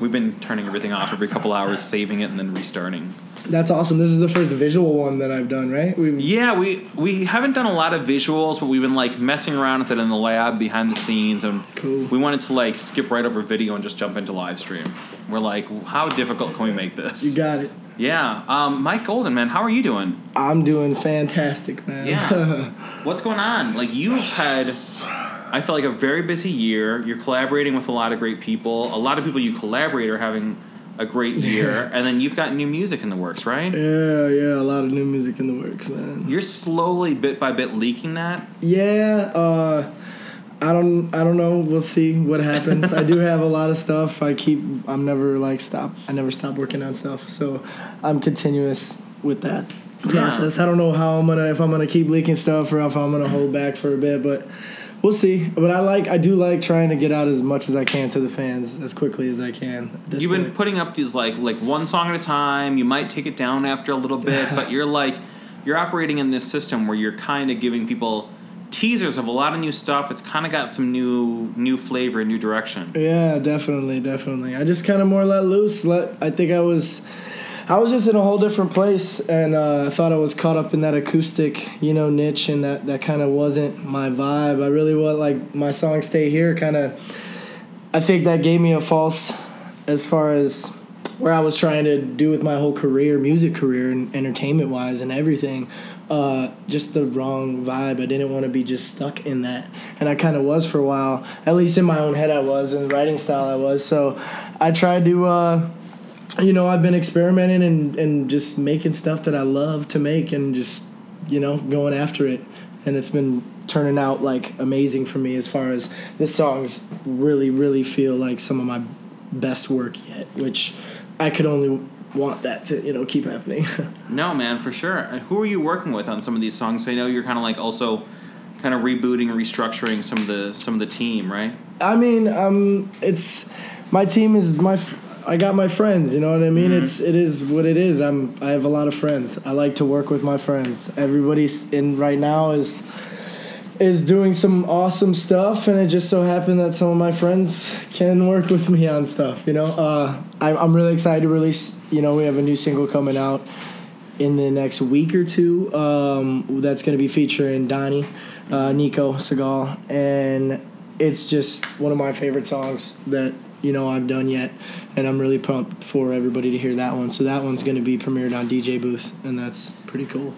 Speaker 1: We've been turning everything off every couple hours, saving it, and then restarting.
Speaker 17: That's awesome. This is the first visual one that I've done, right? We've,
Speaker 1: Yeah, we we haven't done a lot of visuals, but we've been like messing around with it in the lab behind the scenes, and
Speaker 17: Cool.
Speaker 1: we wanted to like skip right over video and just jump into live stream. We're like, how difficult can we make this?
Speaker 17: you got it.
Speaker 1: Yeah, um, Mike Golden, man, how are you doing?
Speaker 17: I'm doing fantastic, man.
Speaker 1: Yeah. What's going on? Like you've had, I feel like a very busy year. You're collaborating with a lot of great people. A lot of people you collaborate are having a great year, and then you've got new music in the works, right?
Speaker 17: yeah, yeah. A lot of new music in the works, man.
Speaker 1: You're slowly, bit by bit, leaking that.
Speaker 17: Yeah, uh, I don't, I don't know. We'll see what happens. I do have a lot of stuff. I keep, I'm never like stop. I never stop working on stuff. So I'm continuous with that process. I don't know how I'm gonna, if I'm gonna keep leaking stuff or if I'm gonna hold back for a bit, but we'll see. But I like, I do like trying to get out as much as I can to the fans as quickly as I can. at this
Speaker 1: You've been putting up these like like one song at a time. You might take it down after a little bit, but you're like you're operating in this system where you're kind of giving people teasers of a lot of new stuff. It's kind of got some new new flavor, and new direction.
Speaker 17: Yeah, definitely, definitely. I just kind of more let loose. Let I think I was, I was just in a whole different place, and uh, I thought I was caught up in that acoustic, you know, niche, and that that kind of wasn't my vibe. I really was like my song "Stay Here" kind of. I think that gave me a false, as far as where I was trying to do with my whole career, music career, and entertainment wise, and everything. Uh, just the wrong vibe. I didn't want to be just stuck in that, and I kind of was for a while. At least in my own head, I was, and writing style, I was. So, I tried to. Uh, you know, I've been experimenting and, and just making stuff that I love to make and just, you know, going after it. And it's been turning out like amazing for me as far as the songs really, really feel like some of my best work yet, which I could only want that to, you know, keep happening.
Speaker 1: No, man, for sure. And Who are you working with on some of these songs? I know you're kind of like also kind of rebooting, restructuring some of the some of the team, right?
Speaker 17: I mean, um, it's my team is my. F- I got my friends. You know what I mean? It's it is what it is. I'm I have a lot of friends. I like to work with my friends. Everybody's in right now is is doing some awesome stuff, and it just so happened that some of my friends can work with me on stuff. You know, uh, I, I'm really excited to release. You know, we have a new single coming out in the next week or two. Um, that's going to be featuring Donnie, uh, Nico Segal, and it's just one of my favorite songs that you know I've done yet, and I'm really pumped for everybody to hear that one. So that one's going to be premiered on DJ Booth, and that's pretty cool.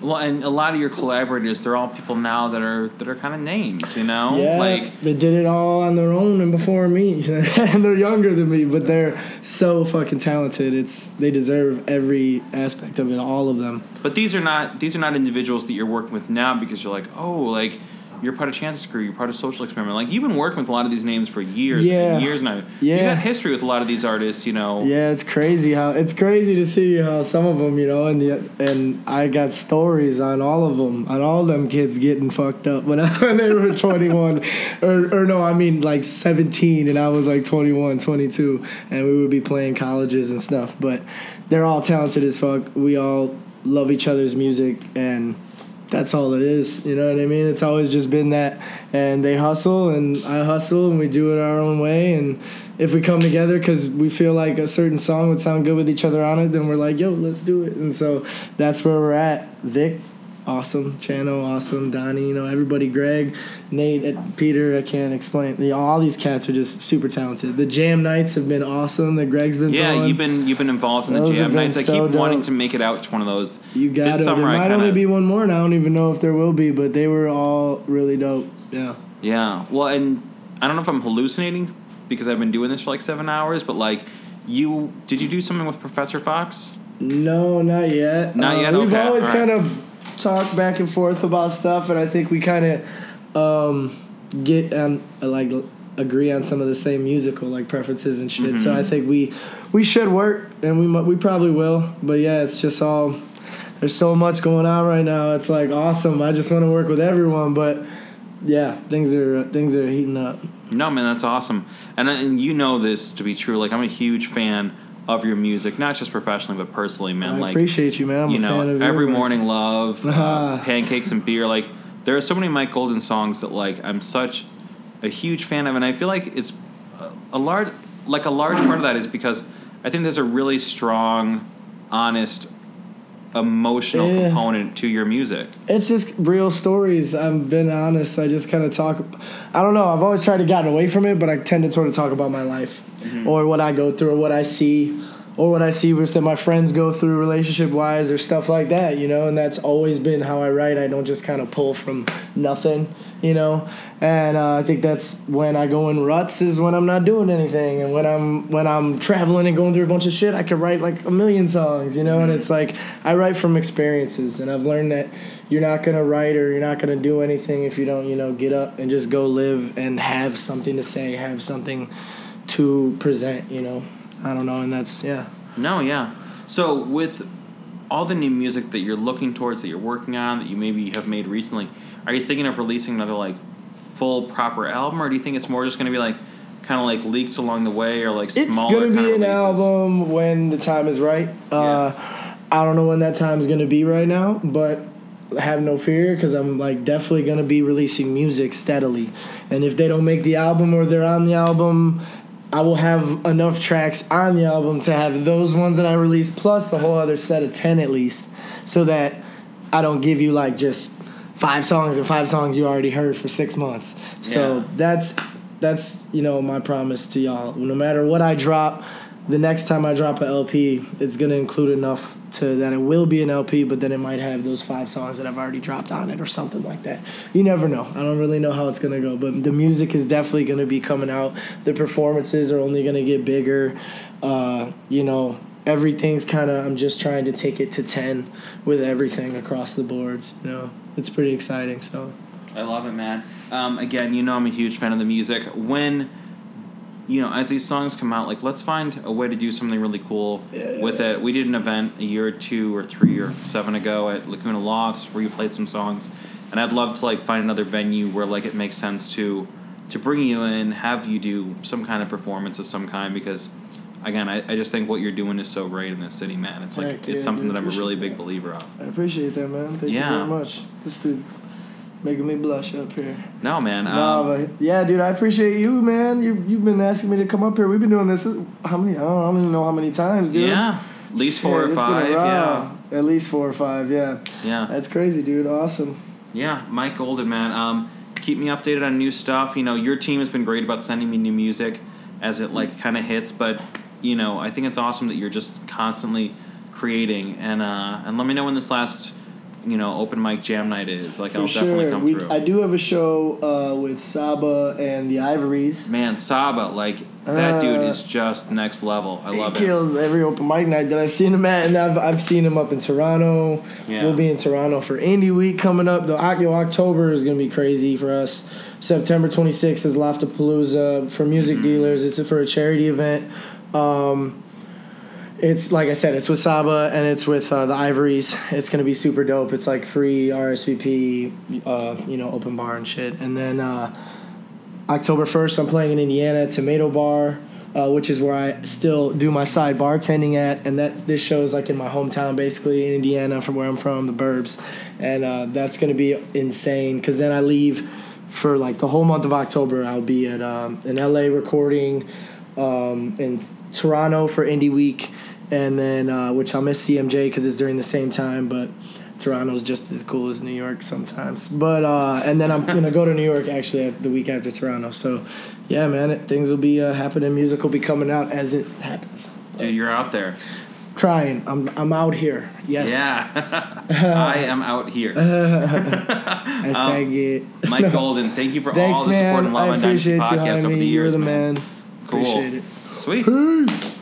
Speaker 1: Well, and a lot of your collaborators, they're all people now that are that are kind of names, you know?
Speaker 17: Yeah,
Speaker 1: Like
Speaker 17: they did it all on their own and before me, and they're younger than me, but they're so fucking talented. It's they deserve every aspect of it, all of them.
Speaker 1: but these are not these are not individuals that you're working with now because you're like, "Oh, like you're part of Chance Crew, you're part of Social Experiment." Like you've been working with a lot of these names for years
Speaker 17: Yeah.
Speaker 1: and years now.
Speaker 17: Yeah.
Speaker 1: You've got history with a lot of these artists, you know.
Speaker 17: Yeah, it's crazy how it's crazy to see how some of them, you know, and the and I got stories on all of them, on all them kids getting fucked up when I, when they were 21, or or no, I mean like 17, and I was like 21, 22, and we would be playing colleges and stuff. But they're all talented as fuck. We all love each other's music and. That's all it is, you know what I mean? It's always just been that, and they hustle, and I hustle, and we do it our own way, and if we come together because we feel like a certain song would sound good with each other on it, then we're like, yo, let's do it. And so that's where we're at. Vic, awesome. Chano, awesome. Donnie, you know, everybody. Greg, Nate, uh, Peter, I can't explain. You know, all these cats are just super talented. The jam nights have been awesome. The Greg's been
Speaker 1: Yeah,
Speaker 17: throwing.
Speaker 1: you've been you've been involved in the
Speaker 17: Those have
Speaker 1: jam
Speaker 17: been
Speaker 1: nights. I
Speaker 17: so
Speaker 1: keep wanting
Speaker 17: dope.
Speaker 1: to make it out to one of those.
Speaker 17: You got
Speaker 1: this
Speaker 17: it. There
Speaker 1: summer. I
Speaker 17: might
Speaker 1: kinda,
Speaker 17: only be one more, and I don't even know if there will be, but they were all really dope. Yeah.
Speaker 1: Yeah. Well, and I don't know if I'm hallucinating because I've been doing this for like seven hours, but like, you did you do something with Professor Fox?
Speaker 17: No, not yet. Uh,
Speaker 1: Not yet?
Speaker 17: We've
Speaker 1: Okay,
Speaker 17: always
Speaker 1: all right.
Speaker 17: kind of talked back and forth about stuff, and I think we kind of um, get on like agree on some of the same musical like preferences and shit. So
Speaker 1: Mm-hmm.
Speaker 12: Mhm.
Speaker 17: I think we we should work, and we mu- we probably will. But yeah, it's just all there's so much going on right now. It's like awesome. I just want to work with everyone, but yeah, things are things are heating up.
Speaker 1: No, man, that's awesome. And, I- and you know this to be true. Like, I'm a huge fan of your music, not just professionally but personally, man.
Speaker 17: I
Speaker 1: like,
Speaker 17: appreciate you, man. I'm
Speaker 1: you
Speaker 17: a
Speaker 1: know,
Speaker 17: fan of your
Speaker 1: every
Speaker 17: work.
Speaker 1: morning love, uh,
Speaker 17: Ah.
Speaker 1: pancakes and beer. Like, there are so many Mike Golden songs that like I'm such a huge fan of, and I feel like it's a- a large like a large part of that is because I think there's a really strong, honest, emotional
Speaker 17: Yeah.
Speaker 1: component to your music.
Speaker 17: It's just real stories. I've been honest. I just kind of talk. I don't know. I've always tried to gotten away from it, but I tend to sort of talk about my life
Speaker 11: Mm-hmm.
Speaker 17: or what I go through or what I see or what I see was that my friends go through relationship wise or stuff like that, you know. And that's always been how I write. I don't just kind of pull from nothing, you know. And uh, I think that's when I go in ruts is when I'm not doing anything, and when I'm when I'm traveling and going through a bunch of shit, I could write like a million songs, you know. And it's like I write from experiences, and I've learned that you're not gonna write or you're not gonna do anything if you don't, you know, get up and just go live and have something to say, have something to present, you know. I don't know, and that's yeah.
Speaker 1: No, yeah. So with all the new music that you're looking towards, that you're working on, that you maybe have made recently, are you thinking of releasing another like full proper album, or do you think it's more just going to be like kind of like leaks along the way, or like
Speaker 17: It's
Speaker 1: smaller?
Speaker 17: gonna
Speaker 1: kinda
Speaker 17: be an
Speaker 1: releases?
Speaker 17: album when the time is right. Uh, I don't know when that time is gonna be right now, but have no fear because I'm like definitely gonna be releasing music steadily. And if they don't make the album or they're on the album, I will have enough tracks on the album to have those ones that I release plus a whole other set of ten at least, so that I don't give you like just five songs and five songs you already heard for six months. So
Speaker 1: Yeah.
Speaker 17: that's that's you know my promise to y'all. No matter what I drop, the next time I drop a LP, it's gonna include enough to that it will be an LP, but then it might have those five songs that I've already dropped on it or something like that. You never know. I don't really know how it's gonna go, but the music is definitely gonna be coming out. The performances are only gonna get bigger. Uh, you know, everything's kind of. I'm just trying to take it to ten with everything across the boards. You know, it's pretty exciting. So.
Speaker 1: I love it, man. Um, again, you know I'm a huge fan of the music. When you know, as these songs come out, like let's find a way to do something really cool with it. We did an event a year or two or three or seven ago at Lacuna Lofts where you played some songs, and I'd love to like find another venue where like it makes sense to to bring you in, have you do some kind of performance of some kind because. Again, I, I just think what you're doing is so great in this city, man. It's like
Speaker 17: Heck yeah,
Speaker 1: it's something
Speaker 17: dude,
Speaker 1: that I'm a
Speaker 17: appreciate
Speaker 1: really big believer of.
Speaker 17: I appreciate that, man. Thank
Speaker 1: Yeah.
Speaker 17: you very much. This dude's making me blush up here.
Speaker 1: No, man. um,
Speaker 17: no, but yeah, dude, I appreciate you, man. You you've been asking me to come up here. We've been doing this uh, how many? I don't, I don't even know how many times, dude.
Speaker 1: Yeah, at least four
Speaker 17: Shit,
Speaker 1: or
Speaker 17: it's been a
Speaker 1: five. Yeah,
Speaker 17: while. At least four or five. Yeah.
Speaker 1: yeah.
Speaker 17: That's crazy, dude. Awesome.
Speaker 1: Yeah, Mike Golden, man. Um, keep me updated on new stuff. You know, your team has been great about sending me new music as it like kind of hits, but you know, I think it's awesome that you're just constantly creating and uh, and let me know when this last you know open mic jam night is. Like,
Speaker 17: For
Speaker 1: I'll definitely
Speaker 17: sure.
Speaker 1: come
Speaker 17: We,
Speaker 1: through.
Speaker 17: I do have a show uh, with Saba and the Ivories.
Speaker 1: man, Saba, like that
Speaker 17: Uh,
Speaker 1: dude is just next level. I love
Speaker 17: he
Speaker 1: it.
Speaker 17: kills every open mic night that I've seen him at, and I've, I've seen him up in Toronto.
Speaker 1: Yeah.
Speaker 17: We'll be in Toronto for Indie Week coming up. The Oc- October is going to be crazy for us. September 26th is Loftapalooza for
Speaker 1: Mm-hmm.
Speaker 17: music dealers. It's for a charity event. Um, it's like I said, it's with Saba and it's with uh, the Ivories. It's gonna be super dope. It's like free RSVP, uh, you know, open bar and shit. And then uh, October first, I'm playing in Indiana, Tomato Bar, uh, which is where I still do my side bartending at. And that this show is like in my hometown, basically in Indiana, from where I'm from, the Burbs. And uh, that's gonna be insane because then I leave for like the whole month of October. I'll be at um, in LA recording um, in Toronto for Indie Week, and then uh, which I'll miss CMJ because it's during the same time, but Toronto's just as cool as New York sometimes. But uh, and then I'm gonna go to New York actually at- the week after Toronto. So yeah, man, it, things will be uh, happening. Music will be coming out as it happens.
Speaker 1: Dude, you're out there.
Speaker 17: Trying, I'm I'm out here. Yes. Uh-huh.
Speaker 1: Yeah. I am out here.
Speaker 17: Hashtag it.
Speaker 1: Um, Mike Golden, thank you for
Speaker 17: Thanks,
Speaker 1: all the
Speaker 17: man.
Speaker 1: support and love
Speaker 17: I
Speaker 1: on Dynasty
Speaker 17: appreciate you
Speaker 1: Podcast
Speaker 17: having
Speaker 1: over
Speaker 17: me.
Speaker 1: the years,
Speaker 17: You're the
Speaker 1: man.
Speaker 17: man.
Speaker 1: Cool.
Speaker 17: Appreciate it.
Speaker 1: Sweet.
Speaker 17: Peace.